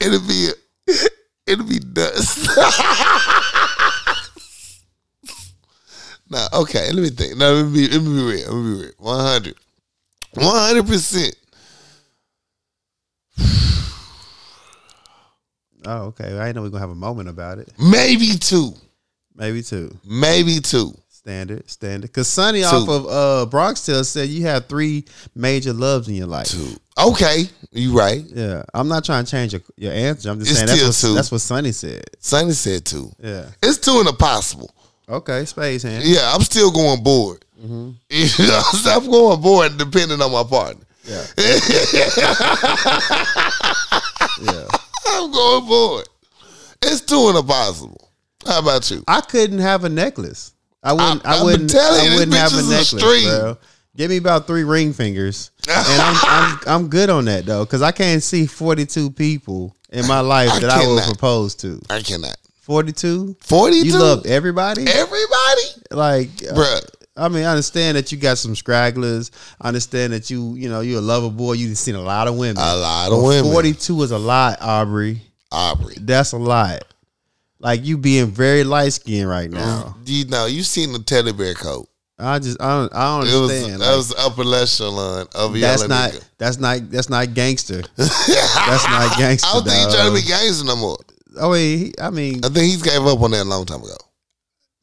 Speaker 2: it'll be it'll be dust. nah, okay, let me think. No, let me be, let me be real. Let me be real. 100. 100%.
Speaker 1: Oh, okay. I know we're gonna have a moment about it.
Speaker 2: Maybe two.
Speaker 1: Maybe two.
Speaker 2: Maybe two.
Speaker 1: Standard, standard. Cause Sonny off of uh Bronx Tale said you have three major loves in your life.
Speaker 2: Two. Okay, you right.
Speaker 1: Yeah. I'm not trying to change your, your answer. I'm just
Speaker 2: It's
Speaker 1: saying that's
Speaker 2: still
Speaker 1: what,
Speaker 2: two.
Speaker 1: that's what Sonny said.
Speaker 2: Sonny said two.
Speaker 1: Yeah.
Speaker 2: It's two and a possible.
Speaker 1: Okay, space hand.
Speaker 2: Yeah, I'm still going bored.
Speaker 1: Mm-hmm.
Speaker 2: You know, I'm going bored depending on my partner.
Speaker 1: Yeah.
Speaker 2: I'm going bored. It's two and a possible. How about you?
Speaker 1: I couldn't have a necklace. I wouldn't.
Speaker 2: I-
Speaker 1: I,
Speaker 2: I'm
Speaker 1: wouldn't.
Speaker 2: telling
Speaker 1: I
Speaker 2: you, this
Speaker 1: wouldn't
Speaker 2: bitch
Speaker 1: have a
Speaker 2: is a
Speaker 1: necklace,
Speaker 2: string.
Speaker 1: bro. Give me about three ring fingers, and I'm I'm, I'm good on that though, because I can't see 42 people in my life
Speaker 2: I
Speaker 1: that I would
Speaker 2: cannot.
Speaker 1: propose to.
Speaker 2: I cannot.
Speaker 1: 42.
Speaker 2: 42?
Speaker 1: You love everybody,
Speaker 2: everybody?
Speaker 1: like. uh,
Speaker 2: Bruh.
Speaker 1: I mean, I understand that you got some stragglers. I understand that you, you know, you're a lover boy. You've seen a lot of women.
Speaker 2: A lot of women. 40.
Speaker 1: 42 is a lot, Aubrey.
Speaker 2: Aubrey.
Speaker 1: That's a lot. Like you being very light skinned right now.
Speaker 2: You know, you seen the teddy bear coat.
Speaker 1: I just I don't I don't
Speaker 2: It was,
Speaker 1: understand.
Speaker 2: that
Speaker 1: Like,
Speaker 2: was the upper echelon of a
Speaker 1: that's
Speaker 2: yellow
Speaker 1: not
Speaker 2: nigga.
Speaker 1: that's not that's not gangster. that's not gangster.
Speaker 2: I don't think he's
Speaker 1: dog.
Speaker 2: trying to be gangster no more.
Speaker 1: I mean, he- I mean,
Speaker 2: I think he's gave up on that a long time ago.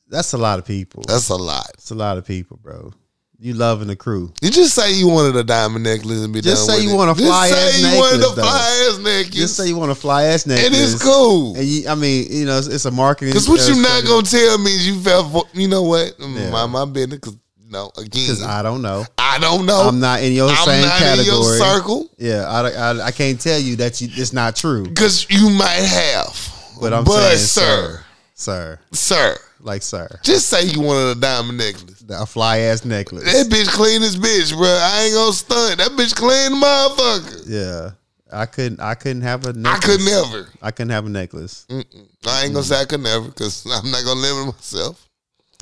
Speaker 1: that's a lot of people. That's,
Speaker 2: That's a lot.
Speaker 1: a lot of people, bro. You loving the crew.
Speaker 2: You just say you wanted a diamond necklace and be
Speaker 1: Just
Speaker 2: done
Speaker 1: say
Speaker 2: with
Speaker 1: you
Speaker 2: it.
Speaker 1: want a fly
Speaker 2: Just
Speaker 1: ass
Speaker 2: say you wanted
Speaker 1: necklace,
Speaker 2: a
Speaker 1: though.
Speaker 2: fly ass necklace.
Speaker 1: Just say you want to fly ass
Speaker 2: it
Speaker 1: necklace.
Speaker 2: is cool.
Speaker 1: And you, I mean, you know, it's, it's a marketing.
Speaker 2: Because what you not gonna tell me is you felt. For, you know what? Mm,
Speaker 1: Yeah.
Speaker 2: Mind my business. Because no, again,
Speaker 1: Because
Speaker 2: I,
Speaker 1: I don't know.
Speaker 2: don't know.
Speaker 1: I'm not in your
Speaker 2: Oh, I'm
Speaker 1: same
Speaker 2: not
Speaker 1: category.
Speaker 2: in your circle.
Speaker 1: Yeah, I, I, I can't tell you that you, it's not true.
Speaker 2: Because you might have.
Speaker 1: But I'm
Speaker 2: but
Speaker 1: saying,
Speaker 2: sir,
Speaker 1: sir,
Speaker 2: sir,
Speaker 1: like sir,
Speaker 2: just say you wanted a diamond necklace.
Speaker 1: a fly ass necklace.
Speaker 2: That bitch clean as bitch, bro. I ain't gonna stunt. That bitch clean, motherfucker.
Speaker 1: Yeah. I couldn't. I couldn't have a.
Speaker 2: I
Speaker 1: Necklace.
Speaker 2: could never.
Speaker 1: I couldn't have a necklace.
Speaker 2: Mm-mm. I ain't gonna say I could never because I'm not gonna limit myself.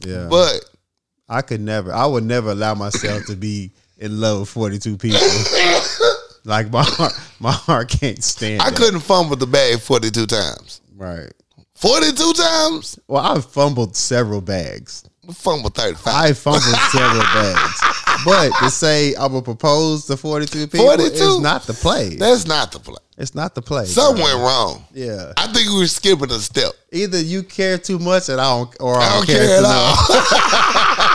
Speaker 1: Yeah,
Speaker 2: But
Speaker 1: I could never. I would never allow myself to be in love with forty two people. like my heart, my heart can't stand.
Speaker 2: I
Speaker 1: that.
Speaker 2: couldn't fumble the bag 42 times.
Speaker 1: Right.
Speaker 2: 42 times?
Speaker 1: Well, I fumbled several bags.
Speaker 2: Fumble 35.
Speaker 1: I fumbled several bags. But to say I'm gonna propose to 42 people
Speaker 2: 42?
Speaker 1: is not the play.
Speaker 2: That's not the play.
Speaker 1: it's not the play. bro.
Speaker 2: Something went wrong.
Speaker 1: Yeah.
Speaker 2: I think we were skipping a step.
Speaker 1: Either you care too much and I don't or
Speaker 2: I don't care at all.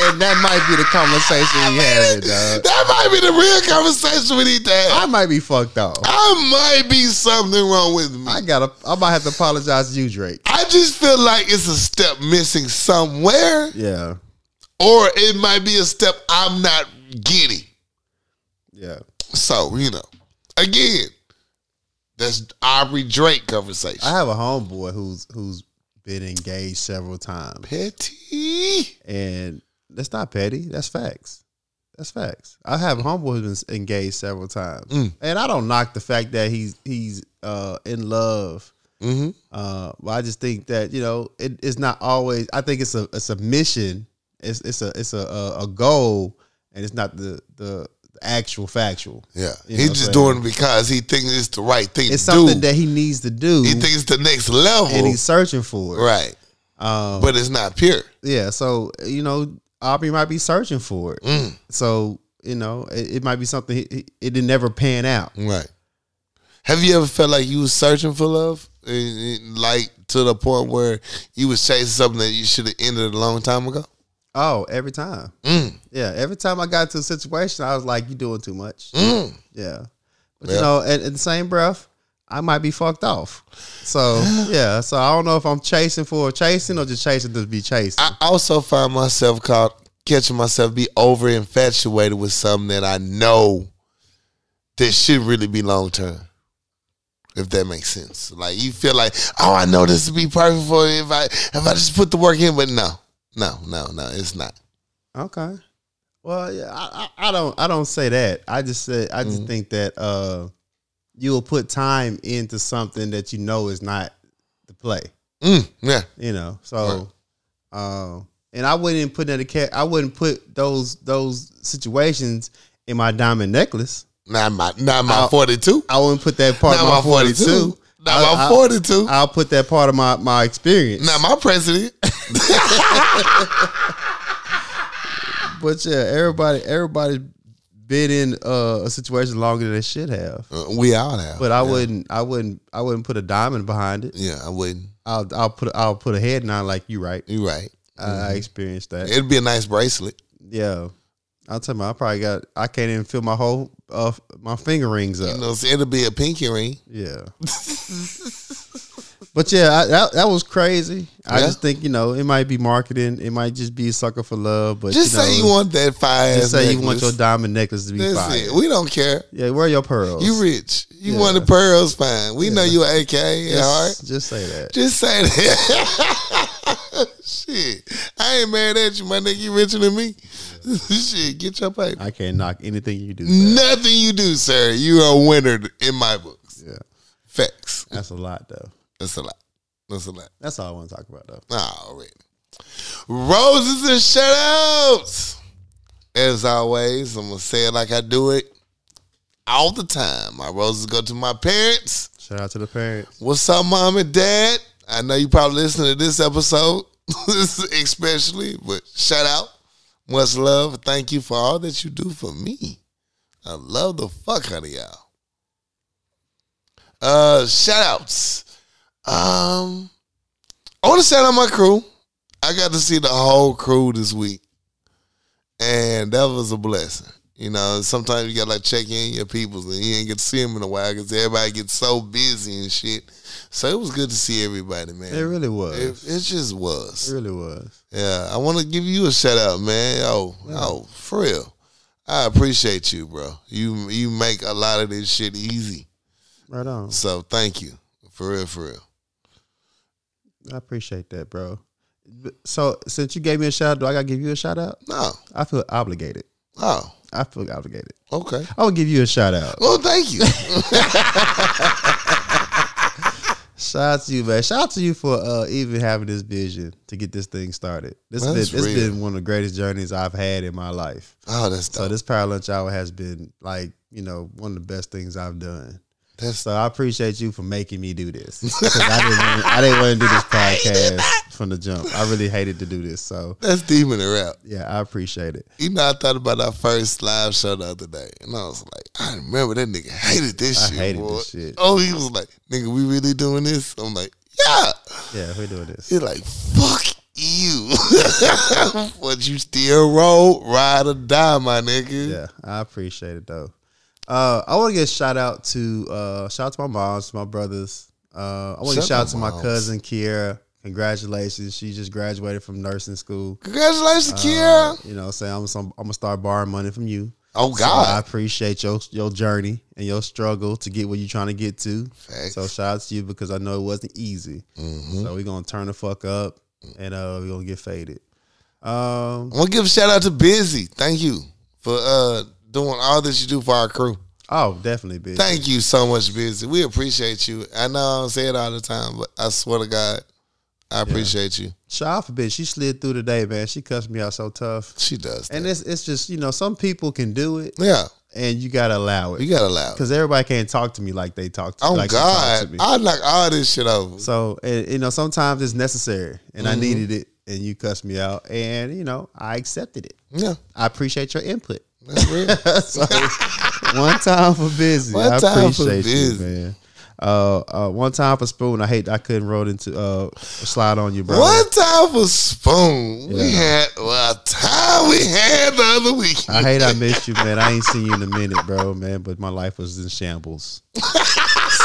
Speaker 1: And that might be the conversation we having, dog.
Speaker 2: that might be the real conversation we need to have.
Speaker 1: I might be fucked off.
Speaker 2: I might be something wrong with me.
Speaker 1: I gotta I might have to apologize to you, Drake.
Speaker 2: I just feel like it's a step missing somewhere,
Speaker 1: Yeah.
Speaker 2: or it might be a step I'm not getting.
Speaker 1: Yeah.
Speaker 2: So, you know, again, that's Aubrey Drake conversation.
Speaker 1: I have a homeboy who's who's been engaged several times.
Speaker 2: Petty.
Speaker 1: And that's not petty. That's facts. That's facts. I have homeboy who's been engaged several times,
Speaker 2: Mm.
Speaker 1: and I don't knock the fact that he's he's uh, in love.
Speaker 2: Mm-hmm.
Speaker 1: Uh, but I just think that you know it, it's not always. I think it's a it's a mission. It's it's a it's a a, a goal, and it's not the the actual factual.
Speaker 2: Yeah.
Speaker 1: You know
Speaker 2: He's
Speaker 1: what
Speaker 2: just
Speaker 1: I'm
Speaker 2: doing it because he thinks it's the right thing
Speaker 1: It's
Speaker 2: to
Speaker 1: something
Speaker 2: do.
Speaker 1: that he needs to do,
Speaker 2: he thinks it's the next level.
Speaker 1: and he's searching for it.
Speaker 2: right.
Speaker 1: Um,
Speaker 2: But it's not pure.
Speaker 1: yeah, so you know Aubrey might be searching for it.
Speaker 2: Mm.
Speaker 1: So you know, it, it might be something. It, it, it didn't ever pan out.
Speaker 2: Right. Have you ever felt like you was searching for love? Eh, eh, Like to the point where you was chasing something that you should have ended a long time ago?
Speaker 1: Oh, every time.
Speaker 2: Mm.
Speaker 1: Yeah, every time I got to a situation, I was like, "You doing too much."
Speaker 2: Mm.
Speaker 1: Yeah, but
Speaker 2: Yeah.
Speaker 1: you know, in, in the same breath, I might be fucked off. So yeah, so I don't know if I'm chasing for chasing or just chasing to be chasing.
Speaker 2: I also find myself caught catching myself be over infatuated with something that I know that should really be long term. If that makes sense. Like you feel like, oh, I know this would be perfect for me if I if I just put the work in, but no. No, no, no, it's not.
Speaker 1: okay. Well, yeah, I, I, I don't, I don't say that. I just said, I
Speaker 2: Mm.
Speaker 1: just think that uh, you will put time into something that you know is not the play.
Speaker 2: Mm, yeah.
Speaker 1: you know. So, um, and I wouldn't put that. Cat, I wouldn't put those those situations in my diamond necklace.
Speaker 2: Not my not my
Speaker 1: I'll-
Speaker 2: forty two.
Speaker 1: I wouldn't put that part
Speaker 2: Not
Speaker 1: of my
Speaker 2: my
Speaker 1: forty
Speaker 2: 42.
Speaker 1: two.
Speaker 2: Not my 42.
Speaker 1: I'll put that part of my my experience.
Speaker 2: Not my president.
Speaker 1: But yeah, everybody everybody been in uh, a situation longer than they should have.
Speaker 2: Uh, we all have.
Speaker 1: But I wouldn't. I wouldn't. I wouldn't put a diamond behind it.
Speaker 2: Yeah, I wouldn't.
Speaker 1: I'll. I'll put. I'll put a head nod. Like you, right?
Speaker 2: You're right.
Speaker 1: I I experienced that.
Speaker 2: It'd be a nice bracelet.
Speaker 1: Yeah. I'll tell you, I probably got, I can't even feel my whole, uh, my finger rings up.
Speaker 2: You know, so it'll be a pinky ring.
Speaker 1: Yeah. but yeah, I, that, that was crazy. I
Speaker 2: Yeah.
Speaker 1: just think, you know, it might be marketing. It might just be a sucker for love, but
Speaker 2: Just
Speaker 1: you know,
Speaker 2: say you want that fire.
Speaker 1: just say you want your
Speaker 2: necklace.
Speaker 1: diamond necklace to be
Speaker 2: That's
Speaker 1: fire.
Speaker 2: it. We don't care.
Speaker 1: Yeah, where are your pearls?
Speaker 2: You rich. You
Speaker 1: Yeah.
Speaker 2: want the pearls? Fine. We know
Speaker 1: Yeah.
Speaker 2: you AK. Yes. All right.
Speaker 1: just, just say that.
Speaker 2: Just say that. Shit. I ain't mad at you, my nigga. You richer than me. Shit. Get your paper.
Speaker 1: I can't knock anything you do. sir.
Speaker 2: Mm. Nothing you do, sir. You are a winner in my books.
Speaker 1: Yeah.
Speaker 2: Facts.
Speaker 1: That's a lot, though.
Speaker 2: That's a lot. That's a lot.
Speaker 1: That's all I want to talk about, though.
Speaker 2: Alright. Roses and shutouts. As always, I'm gonna say it like I do it all the time. My roses go to my parents.
Speaker 1: Shout out to the parents.
Speaker 2: What's up, mom and dad? I know you probably listen to this episode, especially, but shout out. Much love. Thank you for all that you do for me. I love the fuck out of y'all. Uh, shout outs. Um, I want to shout out my crew. I got to see the whole crew this week, and that was a blessing. You know, sometimes you got to like check in your peoples, and you ain't get to see them in a while because everybody gets so busy and shit. So it was good to see everybody, man.
Speaker 1: It really was.
Speaker 2: It, it just was.
Speaker 1: it really was.
Speaker 2: Yeah, I want to give you a shout out, man. Oh, oh, for real. I appreciate you, bro. You you make a lot of this shit easy.
Speaker 1: Right on.
Speaker 2: So thank you, for real, for real.
Speaker 1: I appreciate that, bro. So since you gave me a shout out, do I gotta give you a shout out?
Speaker 2: No,
Speaker 1: I feel obligated.
Speaker 2: oh,
Speaker 1: I feel obligated.
Speaker 2: Okay.
Speaker 1: I will give you a shout out.
Speaker 2: Well, thank you.
Speaker 1: Shout out to you, man. Shout out to you for uh, even having this vision to get this thing started. This
Speaker 2: Man,
Speaker 1: been,
Speaker 2: that's
Speaker 1: it's
Speaker 2: real.
Speaker 1: been one of the greatest journeys I've had in my life.
Speaker 2: oh, that's
Speaker 1: So
Speaker 2: dope.
Speaker 1: this power lunch hour has been like you know one of the best things I've done.
Speaker 2: That's
Speaker 1: So I appreciate you for making me do this. 'Cause I didn't wanna- I didn't want to do this podcast from the jump. I really hated to do this. So
Speaker 2: that's deep in the rap.
Speaker 1: yeah, I appreciate it.
Speaker 2: You know, I thought about our first live show the other day, and I was like, I remember that nigga hated this
Speaker 1: I
Speaker 2: shit.
Speaker 1: hated
Speaker 2: boy.
Speaker 1: this shit.
Speaker 2: Oh, he was like, nigga, we really doing this? I'm like, yeah.
Speaker 1: Yeah, we're doing this.
Speaker 2: He's like, fuck you. but you still roll, ride or die, my nigga.
Speaker 1: Yeah, I appreciate it though. Uh, I want to get shout out to uh, shout out to my moms, my brothers. Uh, I want to
Speaker 2: Shout
Speaker 1: shout
Speaker 2: out
Speaker 1: out to
Speaker 2: my
Speaker 1: my
Speaker 2: moms.
Speaker 1: cousin Kiera. Congratulations, she just graduated from nursing school.
Speaker 2: Congratulations,
Speaker 1: Uh,
Speaker 2: Kiara.
Speaker 1: you know, what I'm saying I'm, some, I'm gonna start borrowing money from you.
Speaker 2: Oh,
Speaker 1: So I
Speaker 2: God.
Speaker 1: appreciate your your journey and your struggle to get where you're trying to get to.
Speaker 2: Facts.
Speaker 1: So shout out to you because I know it wasn't easy.
Speaker 2: Mhm.
Speaker 1: So we're gonna turn the fuck up and uh, we're gonna get faded. Um,
Speaker 2: I want to give a shout out to Busy. Thank you for uh, doing all that you do for our crew.
Speaker 1: oh, definitely, big.
Speaker 2: Thank you so much, Busy. We appreciate you. I know I don't say it all the time, but I swear to God, I appreciate you.
Speaker 1: Shout out for bitch. She slid through today, man. She cussed me out so tough.
Speaker 2: She does.
Speaker 1: And
Speaker 2: that.
Speaker 1: it's it's just, you know, some people can do it
Speaker 2: yeah,
Speaker 1: and you gotta allow
Speaker 2: you
Speaker 1: it.
Speaker 2: gotta laugh.
Speaker 1: Because everybody can't talk to me like they talk to
Speaker 2: Oh
Speaker 1: like she talked
Speaker 2: God,
Speaker 1: to me.
Speaker 2: I knock all this shit over.
Speaker 1: So and, you know, sometimes it's necessary and
Speaker 2: Mm-hmm.
Speaker 1: I needed it and you cussed me out and you know, I accepted it.
Speaker 2: Yeah,
Speaker 1: I appreciate your input.
Speaker 2: that's real.
Speaker 1: So, one time for busy.
Speaker 2: One
Speaker 1: I
Speaker 2: time for
Speaker 1: appreciate
Speaker 2: busy.
Speaker 1: you, man. Uh, uh, one time for spoon. I hate I couldn't roll into uh slide on you, bro.
Speaker 2: One time for spoon, we
Speaker 1: Yeah.
Speaker 2: had well, a time we had the other week.
Speaker 1: I hate I missed you, man. I ain't seen you in a minute, bro, man. But my life was in shambles. So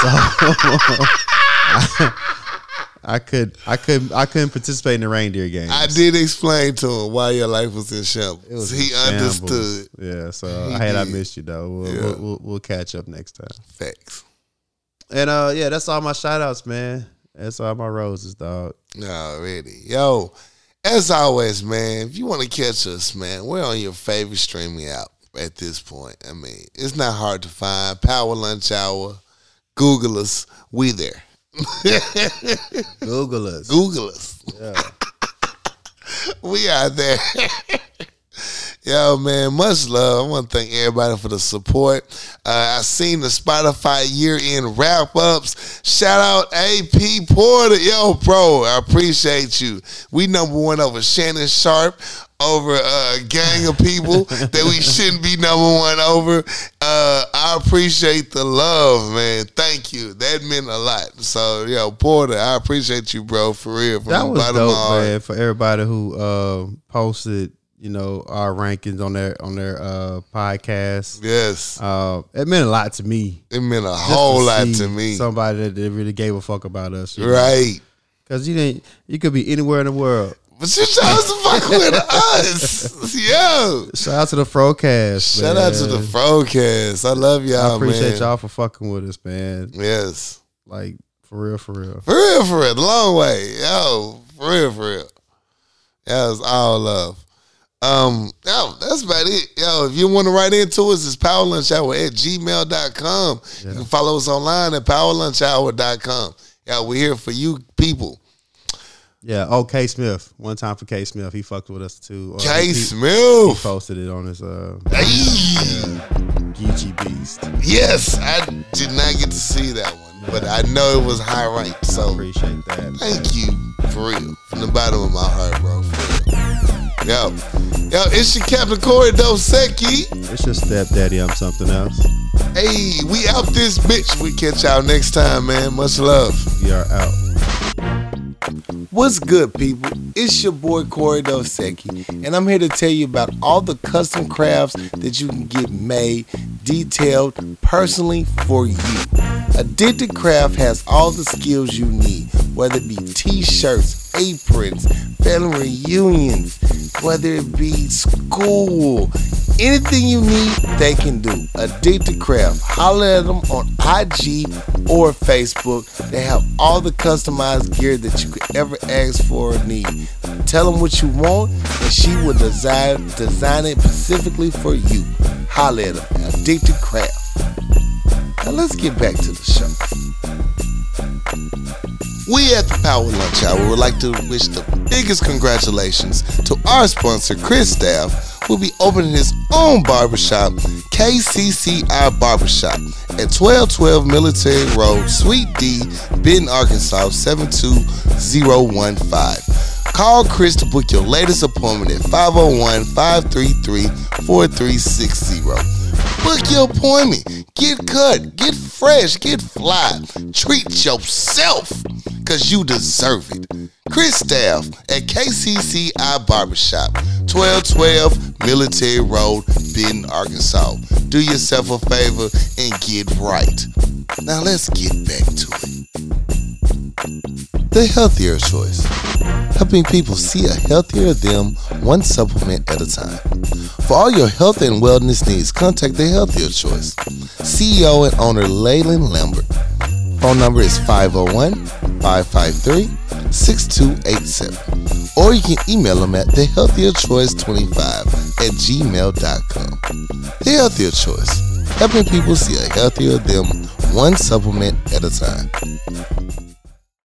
Speaker 1: I, could I could I couldn't participate in the reindeer game.
Speaker 2: I did explain to him why your life was in shambles. he understood
Speaker 1: Yeah, so I hate I
Speaker 2: did.
Speaker 1: missed you though. We'll, we'll, we'll we'll catch up next time.
Speaker 2: facts.
Speaker 1: And uh yeah, that's all my shout outs, man. That's all my roses, dog.
Speaker 2: Already, yo. As always, man. If you want to catch us, man, we're on your favorite streaming app at this point. I mean, it's not hard to find. Power Lunch Hour. Google us. We there.
Speaker 1: Google us.
Speaker 2: Google us. we are there. Yo, man, much love. I want to thank everybody for the support. Uh, I seen the Spotify year end wrap ups. Shout out AP Porter. Yo, bro, I appreciate you. We number one over Shannon Sharp, over a gang of people that we shouldn't be number one over. Uh, I appreciate the love, man. Thank you. That meant a lot. So, yo, Porter, I appreciate you, bro, for real. From
Speaker 1: That
Speaker 2: the
Speaker 1: was
Speaker 2: bottom of my
Speaker 1: dope,
Speaker 2: heart.
Speaker 1: man. For everybody who uh, posted, you know, our rankings on their on their uh, podcast,
Speaker 2: Yes.
Speaker 1: uh, it meant a lot to me.
Speaker 2: It meant a
Speaker 1: Just
Speaker 2: whole lot
Speaker 1: see
Speaker 2: to me.
Speaker 1: Somebody that, that really gave a fuck about us,
Speaker 2: Right.
Speaker 1: Because you didn't, you could be anywhere in the world.
Speaker 2: But you chose to fuck with us. Yo.
Speaker 1: Shout out to the Frocast.
Speaker 2: Shout out to the
Speaker 1: man.
Speaker 2: Frocast. I love y'all.
Speaker 1: I appreciate
Speaker 2: man.
Speaker 1: y'all for fucking with us, man.
Speaker 2: Yes.
Speaker 1: Like for real, for real.
Speaker 2: For real, for real. The long way. Yo. For real, for real. That was all love. Um, yo, that's about it. Yo, if you want to write into us, it's powerlunchhour at gmail.com. You can follow us online at powerlunchhour.com. Yo, we're here for you people.
Speaker 1: Yeah. Oh, K Smith. One time for K Smith, he fucked with us too. Uh,
Speaker 2: K.
Speaker 1: he- He
Speaker 2: Smith.
Speaker 1: posted it on his uh,
Speaker 2: Hey.
Speaker 1: Geechee Beast.
Speaker 2: Yes, I did not get to see that one, but I know it was high ranked. So
Speaker 1: Appreciate that.
Speaker 2: thank you for real, from the bottom of my heart, bro. For real. Yo, yo, it's your Captain Corey Dosecki.
Speaker 1: It's your stepdaddy. I'm something else.
Speaker 2: Hey, we out this bitch. We catch y'all next time, man. Much love.
Speaker 1: We are out.
Speaker 2: What's good, people? It's your boy Corey Dosecki, and I'm here to tell you about all the custom crafts that you can get made, detailed personally for you. Addicted Craft has all the skills you need, whether it be t shirts, aprons, family reunions, whether it be school, anything you need, they can do. Addicted Craft, holler at them on IG or Facebook. They have all the customized gear that you could ever ask for or need. Tell them what you want, and she will design design it specifically for you. Holler at her. Addicted Craft. Now let's get back to the show. We at the Power Lunch Hour would like to wish the biggest congratulations to our sponsor, Chris Staff, who will be opening his own barbershop, KCCI Barbershop, at 1212 Military Road, Suite D, Benton, Arkansas, 72015. Call Chris to book your latest appointment at 501 533 4360. Book your appointment. Get cut. Get fresh. Get fly. Treat yourself because you deserve it. Chris Staff at KCCI Barbershop, 1212 Military Road, Benton, Arkansas. Do yourself a favor and get right. Now let's get back to it. The healthier choice helping people see a healthier them one supplement at a time. For all your health and wellness needs, contact the Healthier Choice. CEO and owner Leyland Lambert. Phone number is 501 553 6287. Or you can email them at thehealthierchoice25 at gmail.com. The Healthier Choice, helping people see a healthier them one supplement at a time.